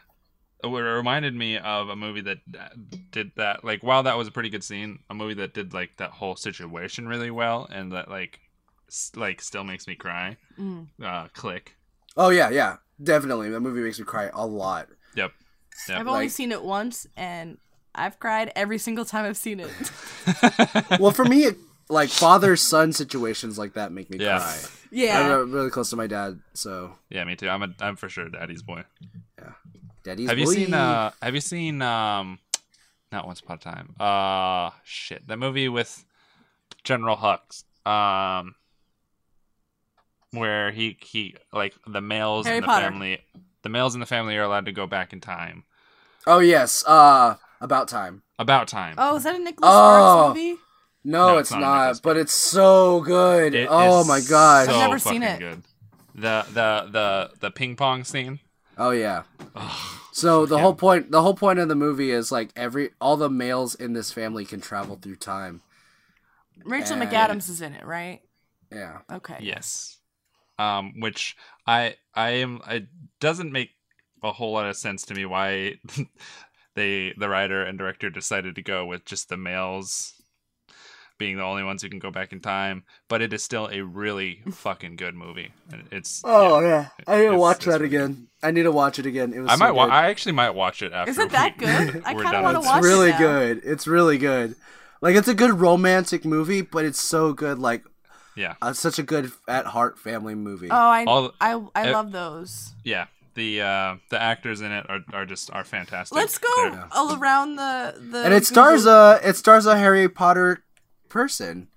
Speaker 3: it reminded me of a movie that uh, did that. Like, while that was a pretty good scene, a movie that did like that whole situation really well, and that like s- like still makes me cry.
Speaker 1: Mm.
Speaker 3: Uh, click.
Speaker 2: oh yeah yeah definitely that movie makes me cry a lot
Speaker 3: Yep.
Speaker 1: I've
Speaker 3: Yep.
Speaker 1: only
Speaker 2: like-
Speaker 1: seen it once and I've cried every single time I've seen it.
Speaker 2: well, for me, it- like father son situations like that make me
Speaker 3: Yeah.
Speaker 2: cry. I'm
Speaker 1: yeah.
Speaker 2: uh, really close to my dad, so
Speaker 3: Yeah, me too. I'm a I'm for sure daddy's boy.
Speaker 2: daddy's.
Speaker 3: have you
Speaker 2: boy.
Speaker 3: seen uh have you seen um not once upon a time uh shit that movie with general hux um where he he like the males
Speaker 1: Harry
Speaker 3: in the
Speaker 1: Potter.
Speaker 3: family the males in the family are allowed to go back in time
Speaker 2: Oh yes, uh, about time.
Speaker 3: about time
Speaker 1: Oh, is that a Nicholas
Speaker 2: Oh.
Speaker 1: Sparks movie?
Speaker 2: No,
Speaker 3: No,
Speaker 2: it's,
Speaker 3: it's
Speaker 2: not,
Speaker 3: not Nicholas
Speaker 2: but it's so good.
Speaker 3: It
Speaker 2: oh
Speaker 3: is
Speaker 2: my gosh.
Speaker 3: so
Speaker 1: I've never seen
Speaker 3: fucking
Speaker 1: it.
Speaker 3: good. the the the the ping pong scene
Speaker 2: Oh yeah. So the whole point, the whole point of the movie is like every all the males in this family can travel through time.
Speaker 1: Rachel
Speaker 2: Uh,
Speaker 1: McAdams is in it, right?
Speaker 2: Yeah.
Speaker 1: Okay.
Speaker 3: Yes. Um, which I I am it doesn't make a whole lot of sense to me why they the writer and director decided to go with just the males being the only ones who can go back in time, but it is still a really fucking good movie. And It's
Speaker 2: Oh
Speaker 3: yeah.
Speaker 2: yeah, I need to
Speaker 3: It's-
Speaker 2: watch
Speaker 3: it's
Speaker 2: that
Speaker 3: really
Speaker 2: again. I need to watch it again. It was.
Speaker 3: I
Speaker 2: so
Speaker 3: might wa-
Speaker 2: good.
Speaker 3: I actually might watch it after.
Speaker 1: Is it that
Speaker 3: we-
Speaker 1: good? I
Speaker 3: we're
Speaker 1: kinda
Speaker 3: done
Speaker 1: wanna
Speaker 3: with
Speaker 1: watch
Speaker 2: it's
Speaker 3: this.
Speaker 1: it
Speaker 2: really
Speaker 1: now.
Speaker 2: good. It's really good. Like it's a good romantic movie, but it's so good. Like
Speaker 3: Yeah.
Speaker 2: uh, such a good at heart family movie.
Speaker 1: Oh, I
Speaker 3: All-
Speaker 1: I I
Speaker 3: eh.
Speaker 1: love those.
Speaker 3: Yeah. The uh the actors in it are, are just are fantastic.
Speaker 1: Let's go
Speaker 3: They're-
Speaker 1: all around the the
Speaker 2: and it stars a it stars a Harry Potter person.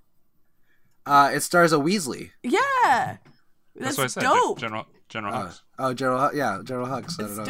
Speaker 2: Uh, it stars a Weasley.
Speaker 1: Yeah.
Speaker 3: That's,
Speaker 1: That's,
Speaker 3: what I said. Gen-
Speaker 1: dope.
Speaker 3: General General
Speaker 2: Uh,
Speaker 3: Hux.
Speaker 2: oh, General. Hux- Yeah, General Hux. I don't
Speaker 1: It's
Speaker 2: know.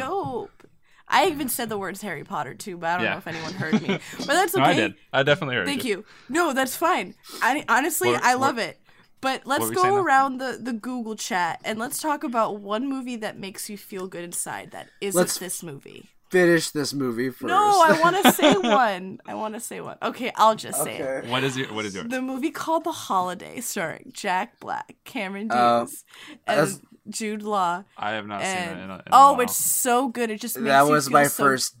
Speaker 1: dope. I even said the words Harry Potter too, but I don't
Speaker 3: Yeah.
Speaker 1: know if anyone heard me. But that's okay.
Speaker 3: No, I did. I definitely heard
Speaker 1: Thank you. No, that's fine. I honestly
Speaker 3: What-
Speaker 1: I love
Speaker 3: what-
Speaker 1: it. But let's
Speaker 3: were you saying
Speaker 1: go
Speaker 3: now?
Speaker 1: around the, the Google chat and let's talk about one movie that makes you feel good inside that isn't
Speaker 2: Let's-
Speaker 1: this movie.
Speaker 2: Finish this movie first.
Speaker 1: No, I want to say one. I want to say one. Okay, I'll just say it.
Speaker 2: Okay.
Speaker 3: What is your What is yours?
Speaker 1: The movie called The Holiday, starring Jack Black, Cameron
Speaker 2: Uh,
Speaker 1: Diaz, and
Speaker 2: that's-
Speaker 1: Jude Law.
Speaker 3: I have not seen
Speaker 1: And
Speaker 3: it. In a, in a
Speaker 1: oh,
Speaker 3: while.
Speaker 1: it's so good! It just makes
Speaker 2: that
Speaker 1: you
Speaker 2: was
Speaker 1: feel
Speaker 2: my
Speaker 1: so- Hmm?
Speaker 2: first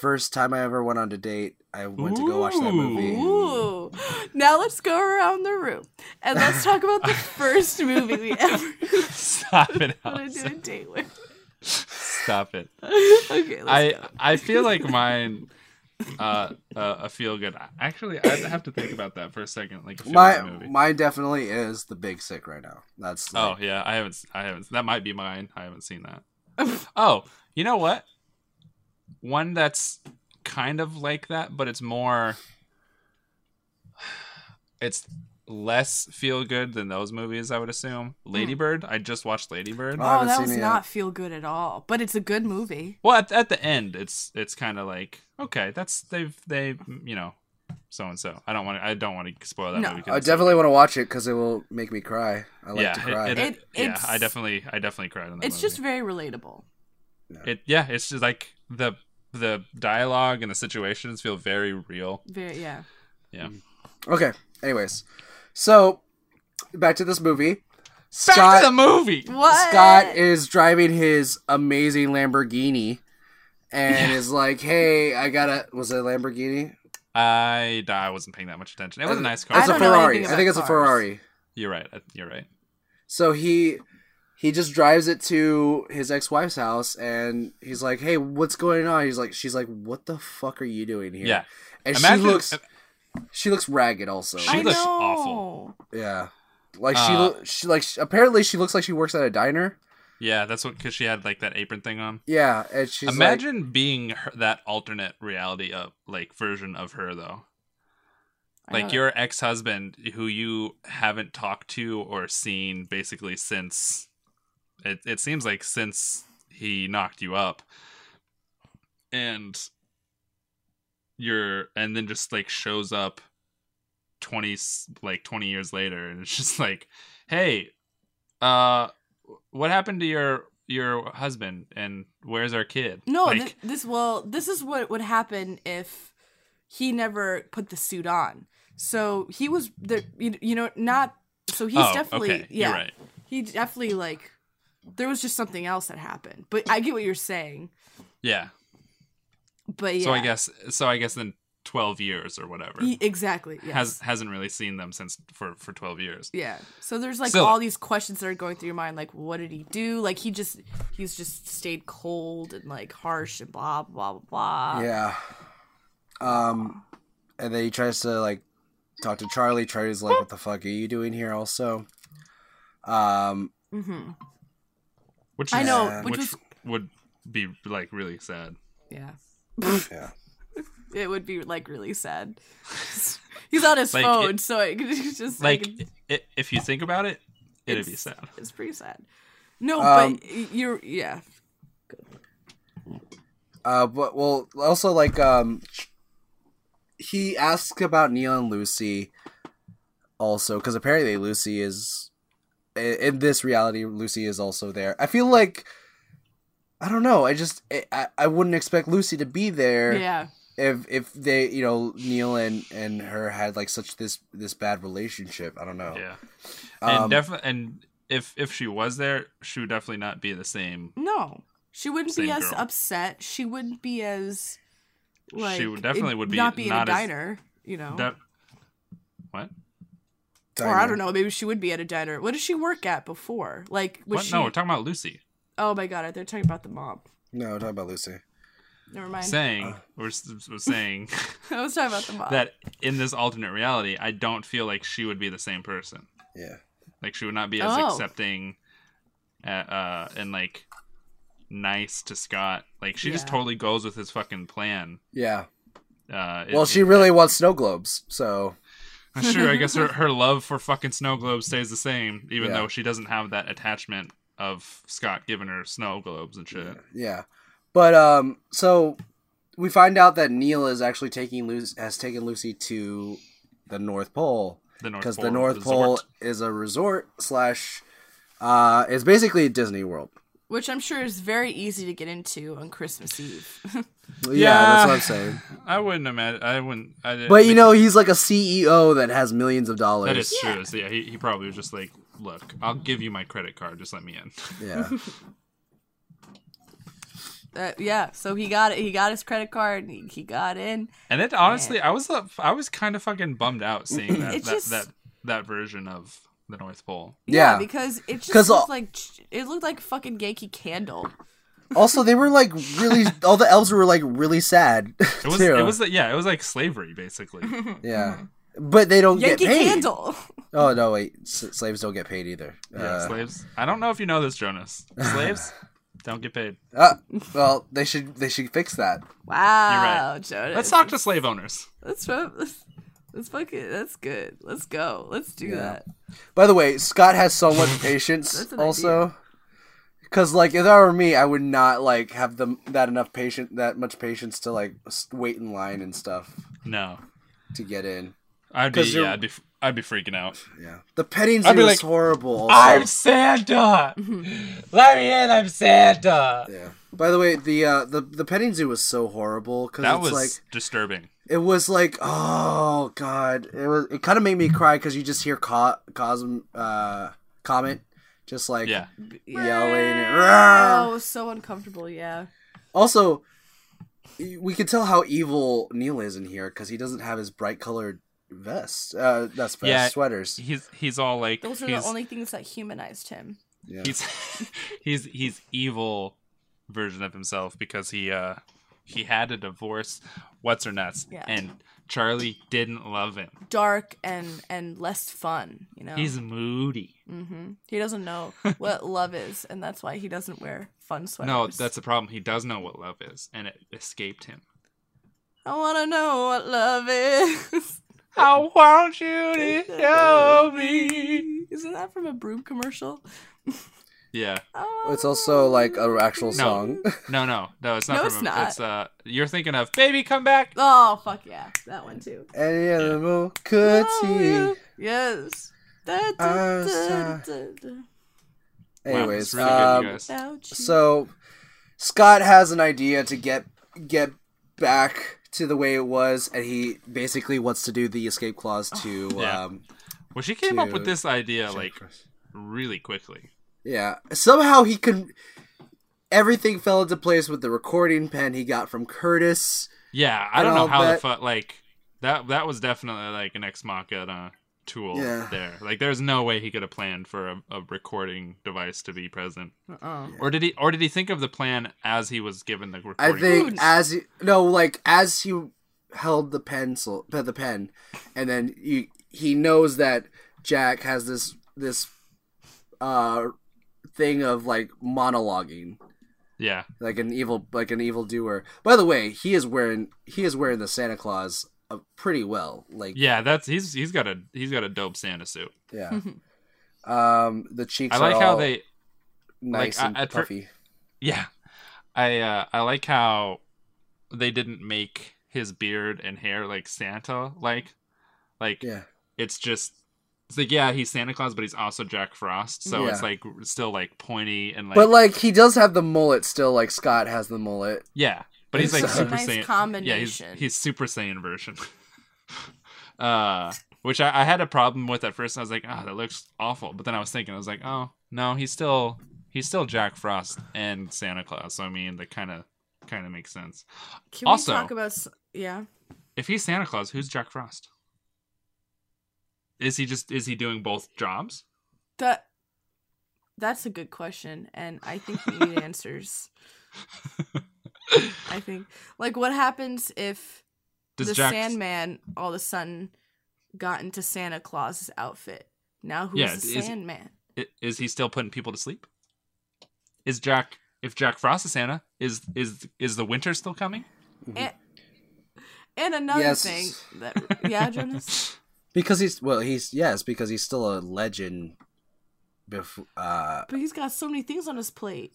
Speaker 2: first time I ever went on a date. I went to go watch that movie.
Speaker 1: Ooh. Now let's go around the room and let's talk about the first movie we ever
Speaker 3: stop it,
Speaker 1: wanted to
Speaker 3: Allison.
Speaker 1: do a date with.
Speaker 3: stop it.
Speaker 1: Okay, let's
Speaker 3: I
Speaker 1: go.
Speaker 3: I feel like mine uh, uh a feel good. Actually, I have to think about that for a second. Like a feel
Speaker 2: My
Speaker 3: good movie.
Speaker 2: mine definitely is the big sick right now. That's
Speaker 3: oh yeah, I haven't. I haven't. That might be mine. I haven't seen that. oh, you know what? One that's kind of like that, but it's more. It's less feel good than those movies. I would assume.
Speaker 1: Hmm.
Speaker 3: Ladybird. I just watched Ladybird.
Speaker 2: I
Speaker 1: Oh,
Speaker 2: haven't
Speaker 1: that
Speaker 2: seen
Speaker 1: was
Speaker 2: it yet.
Speaker 1: not feel good at all, but it's a good movie.
Speaker 3: Well, at, at the end, it's it's kind of like okay, that's they've they you know, so and so. I don't want to I don't want to spoil that
Speaker 1: No.
Speaker 3: movie. 'cause
Speaker 2: I
Speaker 3: it's so
Speaker 2: definitely
Speaker 3: good.
Speaker 2: want to watch it because it will make me cry. I like
Speaker 3: yeah,
Speaker 2: to cry.
Speaker 3: It, it,
Speaker 1: It-
Speaker 3: yeah,
Speaker 1: it's-
Speaker 3: I definitely I definitely cried on that.
Speaker 1: It's
Speaker 3: movie.
Speaker 1: just very relatable.
Speaker 3: it yeah, it's just like the the dialogue and the situations feel very real.
Speaker 1: Very yeah.
Speaker 3: Yeah,
Speaker 2: Mm. okay. Anyways, so back to this movie. Scott
Speaker 3: back to the movie.
Speaker 1: What?
Speaker 2: Scott is driving his amazing Lamborghini, and is like, "Hey, I got a was it a Lamborghini?
Speaker 3: I I wasn't paying that much attention. It was a nice car.
Speaker 1: I
Speaker 2: It's a
Speaker 1: don't know
Speaker 2: Ferrari.
Speaker 1: anything
Speaker 2: Uh, I think
Speaker 1: about
Speaker 2: it's a
Speaker 1: cars.
Speaker 2: Ferrari."
Speaker 3: You're right. I- You're right.
Speaker 2: So he he just drives it to his ex-wife's house and he's like, "Hey, what's going on?" He's like she's like, "What the fuck are you doing here?"
Speaker 3: Yeah.
Speaker 2: And
Speaker 3: Imagine-
Speaker 2: she looks she looks ragged also.
Speaker 3: She
Speaker 1: I
Speaker 3: looks
Speaker 1: know.
Speaker 3: awful.
Speaker 2: yeah. Like she
Speaker 3: Uh,
Speaker 2: lo- she like she, apparently she looks like she works at a diner.
Speaker 3: Yeah, that's what because she had like that apron thing on.
Speaker 2: Yeah, and she's like,
Speaker 3: Imagine being her, that alternate reality of like version of her though.
Speaker 1: I know
Speaker 3: Like
Speaker 1: that-
Speaker 3: your ex-husband who you haven't talked to or seen basically since it it seems like since he knocked you up. And you're and then just like shows up 20 s- like 20 years later and it's just like, "Hey, uh what happened to your your husband and where's our kid?"
Speaker 1: No,
Speaker 3: like,
Speaker 1: thi- this well, this is what would happen if he never put the suit on. So he was the you, you know not so he's
Speaker 3: Oh,
Speaker 1: definitely
Speaker 3: okay,
Speaker 1: yeah
Speaker 3: you're right.
Speaker 1: he definitely like there was just something else that happened. But I get what you're saying.
Speaker 3: yeah.
Speaker 1: But yeah,
Speaker 3: So I guess so I guess then 12 years or whatever.
Speaker 1: He- exactly yes.
Speaker 3: Has hasn't really seen them since for for 12 years.
Speaker 1: yeah. So there's like
Speaker 3: So-
Speaker 1: all these questions that are going through your mind, like what did he do? Like he just he's just stayed cold and like harsh and blah blah blah blah.
Speaker 2: "Yeah." Um and then he tries to like talk to Charlie. Charlie's like, "What the fuck are you doing here also?" Um
Speaker 1: hmm
Speaker 3: Which
Speaker 1: I
Speaker 3: is-
Speaker 1: know, which
Speaker 3: which,
Speaker 1: was-
Speaker 3: would be like really sad.
Speaker 1: Yeah.
Speaker 2: yeah.
Speaker 1: it would be like really sad. He's on his
Speaker 3: Like,
Speaker 1: phone,
Speaker 3: it-
Speaker 1: so it, it's just
Speaker 3: Like
Speaker 1: it's,
Speaker 3: i if you think about it, it'd be
Speaker 1: It's-
Speaker 3: sad.
Speaker 1: it's pretty sad. No,
Speaker 2: Um,
Speaker 1: but you're yeah.
Speaker 2: Uh, but well, also like um, he asks about Neil and Lucy, also because apparently Lucy is i- in this reality. Lucy is also there. I feel like I don't know. I just I- I, I wouldn't expect Lucy to be there
Speaker 1: Yeah.
Speaker 2: if if they you know Neil and and her had like such this this bad relationship. I don't know.
Speaker 3: Yeah.
Speaker 2: Um,
Speaker 3: and definitely and if if she was there, she would definitely not be the same.
Speaker 1: No. She wouldn't be
Speaker 3: Same
Speaker 1: as
Speaker 3: girl.
Speaker 1: upset. She wouldn't be as like
Speaker 3: would- definitely
Speaker 1: it-
Speaker 3: would be
Speaker 1: not be
Speaker 3: not
Speaker 1: in
Speaker 3: as-
Speaker 1: a diner, you know.
Speaker 3: That What?
Speaker 1: or I don't know, maybe she would be at a diner. What did she work at before? Like was
Speaker 3: What?
Speaker 1: she
Speaker 3: No, we're talking about Lucy.
Speaker 1: Oh my god, they're talking about the mom.
Speaker 2: No, talk about Lucy.
Speaker 1: Never mind.
Speaker 3: Saying we're, s- we're saying
Speaker 1: I was talking about the mom.
Speaker 3: that in this alternate reality, I don't feel like she would be the same person.
Speaker 2: Yeah.
Speaker 3: Like she would not be as
Speaker 1: Oh.
Speaker 3: accepting, uh, uh, and like nice to Scott. Like she just
Speaker 1: Yeah.
Speaker 3: totally goes with his fucking plan.
Speaker 2: Yeah.
Speaker 3: Uh, it-
Speaker 2: Well, she
Speaker 3: it-
Speaker 2: really wants snow globes, so
Speaker 3: That's true. I guess her, her love for fucking snow globes stays the same, even
Speaker 2: Yeah.
Speaker 3: though she doesn't have that attachment of Scott giving her snow globes and shit.
Speaker 2: Yeah, but um, so we find out that Neil is actually taking Lucy has taken Lucy to the North Pole
Speaker 3: The North
Speaker 2: because
Speaker 3: Pole.
Speaker 2: the North
Speaker 3: resort.
Speaker 2: Pole is a resort slash, uh, it's basically Disney World.
Speaker 1: Which I'm sure is very easy to get into on Christmas Eve.
Speaker 2: Yeah,
Speaker 3: Yeah.
Speaker 2: that's what I'm saying.
Speaker 3: I wouldn't imagine. I wouldn't. I didn't,
Speaker 2: But you know, he's like a CEO that has millions of dollars.
Speaker 3: that is true. So yeah, he, he probably was just like, look, I'll give you my credit card. Just let me in.
Speaker 2: Yeah,
Speaker 1: Uh, yeah, so he got it. He got his credit card. And he, he got in.
Speaker 3: And it honestly, I was the- I was kind of fucking bummed out seeing that
Speaker 1: It's
Speaker 3: that,
Speaker 1: just-
Speaker 3: that that version of the North Pole.
Speaker 1: Yeah,
Speaker 2: yeah.
Speaker 1: because it just
Speaker 2: 'Cause
Speaker 1: looked
Speaker 2: all-
Speaker 1: like it looked like fucking Yankee Candle.
Speaker 2: also, they were like really. All the elves were like really sad.
Speaker 3: It was
Speaker 2: too.
Speaker 3: it was like- yeah, it was like slavery basically.
Speaker 2: yeah. But they don't
Speaker 1: Mm-hmm. Yankee
Speaker 2: get paid.
Speaker 1: Candle.
Speaker 2: Oh no! Wait, S- slaves don't get paid either.
Speaker 3: yeah,
Speaker 2: Uh,
Speaker 3: slaves. I don't know if you know this, Jonas. Slaves don't get paid.
Speaker 2: Uh, well, they should they should fix that.
Speaker 1: Wow,
Speaker 3: right.
Speaker 1: Jonas.
Speaker 3: Let's talk to slave owners.
Speaker 1: Let's fu- let's, let's fucking that's good. Let's go. Let's do that.
Speaker 2: By the way, Scott has so much patience
Speaker 1: That's an
Speaker 2: also. Cause like if that were me, I would not like have them that enough patient that much patience to like s- wait in line and stuff
Speaker 3: No,
Speaker 2: to get in.
Speaker 3: I'd be
Speaker 2: 'Cause you're-
Speaker 3: yeah, I'd be f- I'd be freaking out.
Speaker 2: Yeah, the petting zoo
Speaker 3: I'd be
Speaker 2: is
Speaker 3: like,
Speaker 2: horrible. Also.
Speaker 3: Santa. Let me in. I'm Santa.
Speaker 2: yeah. By the way, the uh, the the petting zoo was so horrible because
Speaker 3: That
Speaker 2: it's
Speaker 3: was
Speaker 2: like
Speaker 3: disturbing.
Speaker 2: it was like oh god it was it kind of made me cry because you just hear co- cosm uh comment just like
Speaker 3: Yeah,
Speaker 2: yelling
Speaker 1: Oh,
Speaker 2: and,
Speaker 1: so uncomfortable. Yeah.
Speaker 2: also we can tell how evil neil is in here because he doesn't have his bright colored vest uh that's vest,
Speaker 3: Yeah.
Speaker 2: sweaters
Speaker 3: he's he's all like
Speaker 1: Those are
Speaker 3: he's,
Speaker 1: the only things that humanized him.
Speaker 2: yeah
Speaker 3: he's he's he's evil version of himself because he uh he had to divorce what's her nuts
Speaker 1: Yeah.
Speaker 3: and Charlie didn't love him.
Speaker 1: Dark and and less fun. You know.
Speaker 3: He's moody.
Speaker 1: hmm He doesn't know what love is, and that's why he doesn't wear fun sweaters.
Speaker 3: No, that's the problem. He does know what love is, and it escaped him.
Speaker 1: I want to know what love is.
Speaker 3: I want you to show me.
Speaker 1: Isn't that from a broom commercial?
Speaker 3: Yeah.
Speaker 1: Oh,
Speaker 2: it's also like an actual song
Speaker 3: No, no, no. It's not.
Speaker 1: No,
Speaker 3: from
Speaker 1: it's
Speaker 3: him.
Speaker 1: not.
Speaker 3: It's uh, you're thinking of "Baby, Come Back."
Speaker 1: Oh fuck yeah, that one too. Oh,
Speaker 2: any animal could see
Speaker 1: Yes. Da, da,
Speaker 2: I'm
Speaker 1: da, da, da,
Speaker 3: Wow,
Speaker 2: anyways
Speaker 3: it's really
Speaker 2: um,
Speaker 3: good, you guys.
Speaker 1: Without you.
Speaker 2: So Scott has an idea to get get back to the way it was, and he basically wants to do the escape clause to
Speaker 3: Yeah.
Speaker 2: um
Speaker 3: Well, she came up with
Speaker 2: Dude.
Speaker 3: this idea like really quickly.
Speaker 2: yeah. Somehow he can everything fell into place with the recording pen he got from Curtis.
Speaker 3: Yeah, I
Speaker 2: And
Speaker 3: don't know
Speaker 2: I'll
Speaker 3: how
Speaker 2: bet-
Speaker 3: the fuck like that. That was definitely like an ex machina tool
Speaker 2: Yeah.
Speaker 3: there. Like, there's no way he could have planned for a, a recording device to be present,
Speaker 1: Uh-uh.
Speaker 3: or did he? Or did he think of the plan as he was given the recording?
Speaker 2: I think
Speaker 3: device?
Speaker 2: as he, no, like as he held the pencil the pen, and then you he knows that Jack has this this uh thing of like monologuing
Speaker 3: yeah,
Speaker 2: like an evil like an evil doer. By the way, he is wearing he is wearing the Santa Claus uh, pretty well. Like
Speaker 3: yeah. That's he's he's got a he's got a dope Santa suit.
Speaker 2: yeah. um, the cheeks.
Speaker 3: I like
Speaker 2: are
Speaker 3: how
Speaker 2: all
Speaker 3: they
Speaker 2: nice
Speaker 3: like, I-
Speaker 2: and
Speaker 3: at fir-
Speaker 2: puffy.
Speaker 3: Yeah. I uh I like how they didn't make his beard and hair like Santa like like
Speaker 2: yeah,
Speaker 3: it's just it's like yeah, he's Santa Claus but he's also Jack Frost. So it's
Speaker 2: Yeah.
Speaker 3: like still like pointy and like,
Speaker 2: but like he does have the mullet still. Like Scott has the mullet.
Speaker 3: yeah. But he's
Speaker 2: It's
Speaker 3: like
Speaker 2: a
Speaker 3: super
Speaker 1: nice
Speaker 3: saiyan. Yeah, he's
Speaker 1: combination.
Speaker 3: he's super saiyan version. uh which I, I had a problem with at first. I was like, "Ah, that looks awful." But then I was thinking, I was like, "Oh, no, he's still he's still Jack Frost and Santa Claus." So I mean, that kind of kind of makes sense.
Speaker 1: Can
Speaker 3: also-
Speaker 1: we talk about? s- Yeah.
Speaker 3: If he's Santa Claus, who's Jack Frost? Is he just is he doing both jobs?
Speaker 1: That. That's a good question, and I think we need answers. I think, like, what happens if
Speaker 3: Does
Speaker 1: the
Speaker 3: Jack
Speaker 1: Sandman all of a sudden got into Santa Claus's outfit? Now who's
Speaker 3: Yeah,
Speaker 1: the
Speaker 3: is-
Speaker 1: Sandman?
Speaker 3: i- is he still putting people to sleep? Is Jack if Jack Frost is Santa, is is is the winter still coming?
Speaker 1: And another
Speaker 2: Yes.
Speaker 1: thing that yeah, Jonas.
Speaker 2: Because he's well, he's yes, because he's still a legend. Before, uh,
Speaker 1: But he's got so many things on his plate.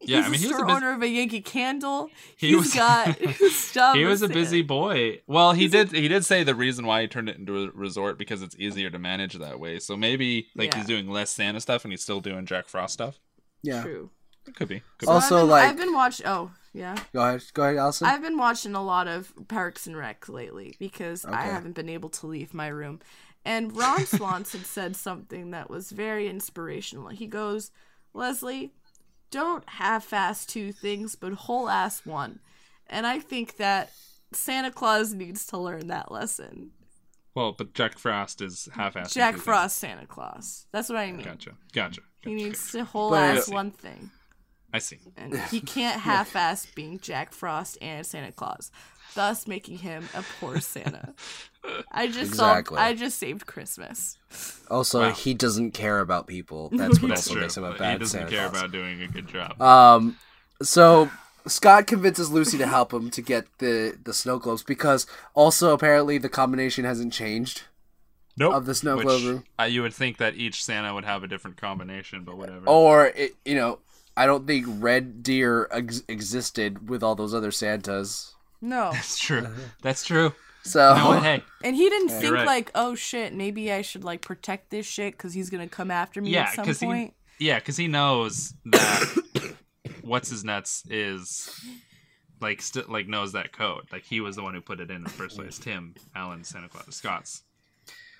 Speaker 3: Yeah,
Speaker 1: he's
Speaker 3: I mean,
Speaker 1: a
Speaker 3: he was
Speaker 1: store
Speaker 3: a bus-
Speaker 1: owner of a Yankee Candle.
Speaker 3: He
Speaker 1: He has
Speaker 3: was-
Speaker 1: got stuff.
Speaker 3: he was a
Speaker 1: It's-
Speaker 3: busy boy. Well, he did he did say the reason why he turned it into a resort because it's easier to manage that way. So maybe like
Speaker 1: Yeah.
Speaker 3: he's doing less Santa stuff and he's still doing Jack Frost stuff.
Speaker 2: yeah.
Speaker 1: True.
Speaker 3: It could be. Could
Speaker 1: So
Speaker 2: Also,
Speaker 1: I've been,
Speaker 2: like-
Speaker 1: I've been watching. Oh, yeah.
Speaker 2: Go ahead, go ahead, Allison.
Speaker 1: I've been watching a lot of Parks and Rec lately because I
Speaker 2: Okay.
Speaker 1: haven't been able to leave my room. And Ron Swanson said something that was very inspirational. He goes, Leslie, don't half ass two things, but whole ass one. And I think that Santa Claus needs to learn that lesson.
Speaker 3: be. Well, but Jack Frost is half assed.
Speaker 1: Jack Frost, Santa Claus. That's what I mean.
Speaker 3: Gotcha. Gotcha.
Speaker 1: He
Speaker 3: Gotcha.
Speaker 1: needs to whole
Speaker 2: But-
Speaker 1: ass one thing.
Speaker 3: I see.
Speaker 1: And he can't half ass being Jack Frost and Santa Claus, thus making him a poor Santa. I just solved,
Speaker 2: Exactly.
Speaker 1: I just saved Christmas.
Speaker 2: Also,
Speaker 3: Wow.
Speaker 2: he doesn't care about people. That's what
Speaker 3: That's
Speaker 2: also
Speaker 3: true.
Speaker 2: makes him a
Speaker 3: He
Speaker 2: bad
Speaker 3: doesn't
Speaker 2: Santa
Speaker 3: care
Speaker 2: Claus.
Speaker 3: about doing a good job.
Speaker 2: Um, so Scott convinces Lucy to help him to get the the snow globes because also apparently the combination hasn't changed.
Speaker 3: nope.
Speaker 2: of the snow
Speaker 3: Which,
Speaker 2: globe room.
Speaker 3: uh, you would think that each Santa would have a different combination, but whatever.
Speaker 2: Or it, you know, I don't think Red Deer ex- existed with all those other Santas.
Speaker 1: No,
Speaker 3: That's true.
Speaker 2: Uh-huh.
Speaker 3: That's true.
Speaker 2: So
Speaker 3: No, one- hey,
Speaker 1: and he didn't think
Speaker 3: right.
Speaker 1: like, oh shit, maybe I should like protect this shit because he's gonna come after me
Speaker 3: yeah,
Speaker 1: at some
Speaker 3: because he,
Speaker 1: point.
Speaker 3: yeah, 'cause he knows that what's his nuts is like still like knows that code. Like he was the one who put it in in the first
Speaker 2: Mm.
Speaker 3: place. Tim Allen Santa Claus Scott's.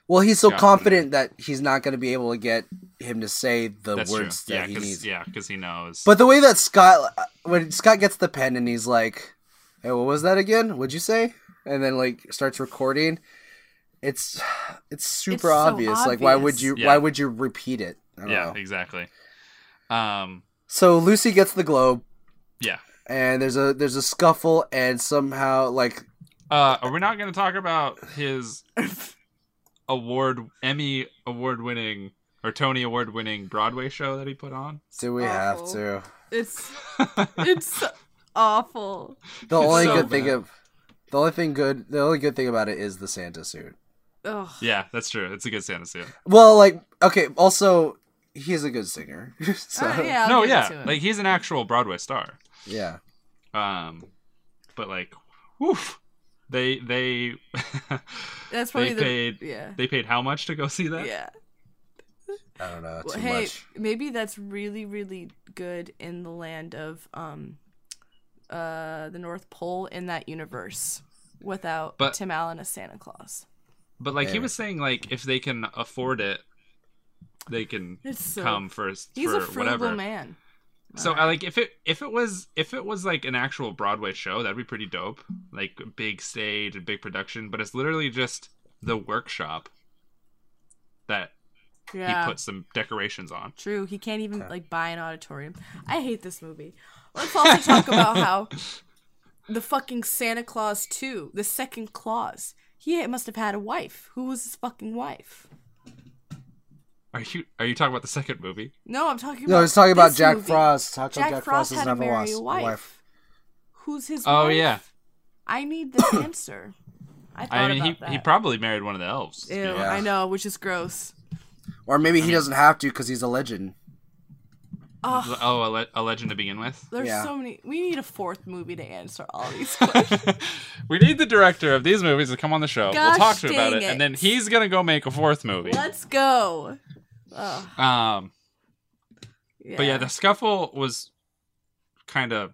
Speaker 2: well, he's so
Speaker 3: Yeah.
Speaker 2: confident that he's not going to be able to get him to say the
Speaker 3: That's true.
Speaker 2: words
Speaker 3: Yeah,
Speaker 2: that he
Speaker 3: because
Speaker 2: needs.
Speaker 3: yeah, 'cause he knows.
Speaker 2: But the way that Scott, when Scott gets the pen and he's like, "Hey, what was that again? What'd you say?" and then like starts recording, it's it's super
Speaker 1: so
Speaker 2: obvious. Like, why would
Speaker 1: obvious.
Speaker 2: you?
Speaker 3: Yeah.
Speaker 2: Why would you repeat it? I don't
Speaker 3: yeah,
Speaker 2: know.
Speaker 3: exactly. Um,
Speaker 2: So Lucy gets the globe,
Speaker 3: yeah.
Speaker 2: and there's a there's a scuffle, and somehow like
Speaker 3: Uh, are we not going to talk about his award Emmy award winning or Tony award winning Broadway show that he put on?
Speaker 2: do we have
Speaker 1: awful.
Speaker 2: to?
Speaker 1: It's it's awful.
Speaker 2: The only
Speaker 3: so
Speaker 2: good thing
Speaker 3: bad.
Speaker 2: of the only thing good the only good thing about it is the Santa suit.
Speaker 1: Ugh.
Speaker 3: Yeah, that's true. It's a good Santa suit.
Speaker 2: Well, like okay, also he's a good singer. so,
Speaker 1: Uh, yeah, I'll
Speaker 3: no,
Speaker 1: give it
Speaker 3: yeah,
Speaker 1: to him.
Speaker 3: like he's an actual Broadway star.
Speaker 2: yeah.
Speaker 3: Um, but like, woof, they they
Speaker 1: that's probably
Speaker 3: they
Speaker 1: the
Speaker 3: paid
Speaker 1: yeah
Speaker 3: they paid how much to go see that?
Speaker 1: yeah.
Speaker 2: I don't know.
Speaker 1: Well,
Speaker 2: Too
Speaker 1: hey,
Speaker 2: much.
Speaker 1: maybe that's really, really good in the land of um, uh, the North Pole in that universe without
Speaker 3: But-
Speaker 1: Tim Allen as Santa Claus.
Speaker 3: But like he
Speaker 2: Maybe.
Speaker 3: was saying, like if they can afford it, they can
Speaker 1: It's so
Speaker 3: come first
Speaker 1: he's
Speaker 3: for
Speaker 1: a frugal
Speaker 3: whatever.
Speaker 1: man.
Speaker 3: So I like if it if it was if it was like an actual Broadway show, that'd be pretty dope. Like big stage and big production, but it's literally just the workshop that
Speaker 1: Yeah,
Speaker 3: he put some decorations on.
Speaker 1: true. He can't even like buy an auditorium. I hate this movie. Let's also talk about how the fucking Santa Claus two, the second Claus. He must have had a wife. Who was his fucking wife?
Speaker 3: Are you are you talking about the second movie?
Speaker 1: No, I'm talking about.
Speaker 2: No, I was talking about
Speaker 1: this
Speaker 2: Jack
Speaker 1: movie.
Speaker 2: Frost. Talk about
Speaker 1: Jack, Frost, had
Speaker 2: doesn't
Speaker 1: to
Speaker 2: have a
Speaker 1: marry
Speaker 2: was-
Speaker 1: a
Speaker 2: a
Speaker 1: wife.
Speaker 2: wife.
Speaker 1: Who's his?
Speaker 3: Oh,
Speaker 1: wife?
Speaker 3: yeah.
Speaker 1: I need this answer. I thought
Speaker 3: I mean,
Speaker 1: about
Speaker 3: he,
Speaker 1: that.
Speaker 3: he probably married one of the elves. to be
Speaker 1: Ew,
Speaker 3: honest.
Speaker 2: Yeah.
Speaker 1: I know, which is gross.
Speaker 2: Or maybe he doesn't have to because he's a legend.
Speaker 1: Oh,
Speaker 3: Oh, a, le- a legend to begin with.
Speaker 1: there's
Speaker 2: Yeah.
Speaker 1: so many. We need a fourth movie to answer all these questions.
Speaker 3: we need the director of these movies to come on the show.
Speaker 1: Gosh
Speaker 3: we'll talk to him about
Speaker 1: dang
Speaker 3: it, and then
Speaker 1: it.
Speaker 3: he's gonna go make a fourth movie.
Speaker 1: Let's go. Oh,
Speaker 3: Um,
Speaker 1: yeah.
Speaker 3: but yeah, the scuffle was kind of.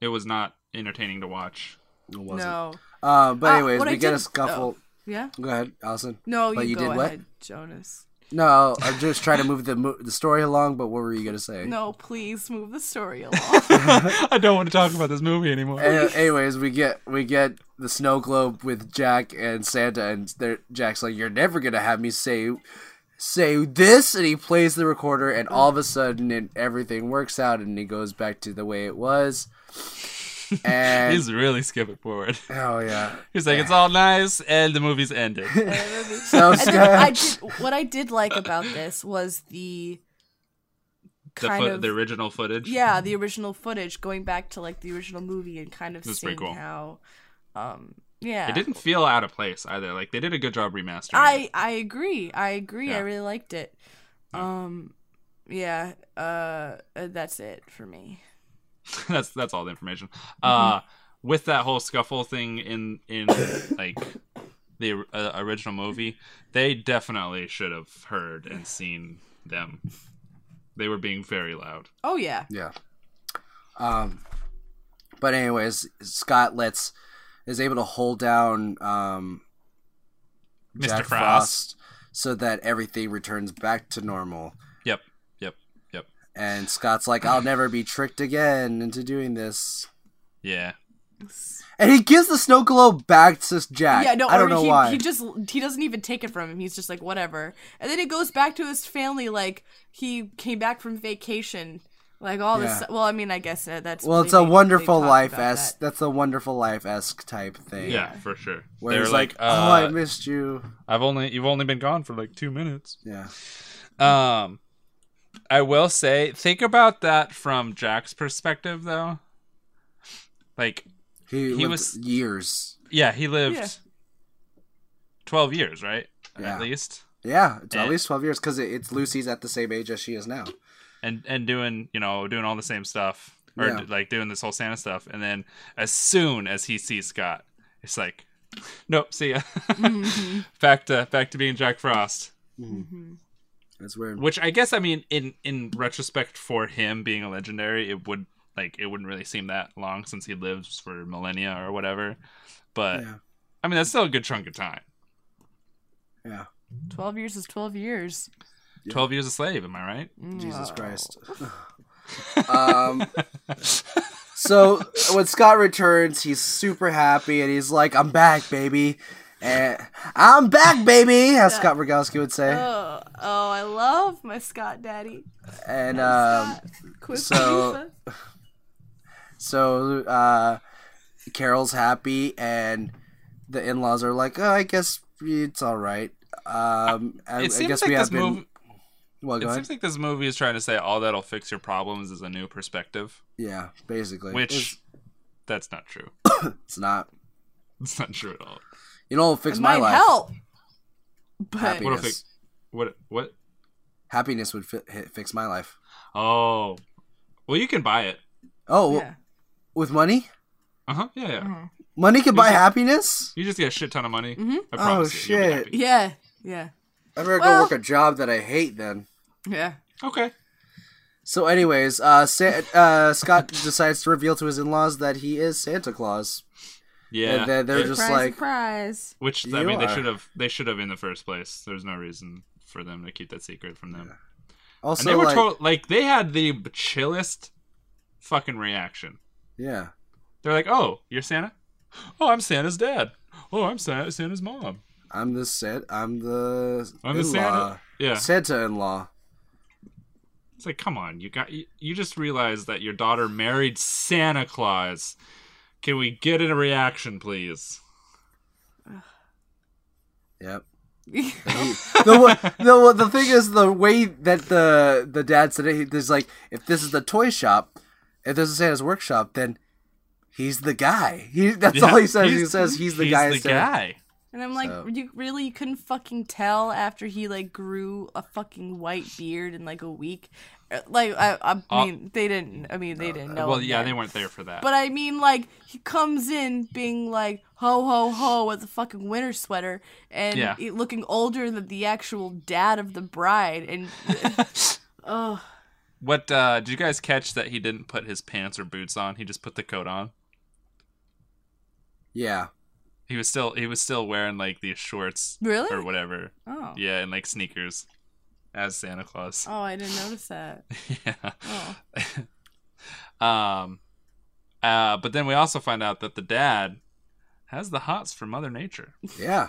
Speaker 3: It was not entertaining to watch.
Speaker 2: It wasn't.
Speaker 1: no.
Speaker 2: Uh, but
Speaker 1: Uh,
Speaker 2: anyways,
Speaker 1: what
Speaker 2: we
Speaker 1: I oh.
Speaker 2: get a
Speaker 1: did-
Speaker 2: scuffle.
Speaker 1: Yeah.
Speaker 2: Go ahead, Allison.
Speaker 1: No,
Speaker 2: But
Speaker 1: you,
Speaker 2: you
Speaker 1: go
Speaker 2: did what?
Speaker 1: ahead, Jonas.
Speaker 2: No, I'm just trying to move the mo- the story along. But what were you gonna say?
Speaker 1: No, please move the story along.
Speaker 3: I don't want to talk about this movie anymore.
Speaker 2: Any- anyways, we get we get the snow globe with Jack and Santa, and they're- Jack's like, "You're never gonna have me say." Say this, and he plays the recorder, and all of a sudden, it, everything works out, and he goes back to the way it was. And
Speaker 3: He's really skipping forward.
Speaker 2: oh yeah,
Speaker 3: He's like, it's all nice, and the movie's ended.
Speaker 2: so
Speaker 1: And then I
Speaker 2: Scott,
Speaker 1: did, what I did like about this was the
Speaker 3: the,
Speaker 1: kind
Speaker 3: foot
Speaker 1: of
Speaker 3: the original footage.
Speaker 1: yeah the original footage going back to like the original movie and kind of
Speaker 3: That's
Speaker 1: seeing
Speaker 3: pretty cool.
Speaker 1: how um Yeah.
Speaker 3: It didn't feel out of place either. Like they did a good job remastering. it.
Speaker 1: I I agree. I agree. I
Speaker 3: Yeah. Mm.
Speaker 1: really liked it. Um yeah, uh that's it for me.
Speaker 3: that's that's all the information.
Speaker 2: Mm-hmm.
Speaker 3: Uh, with that whole scuffle thing in in like the uh, original movie, they definitely should have heard and seen them. They were being very loud.
Speaker 1: Oh yeah.
Speaker 2: Yeah. Um, but anyways, Scott lets is able to hold down um,
Speaker 3: Mr.
Speaker 2: Jack
Speaker 3: Frost.
Speaker 2: Frost so that everything returns back to normal.
Speaker 3: Yep. Yep. Yep.
Speaker 2: And Scott's like, "I'll never be tricked again into doing this."
Speaker 3: Yeah.
Speaker 2: And he gives the snow globe back to Jack.
Speaker 1: Yeah, no,
Speaker 2: I don't
Speaker 1: or
Speaker 2: know
Speaker 1: he,
Speaker 2: why.
Speaker 1: he just he doesn't even take it from him. He's just like whatever. And then it goes back to his family like he came back from vacation. Like all
Speaker 2: Yeah.
Speaker 1: this well, I mean, I guess uh, that's
Speaker 2: well,
Speaker 1: they
Speaker 2: it's a
Speaker 1: make- they
Speaker 2: wonderful
Speaker 1: talk
Speaker 2: life
Speaker 1: about
Speaker 2: esque. That's a wonderful life esque type thing.
Speaker 3: Yeah. for sure.
Speaker 2: Where
Speaker 3: They're
Speaker 2: he's
Speaker 3: like,
Speaker 2: like,
Speaker 3: uh,
Speaker 2: "Oh, I missed you."
Speaker 3: I've only you've only been gone for like two minutes.
Speaker 2: Yeah.
Speaker 3: Um, I will say, think about that from Jack's perspective, though. Like,
Speaker 2: He,
Speaker 3: He
Speaker 2: lived
Speaker 3: was-
Speaker 2: years.
Speaker 3: yeah, he lived
Speaker 1: Yeah.
Speaker 3: twelve years, right?
Speaker 2: Yeah.
Speaker 3: At least,
Speaker 2: Yeah, it's at
Speaker 3: And-
Speaker 2: least twelve years because it, it's Lucy's at the same age as she is now.
Speaker 3: and and doing you know doing all the same stuff or
Speaker 2: Yeah.
Speaker 3: like doing this whole Santa stuff, and then as soon as he sees Scott, it's like, nope, see ya. back to back to being Jack Frost.
Speaker 2: That's weird.
Speaker 3: Which I guess I mean in in retrospect for him being a legendary, it would like it wouldn't really seem that long since he lives for millennia or whatever. But
Speaker 2: Yeah.
Speaker 3: I mean that's still a good chunk of time.
Speaker 2: Yeah.
Speaker 1: 12 years is 12 years.
Speaker 3: Twelve years a slave, am I right?
Speaker 2: Jesus Christ. um. So when Scott returns, he's super happy and he's like, "I'm back, baby." And I'm back, baby, as Scott Rogowski would say.
Speaker 1: Oh, oh, I love my Scott daddy.
Speaker 2: and um,
Speaker 1: Quick
Speaker 2: so- so uh, Carol's happy, and the in-laws are like, "Oh, I guess it's all right." Um, I, I
Speaker 3: it seems
Speaker 2: guess
Speaker 3: like
Speaker 2: we
Speaker 3: this
Speaker 2: have been.
Speaker 3: movie
Speaker 2: well, go
Speaker 3: it
Speaker 2: ahead.
Speaker 3: seems like this movie is trying to say all that'll fix your problems is a new perspective.
Speaker 2: yeah, basically,
Speaker 3: Which
Speaker 2: it's,
Speaker 3: that's not true.
Speaker 2: it's not.
Speaker 3: It's not true at all.
Speaker 2: You know, it'll fix
Speaker 1: It
Speaker 2: my
Speaker 1: might
Speaker 2: life.
Speaker 1: help. But
Speaker 2: Happy.
Speaker 3: What'll
Speaker 2: Yes.
Speaker 3: fix what what
Speaker 2: Happiness would fi- hi- fix my life.
Speaker 3: oh well you can buy it.
Speaker 2: Oh,
Speaker 1: yeah.
Speaker 2: with money,
Speaker 3: Uh huh. Yeah,
Speaker 1: Mm-hmm.
Speaker 3: yeah.
Speaker 2: money can buy happiness.
Speaker 3: You just get a shit ton of money. I
Speaker 2: Oh,
Speaker 3: promise you, you'll be
Speaker 2: shit.
Speaker 3: happy.
Speaker 1: yeah, yeah,
Speaker 2: I better
Speaker 1: Well-
Speaker 2: go work a job that I hate then.
Speaker 1: yeah.
Speaker 3: Okay.
Speaker 2: So, anyways, uh, Sa- uh, Scott decides to reveal to his in-laws that he is Santa Claus,
Speaker 3: Yeah.
Speaker 2: and then they're
Speaker 3: Yeah.
Speaker 2: just
Speaker 1: Surprise,
Speaker 2: like,
Speaker 1: surprise.
Speaker 3: Which I
Speaker 2: You
Speaker 3: mean, they
Speaker 2: are.
Speaker 3: should have. They should have in the first place. There's no reason for them to keep that secret from them. And
Speaker 2: also
Speaker 3: they were
Speaker 2: like,
Speaker 3: told like they had the chillest fucking reaction.
Speaker 2: yeah,
Speaker 3: They're like, "Oh, you're Santa? Oh, I'm Santa's dad. Oh, I'm Santa, Santa's mom.
Speaker 2: I'm the Santa, I'm the
Speaker 3: I'm the
Speaker 2: in-law,
Speaker 3: Santa." Yeah.
Speaker 2: Santa in-law.
Speaker 3: It's like, come on, you got you, you just realized that your daughter married Santa Claus. Can we get a reaction, please?
Speaker 2: Yep. the, wa- the wa- the thing is the way that the the dad said it. he- There's like if this is the toy shop, if this is Santa's workshop, then he's the guy. He that's all he
Speaker 3: Yeah,
Speaker 2: says. He
Speaker 3: he's-
Speaker 2: says he's the guy.
Speaker 3: The
Speaker 2: instead of-
Speaker 3: guy.
Speaker 1: And I'm like,
Speaker 2: So-
Speaker 1: you really you couldn't fucking tell after he like grew a fucking white beard in like a week. Uh, Like I, I
Speaker 3: Uh,
Speaker 1: mean, they didn't. I mean, they didn't know.
Speaker 3: Well,
Speaker 1: him
Speaker 3: yeah,
Speaker 1: then.
Speaker 3: they weren't there for that.
Speaker 1: But I mean, like he comes in being like ho ho ho with a fucking winter sweater and
Speaker 3: Yeah.
Speaker 1: he- looking older than the actual dad of the bride, and uh, oh
Speaker 3: What uh did you guys catch that he didn't put his pants or boots on? He just put the coat on.
Speaker 2: Yeah.
Speaker 3: He was still he was still wearing like these shorts
Speaker 1: Really?
Speaker 3: or whatever.
Speaker 1: oh
Speaker 3: Yeah, and like sneakers as Santa Claus.
Speaker 1: oh, I didn't notice that.
Speaker 3: yeah.
Speaker 1: Oh.
Speaker 3: Um uh but then we also find out that the dad has the hots for mother nature.
Speaker 2: Yeah.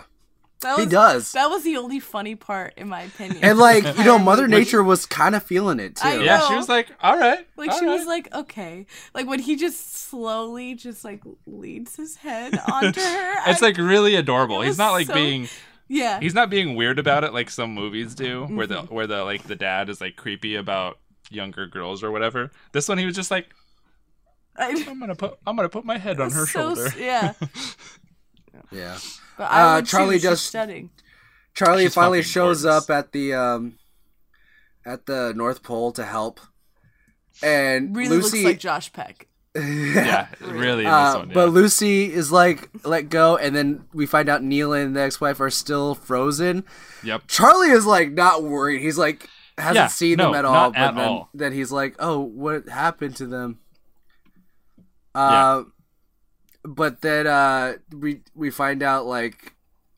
Speaker 1: That
Speaker 2: He
Speaker 1: was-
Speaker 2: does.
Speaker 1: That was the only funny part, in my opinion.
Speaker 2: And like, you know, Mother
Speaker 1: Which-
Speaker 2: Nature was kind of feeling it too.
Speaker 1: I know.
Speaker 3: Yeah, she was like, "All right."
Speaker 1: like she was like, okay, like when he just slowly just like leads his head onto her.
Speaker 3: it's
Speaker 1: I-
Speaker 3: like really adorable.
Speaker 1: It
Speaker 3: He's
Speaker 1: was
Speaker 3: not like
Speaker 1: so-
Speaker 3: being
Speaker 1: yeah,
Speaker 3: he's not being weird about it like some movies do where the
Speaker 1: Mm-hmm.
Speaker 3: where the like the dad is like creepy about younger girls or whatever. This one he was just like
Speaker 1: I-
Speaker 3: I'm gonna put I'm gonna put my head on
Speaker 1: so
Speaker 3: her shoulder.
Speaker 1: s- yeah.
Speaker 2: Yeah.
Speaker 1: But I
Speaker 2: Uh,
Speaker 1: would
Speaker 2: Charlie
Speaker 1: Charlie too.
Speaker 2: just-
Speaker 1: just studying.
Speaker 2: Charlie
Speaker 3: She's
Speaker 2: finally
Speaker 3: fucking
Speaker 2: shows
Speaker 3: gorgeous.
Speaker 2: up at the um at the North Pole to help. And
Speaker 1: Really
Speaker 2: Lucy
Speaker 1: looks like Josh Peck.
Speaker 3: Yeah, really. in this
Speaker 2: Uh,
Speaker 3: one, yeah.
Speaker 2: but Lucy is like let go, and then we find out Neil and the ex-wife are still frozen.
Speaker 3: yep.
Speaker 2: Charlie is like not worried. He's like hasn't
Speaker 3: Yeah,
Speaker 2: seen
Speaker 3: no,
Speaker 2: them at
Speaker 3: not
Speaker 2: all. But
Speaker 3: at
Speaker 2: then,
Speaker 3: all.
Speaker 2: then he's like, oh, what happened to them?
Speaker 3: Yeah.
Speaker 2: Uh, but then uh, we we find out like,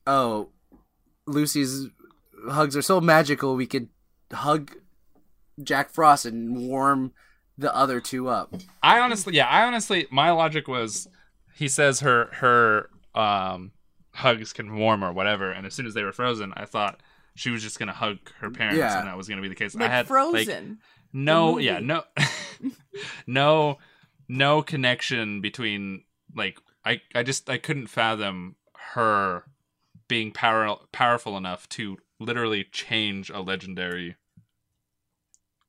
Speaker 2: oh, Lucy's hugs are so magical. We could hug Jack Frost and warm the other two up.
Speaker 3: I honestly, yeah, I honestly, my logic was, he says her her um hugs can warm or whatever, and as soon as they were frozen, I thought she was just gonna hug her parents,
Speaker 2: Yeah.
Speaker 3: and that was gonna be the case. I
Speaker 1: Like
Speaker 3: had like,
Speaker 1: Frozen.
Speaker 3: no,
Speaker 1: movie.
Speaker 3: yeah, no, no, no connection between like I I just I couldn't fathom her being power powerful enough to literally change a legendary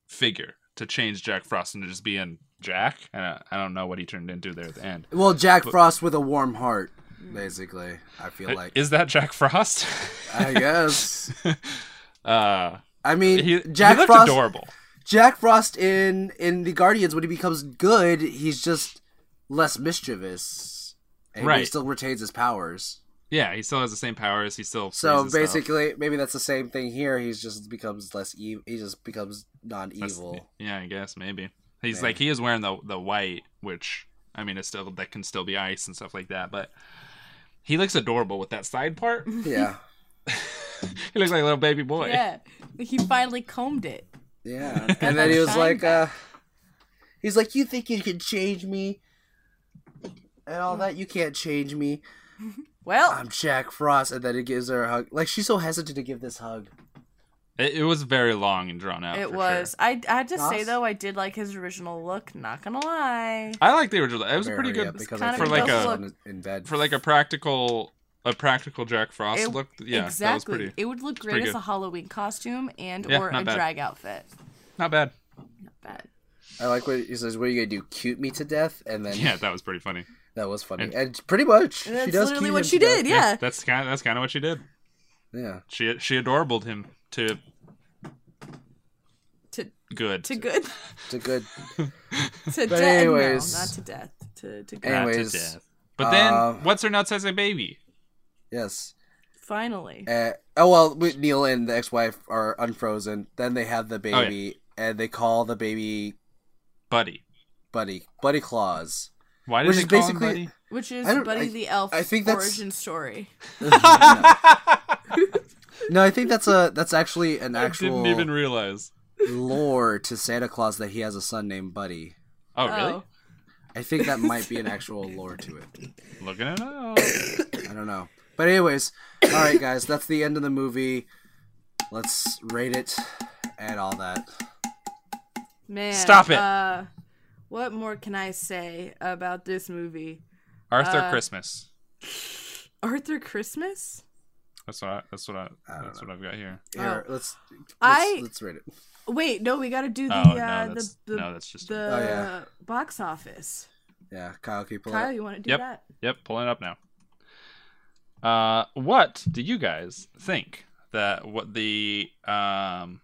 Speaker 3: figure to change Jack Frost into just being Jack. And I, I don't know what he turned into there at the end.
Speaker 2: Well, Jack Frost with a warm heart, basically. I feel like.
Speaker 3: Is that Jack Frost?
Speaker 2: I guess.
Speaker 3: uh,
Speaker 2: I mean,
Speaker 3: he,
Speaker 2: Jack
Speaker 3: he looked
Speaker 2: Frost.
Speaker 3: adorable.
Speaker 2: Jack Frost in in the Guardians when he becomes good, he's just less mischievous, and he
Speaker 3: Right.
Speaker 2: still retains his powers.
Speaker 3: Yeah, he still has the same powers. He still
Speaker 2: So
Speaker 3: freezes stuff.
Speaker 2: basically, maybe that's the same thing here. He's just becomes less evil. He just becomes
Speaker 3: That's-
Speaker 2: non-evil.
Speaker 3: Yeah, I guess maybe. He's
Speaker 2: Maybe.
Speaker 3: like he is wearing the the white, which I mean, it's still that can still be ice and stuff like that. But he looks adorable with that side part. he
Speaker 2: Yeah,
Speaker 3: looks like a little baby boy.
Speaker 1: Yeah. He finally combed it.
Speaker 2: yeah. And then he was
Speaker 1: Shine
Speaker 2: like, uh,
Speaker 1: back.
Speaker 2: he's like, "You think you can change me?" And all that you can't change me.
Speaker 1: Well,
Speaker 2: I'm Jack Frost, and then he gives her a hug. Like she's so hesitant to give this hug.
Speaker 3: It, it was very long and drawn out.
Speaker 1: it
Speaker 3: for
Speaker 1: was.
Speaker 3: sure.
Speaker 1: I, I had to say
Speaker 2: Ross?
Speaker 1: though, I did like his original look. Not gonna lie.
Speaker 3: I like the original. It was a pretty
Speaker 2: Hurry
Speaker 3: good
Speaker 2: up, because
Speaker 1: kind
Speaker 2: I
Speaker 1: of
Speaker 2: think
Speaker 3: for like
Speaker 2: I'm
Speaker 3: a-
Speaker 2: still in- in bed.
Speaker 3: for like a practical a practical Jack Frost
Speaker 1: It-
Speaker 3: look. Yeah,
Speaker 1: exactly.
Speaker 3: that was pretty.
Speaker 1: It would look great
Speaker 3: pretty
Speaker 1: as
Speaker 3: good.
Speaker 1: a Halloween costume and
Speaker 3: Yeah,
Speaker 1: or
Speaker 3: not
Speaker 1: a
Speaker 3: bad.
Speaker 1: drag outfit.
Speaker 3: Not bad.
Speaker 1: But
Speaker 2: I like what he says. What are you gonna do? Cute me to death? And then
Speaker 3: Yeah, that was pretty funny.
Speaker 2: that was funny. And pretty much,
Speaker 1: that's
Speaker 2: she does
Speaker 1: literally
Speaker 2: cute
Speaker 1: what
Speaker 2: him
Speaker 1: she
Speaker 2: to
Speaker 1: did.
Speaker 2: death.
Speaker 1: Yeah.
Speaker 3: that's kind. Of, that's kind of what she did.
Speaker 2: Yeah,
Speaker 3: She she adorabled him to
Speaker 1: To
Speaker 3: good.
Speaker 1: to good
Speaker 2: it's a good.
Speaker 1: to
Speaker 2: But
Speaker 1: death.
Speaker 2: anyways.
Speaker 1: no, not to death. To to good.
Speaker 3: Not to
Speaker 2: Anyways,
Speaker 3: death. But then,
Speaker 2: uh,
Speaker 3: what's her nuts as a baby?
Speaker 2: Yes.
Speaker 1: Finally.
Speaker 2: Uh, oh well, we- Neil and the ex-wife are unfrozen. Then they have the
Speaker 3: Oh, yeah.
Speaker 2: baby, and they call the baby
Speaker 3: Buddy.
Speaker 2: Buddy, Buddy Claus.
Speaker 3: Why did
Speaker 2: Which
Speaker 3: they
Speaker 2: is
Speaker 3: call him
Speaker 2: basically-
Speaker 3: Buddy?
Speaker 1: Which is
Speaker 2: I don't-
Speaker 1: Buddy
Speaker 2: I-
Speaker 1: the Elf
Speaker 2: I think that's-
Speaker 1: origin story.
Speaker 2: No, I think that's a that's actually an actual
Speaker 3: Didn't even realize.
Speaker 2: lore to Santa Claus that he has a son named Buddy.
Speaker 3: Oh, really?
Speaker 1: Oh.
Speaker 2: I think that might be an actual lore to it.
Speaker 3: Looking it up.
Speaker 2: I don't know. But anyways, all right, guys, that's the end of the movie. Let's rate it and all that.
Speaker 1: Man.
Speaker 3: Stop it.
Speaker 1: Uh, what more can I say about this movie?
Speaker 3: Arthur
Speaker 2: Uh,
Speaker 3: Christmas.
Speaker 1: Arthur Christmas?
Speaker 3: That's what. I, that's what. I, that's what I've got here.
Speaker 2: Here, let's, let's
Speaker 1: Oh. I-
Speaker 2: let's rate it.
Speaker 1: Wait, no, we gotta do the
Speaker 3: oh
Speaker 1: uh,
Speaker 3: no, that's
Speaker 1: the, the,
Speaker 3: no, that's just.
Speaker 1: the
Speaker 2: Oh, yeah.
Speaker 1: box office.
Speaker 2: Yeah, Kyle, can you pull
Speaker 1: Kyle,
Speaker 2: it?
Speaker 1: you want to do
Speaker 3: Yep.
Speaker 1: that?
Speaker 3: Yep, pulling it up now. Uh, what do you guys think that what the um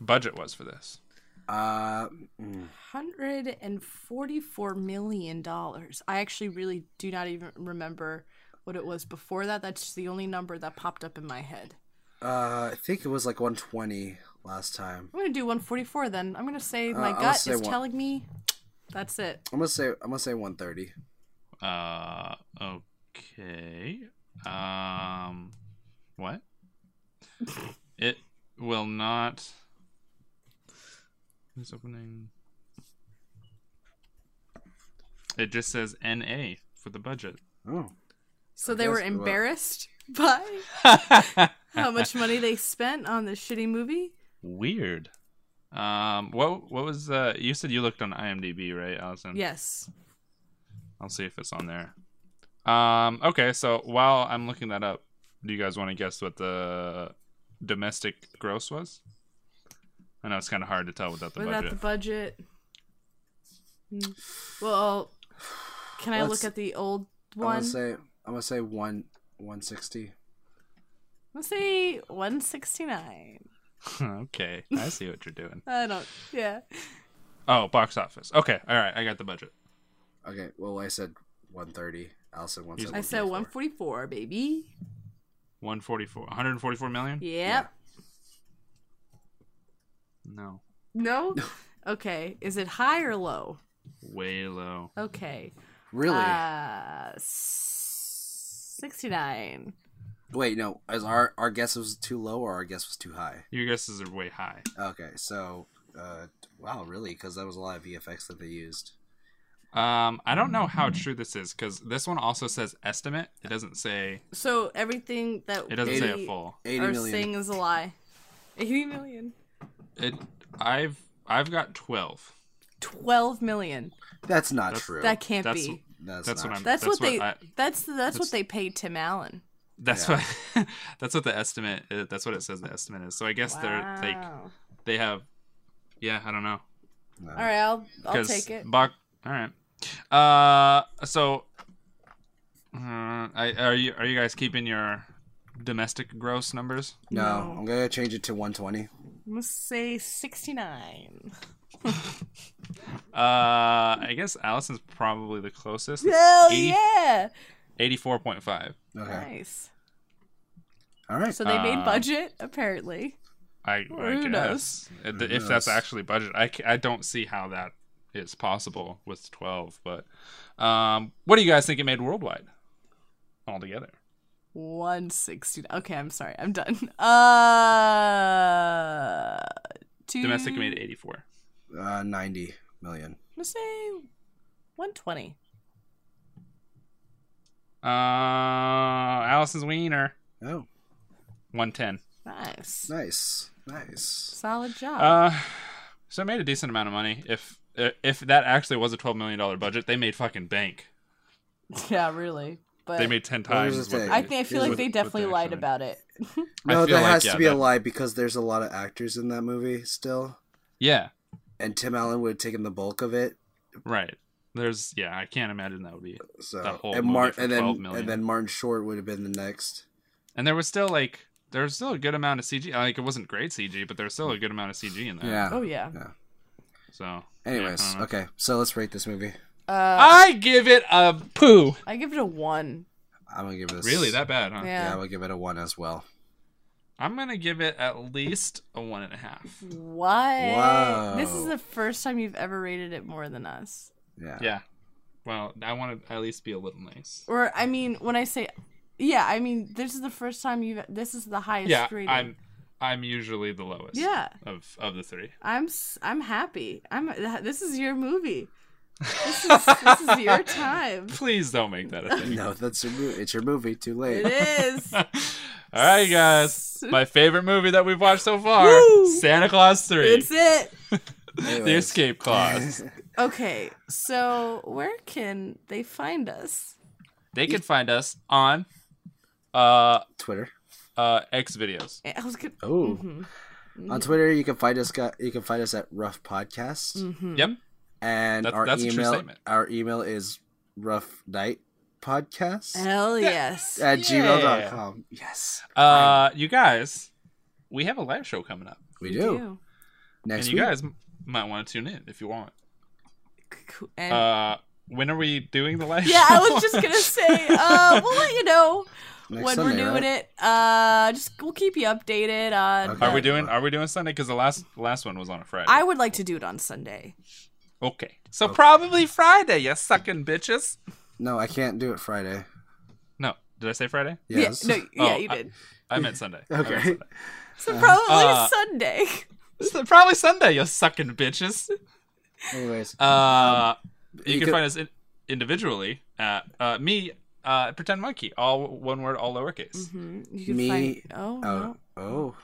Speaker 3: budget was for this?
Speaker 2: up? Uh, mm,
Speaker 1: Hundred and forty-four million dollars. I actually really do not even remember what it was before that. That's just the only number that popped up in my head.
Speaker 2: uh, I think it was like 120 last time.
Speaker 1: I'm gonna do one forty-four then. I'm gonna say my
Speaker 2: I'll
Speaker 1: gut
Speaker 2: say
Speaker 1: is
Speaker 2: one-
Speaker 1: telling me that's it.
Speaker 2: I'm gonna say I'm gonna say 130.
Speaker 3: Uh, okay. Um, what? it will not. Who's opening? It just says NA for the budget.
Speaker 2: Oh,
Speaker 1: So they were
Speaker 2: guess- well-
Speaker 1: embarrassed by how much money they spent on this shitty movie.
Speaker 3: Weird. Um, what what was uh? You said you looked on IMDb, right, Allison?
Speaker 1: Yes.
Speaker 3: I'll see if it's on there. Um, okay, so while I'm looking that up, do you guys want to guess what the domestic gross was? I know it's kind of hard to tell without the
Speaker 1: Without
Speaker 3: budget.
Speaker 1: the budget. Mm. Well, can I
Speaker 2: Let's-
Speaker 1: look at the old
Speaker 2: I'm
Speaker 1: one?
Speaker 2: gonna say I'm gonna say one one sixty.
Speaker 1: Let's say 169.
Speaker 3: okay, I see what you're doing.
Speaker 1: I don't. Yeah.
Speaker 3: Oh, box office. Okay, all right, I got the budget.
Speaker 2: Okay, well I said one thirty. Allison one.
Speaker 1: I said 144, baby.
Speaker 3: 144, 144 million.
Speaker 1: Yep.
Speaker 3: No,
Speaker 1: No? okay. Is it high or low?
Speaker 3: way low.
Speaker 1: Okay.
Speaker 2: Really?
Speaker 1: Uh, 69.
Speaker 2: Wait, no. Is our our guess was too low or our guess was too high?
Speaker 3: Your guesses are way high.
Speaker 2: Okay, so uh, wow, really? Because that was a lot of VFX that they used.
Speaker 3: Um, I don't know how true this is because this one also says estimate. It doesn't say.
Speaker 1: So everything that
Speaker 3: It doesn't say a
Speaker 1: we
Speaker 3: full.
Speaker 2: Eighty
Speaker 1: are
Speaker 2: million.
Speaker 1: saying is a lie. 80 million.
Speaker 3: It. I've. I've got twelve.
Speaker 1: 12 million.
Speaker 2: That's not true.
Speaker 1: That can't
Speaker 3: That's-
Speaker 1: be.
Speaker 2: That's,
Speaker 3: That's
Speaker 2: not
Speaker 3: what I'm.
Speaker 1: That's, what they.
Speaker 3: I-
Speaker 1: that's, that's
Speaker 3: that's-
Speaker 1: what they paid Tim Allen.
Speaker 3: that's what. that's what the estimate. Is. That's what it says the estimate is. So I guess they're like
Speaker 1: Wow.
Speaker 3: they have. Yeah, I don't know.
Speaker 2: No.
Speaker 1: All right, I'll I'll
Speaker 3: 'Cause
Speaker 1: take it.
Speaker 3: Bach- all right. Uh, so, uh, I, are you are you guys keeping your domestic gross numbers?
Speaker 2: No, I'm gonna change it to 120.
Speaker 1: Let's say 69.
Speaker 3: Uh, I guess Allison's probably the closest.
Speaker 1: Hell yeah!
Speaker 3: Eighty-four point five.
Speaker 2: Okay.
Speaker 1: Nice.
Speaker 2: All right.
Speaker 1: So they
Speaker 3: Uh,
Speaker 1: made budget, apparently.
Speaker 3: I, I
Speaker 1: Who
Speaker 3: guess
Speaker 1: knows?
Speaker 3: It-
Speaker 2: Who
Speaker 3: if that's
Speaker 2: knows?
Speaker 3: actually budget, I, ca- I don't see how that is possible with twelve. But, um, what do you guys think it made worldwide altogether?
Speaker 1: 160. Okay, I'm sorry. I'm done. Uh. Two,
Speaker 3: Domestic made
Speaker 1: Mm.
Speaker 3: eighty-four.
Speaker 2: uh, 90 million.
Speaker 1: Let's say 120.
Speaker 3: Uh, Allison's wiener
Speaker 2: Oh,
Speaker 3: one ten.
Speaker 1: Nice.
Speaker 2: nice, nice.
Speaker 1: Solid job.
Speaker 3: Uh, so I made a decent amount of money. If uh, if that actually was a twelve million dollar budget, they made fucking bank.
Speaker 1: yeah, really. But
Speaker 3: They made ten
Speaker 2: Well, here's
Speaker 3: times.
Speaker 2: the
Speaker 3: what
Speaker 2: thing.
Speaker 3: they-
Speaker 1: I, think, I feel
Speaker 2: Here's
Speaker 1: like
Speaker 2: what-
Speaker 1: they
Speaker 3: what
Speaker 1: definitely lied
Speaker 3: actually-
Speaker 1: about it.
Speaker 3: I
Speaker 2: No,
Speaker 3: feel
Speaker 2: that
Speaker 3: like,
Speaker 2: has
Speaker 3: yeah,
Speaker 2: to be a
Speaker 3: that-
Speaker 2: lie because there's a lot of actors in that movie still,
Speaker 3: Yeah,
Speaker 2: and Tim Allen would have taken the bulk of it.
Speaker 3: right. There's yeah. I can't imagine that would be.
Speaker 2: So
Speaker 3: The whole
Speaker 2: and
Speaker 3: movie
Speaker 2: Mar-
Speaker 3: for
Speaker 2: and
Speaker 3: 12
Speaker 2: then
Speaker 3: million.
Speaker 2: and then Martin Short would have been the next.
Speaker 3: And there was still like there was still a good amount of CG. Like it wasn't great CG, but there was still a good amount of CG in there.
Speaker 1: Oh, yeah.
Speaker 3: So.
Speaker 2: Anyways,
Speaker 3: yeah, I don't know.
Speaker 2: okay. So let's rate this movie.
Speaker 1: Uh,
Speaker 3: I give it a poo.
Speaker 1: I give it a 1.
Speaker 2: I'm gonna give this
Speaker 3: Really, that bad, huh?
Speaker 2: Yeah,
Speaker 1: Yeah.
Speaker 2: I'm gonna give it a one as well.
Speaker 3: I'm gonna give it at least a one and a half.
Speaker 1: What?
Speaker 2: Wow.
Speaker 1: This is the first time you've ever rated it more than us.
Speaker 2: Yeah.
Speaker 3: Yeah. Well, I want to at least be a little nice.
Speaker 1: Or I mean, when I say, yeah, I mean this is the first time you. have This is the highest
Speaker 3: Yeah,
Speaker 1: rating.
Speaker 3: I'm. I'm usually the lowest.
Speaker 1: Yeah.
Speaker 3: Of of the three.
Speaker 1: I'm s- I'm happy. I'm. This is your movie. This is this is your time.
Speaker 3: Please don't make that a thing.
Speaker 2: No, that's your movie. It's your movie. Too
Speaker 1: It
Speaker 2: late.
Speaker 1: is.
Speaker 3: All right, guys. My favorite movie that we've watched so far
Speaker 1: Woo!
Speaker 3: Santa Claus 3.
Speaker 1: It's it.
Speaker 3: the Escape Clause.
Speaker 1: Okay, so where can they find us?
Speaker 3: they can find us on uh,
Speaker 2: Twitter.
Speaker 3: uh, X videos.
Speaker 1: Eh, I was gonna. mm-hmm.
Speaker 2: Oh. On Twitter, you can find us. gu- You can find us at Rough Podcast,
Speaker 1: Mm. Mm-hmm.
Speaker 3: Yep.
Speaker 2: and
Speaker 3: That's-
Speaker 2: our
Speaker 3: that's a true
Speaker 2: email.
Speaker 3: statement.
Speaker 2: Our email is Rough Night Podcast
Speaker 1: Hell yes.
Speaker 2: at gmail
Speaker 3: Yeah.
Speaker 2: dot com. Yes,
Speaker 3: Uh, you guys, we have a live show coming up.
Speaker 2: we,
Speaker 1: We
Speaker 2: do.
Speaker 1: do.
Speaker 2: next
Speaker 3: and you
Speaker 2: week.
Speaker 3: guys m- might want to tune in if you want.
Speaker 1: Cool. And
Speaker 3: Uh, when are we doing the live
Speaker 1: Yeah,
Speaker 3: show?
Speaker 1: I was just gonna say, uh, we'll let you know
Speaker 2: Next
Speaker 1: when
Speaker 2: Sunday,
Speaker 1: we're doing
Speaker 2: right?
Speaker 1: it. Uh, just we'll keep you updated on.
Speaker 2: Okay.
Speaker 3: Are we doing are we doing Sunday? Because the last last one was on a Friday.
Speaker 1: I would like to do it on Sunday.
Speaker 3: okay. So probably Friday, you sucking bitches.
Speaker 2: No, I can't do it Friday.
Speaker 3: No. Did I say Friday?
Speaker 2: Yes.
Speaker 1: Yeah, no, yeah,
Speaker 3: Oh,
Speaker 1: you
Speaker 3: I-
Speaker 1: did.
Speaker 3: I meant Sunday. I meant
Speaker 2: Okay.
Speaker 3: Sunday.
Speaker 1: So probably
Speaker 3: Uh,
Speaker 1: Sunday.
Speaker 3: So probably Sunday, you sucking bitches.
Speaker 2: Anyways,
Speaker 1: Uh-huh. Um,
Speaker 3: Uh, you,
Speaker 2: you
Speaker 3: can
Speaker 2: could-
Speaker 3: find us in- individually at uh, me, uh, Pretend Monkey, all one word, all lowercase.
Speaker 1: Mhm, You can
Speaker 2: Mm-hmm. me-
Speaker 1: find. Oh,
Speaker 2: oh, oh,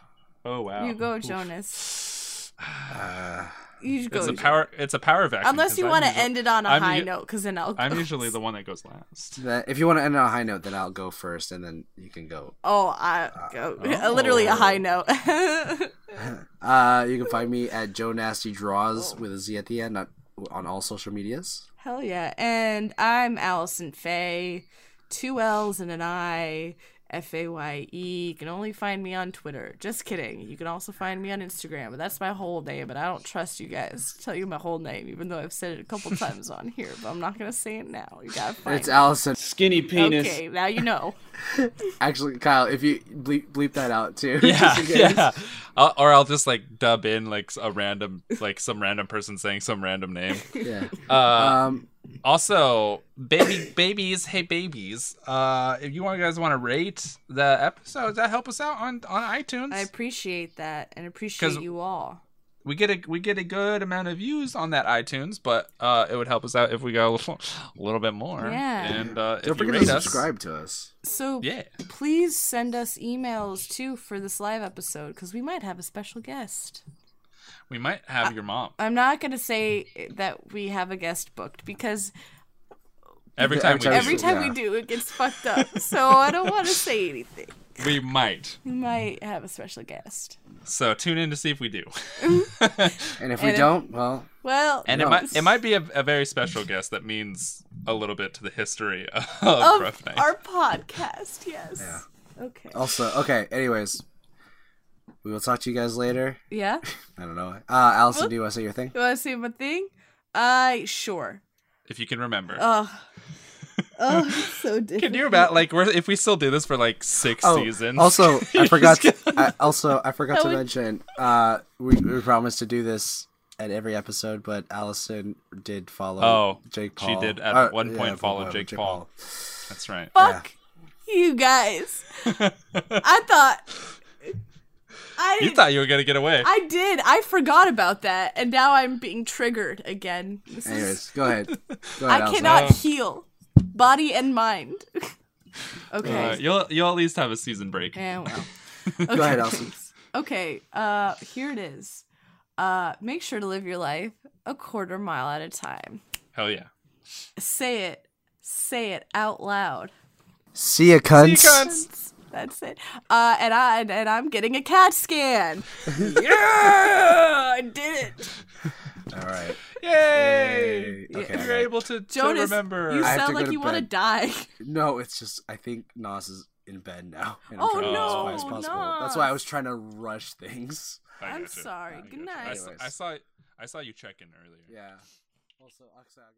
Speaker 3: Oh wow!
Speaker 1: no. you go,
Speaker 3: Oof.
Speaker 1: Jonas.
Speaker 2: uh,
Speaker 1: You should go.
Speaker 3: It's a
Speaker 1: Jonas.
Speaker 3: power. It's a power vacuum.
Speaker 1: Unless
Speaker 3: 'cause
Speaker 1: you
Speaker 3: I'm
Speaker 1: want to
Speaker 3: usually-
Speaker 1: end it on a
Speaker 3: I'm
Speaker 1: high
Speaker 3: u-
Speaker 1: note, because then I'll.
Speaker 3: I'm
Speaker 1: go.
Speaker 3: usually the one that goes last.
Speaker 2: that, if you want to end on a high note, then I'll go first, and then you can go.
Speaker 1: Oh, I go.
Speaker 3: oh.
Speaker 1: Literally a high
Speaker 2: Oh.
Speaker 1: note.
Speaker 2: Uh, you can find me at Joe Nasty Draws with a Z at the end on, on all social medias.
Speaker 1: Hell yeah! And I'm Allison Faye. two L's and an I. F A Y E. You can only find me on Twitter. Just kidding. You can also find me on Instagram, but that's my whole name, and I don't trust you guys to tell you my whole name, even though I've said it a couple times on here, but I'm not gonna say it now. You gotta find
Speaker 2: It's
Speaker 1: me.
Speaker 2: Allison.
Speaker 8: Skinny penis.
Speaker 1: Okay, now you know.
Speaker 2: Actually, Kyle, if you bleep, bleep that out too.
Speaker 3: Yeah,
Speaker 2: just in case.
Speaker 3: yeah. I'll, or I'll just like dub in like a random, like some random person saying some random name.
Speaker 2: yeah.
Speaker 3: Uh,
Speaker 2: Um,
Speaker 3: also, baby, babies, hey babies. Uh, if you want, guys want to rate the episodes, that help us out on on iTunes.
Speaker 1: I appreciate that and appreciate
Speaker 3: 'Cause-
Speaker 1: you all.
Speaker 3: we get a we get a good amount of views on that iTunes, but uh, it would help us out if we got a little, a little bit more.
Speaker 1: Yeah.
Speaker 3: And
Speaker 2: don't
Speaker 3: uh, if you
Speaker 2: forget
Speaker 3: rate
Speaker 2: to
Speaker 3: us-
Speaker 2: subscribe to us.
Speaker 1: So
Speaker 3: Yeah.
Speaker 1: please send us emails too for this live episode because we might have a special guest.
Speaker 3: we might have your mom.
Speaker 1: I'm not gonna say that we have a guest booked because
Speaker 2: Every
Speaker 3: Every time,
Speaker 2: time
Speaker 3: we,
Speaker 1: every
Speaker 3: do,
Speaker 1: time
Speaker 2: Yeah.
Speaker 1: we do it gets fucked up. So I don't want to say anything.
Speaker 3: we might.
Speaker 1: We might have a special guest.
Speaker 3: So tune in to see if we do.
Speaker 2: And if
Speaker 1: And
Speaker 2: we
Speaker 1: if-
Speaker 2: don't, well,
Speaker 1: Well,
Speaker 3: And it
Speaker 2: No.
Speaker 3: might it might be a, a very special guest that means a little bit to the history of,
Speaker 1: of
Speaker 3: Rough Night.
Speaker 1: our podcast, yes. Okay.
Speaker 2: also, okay, anyways. We will talk to you guys later.
Speaker 1: Yeah.
Speaker 2: I don't know. Uh, Allison, do you want to say your thing?
Speaker 1: You want to see my thing? I sure.
Speaker 3: if you can remember.
Speaker 1: Oh. Oh, it's so different.
Speaker 3: can you about like we're, if we still do this for like six
Speaker 2: Oh,
Speaker 3: seasons?
Speaker 2: Also, I
Speaker 3: You're
Speaker 2: forgot.
Speaker 3: just gonna-
Speaker 2: I, also, I forgot
Speaker 1: That
Speaker 2: to
Speaker 1: would-
Speaker 2: mention. Uh, we, we promised to do this at every episode, but Allison did follow.
Speaker 3: Oh,
Speaker 2: Jake
Speaker 3: she
Speaker 2: Paul.
Speaker 3: did at
Speaker 2: Uh,
Speaker 3: one point
Speaker 2: at
Speaker 3: follow
Speaker 2: one
Speaker 3: Jake Paul. That's right.
Speaker 1: Fuck you guys. I thought. I
Speaker 3: You
Speaker 1: didn't-
Speaker 3: thought you were gonna get away.
Speaker 1: I did. I forgot about that, and now I'm being triggered again. This is,
Speaker 2: Anyways, go ahead. Go ahead,
Speaker 1: I
Speaker 2: Allison.
Speaker 1: cannot heal, body and mind. okay.
Speaker 3: Uh, you'll you'll at least have a season break.
Speaker 1: Yeah, well. Okay,
Speaker 2: ahead, Elsie.
Speaker 1: thanks. Okay, uh, here it is. Uh, make sure to live your life a quarter mile at a time.
Speaker 3: Hell yeah.
Speaker 1: Say it. Say it out loud.
Speaker 2: See ya, cunts.
Speaker 1: That's it. Uh, and I and, and I'm getting a CAT scan. yeah, I did it.
Speaker 2: All right.
Speaker 3: Yay!
Speaker 2: Okay,
Speaker 3: You're
Speaker 2: okay.
Speaker 3: able to, to
Speaker 1: Jonas,
Speaker 3: remember.
Speaker 1: you
Speaker 2: I have to
Speaker 1: sound
Speaker 2: go
Speaker 1: like
Speaker 2: to
Speaker 1: you want to
Speaker 2: bed.
Speaker 1: die.
Speaker 2: No, it's just I think Nas is in bed now. And
Speaker 1: Oh,
Speaker 2: trying to be as
Speaker 3: no,
Speaker 2: quiet as possible. That's why I
Speaker 1: Nas.
Speaker 2: was trying to rush things.
Speaker 3: I
Speaker 1: I'm
Speaker 3: gotcha.
Speaker 1: sorry. Good
Speaker 3: I,
Speaker 1: night.
Speaker 3: s- I saw I saw you check in earlier.
Speaker 2: Yeah. Also, Oxide.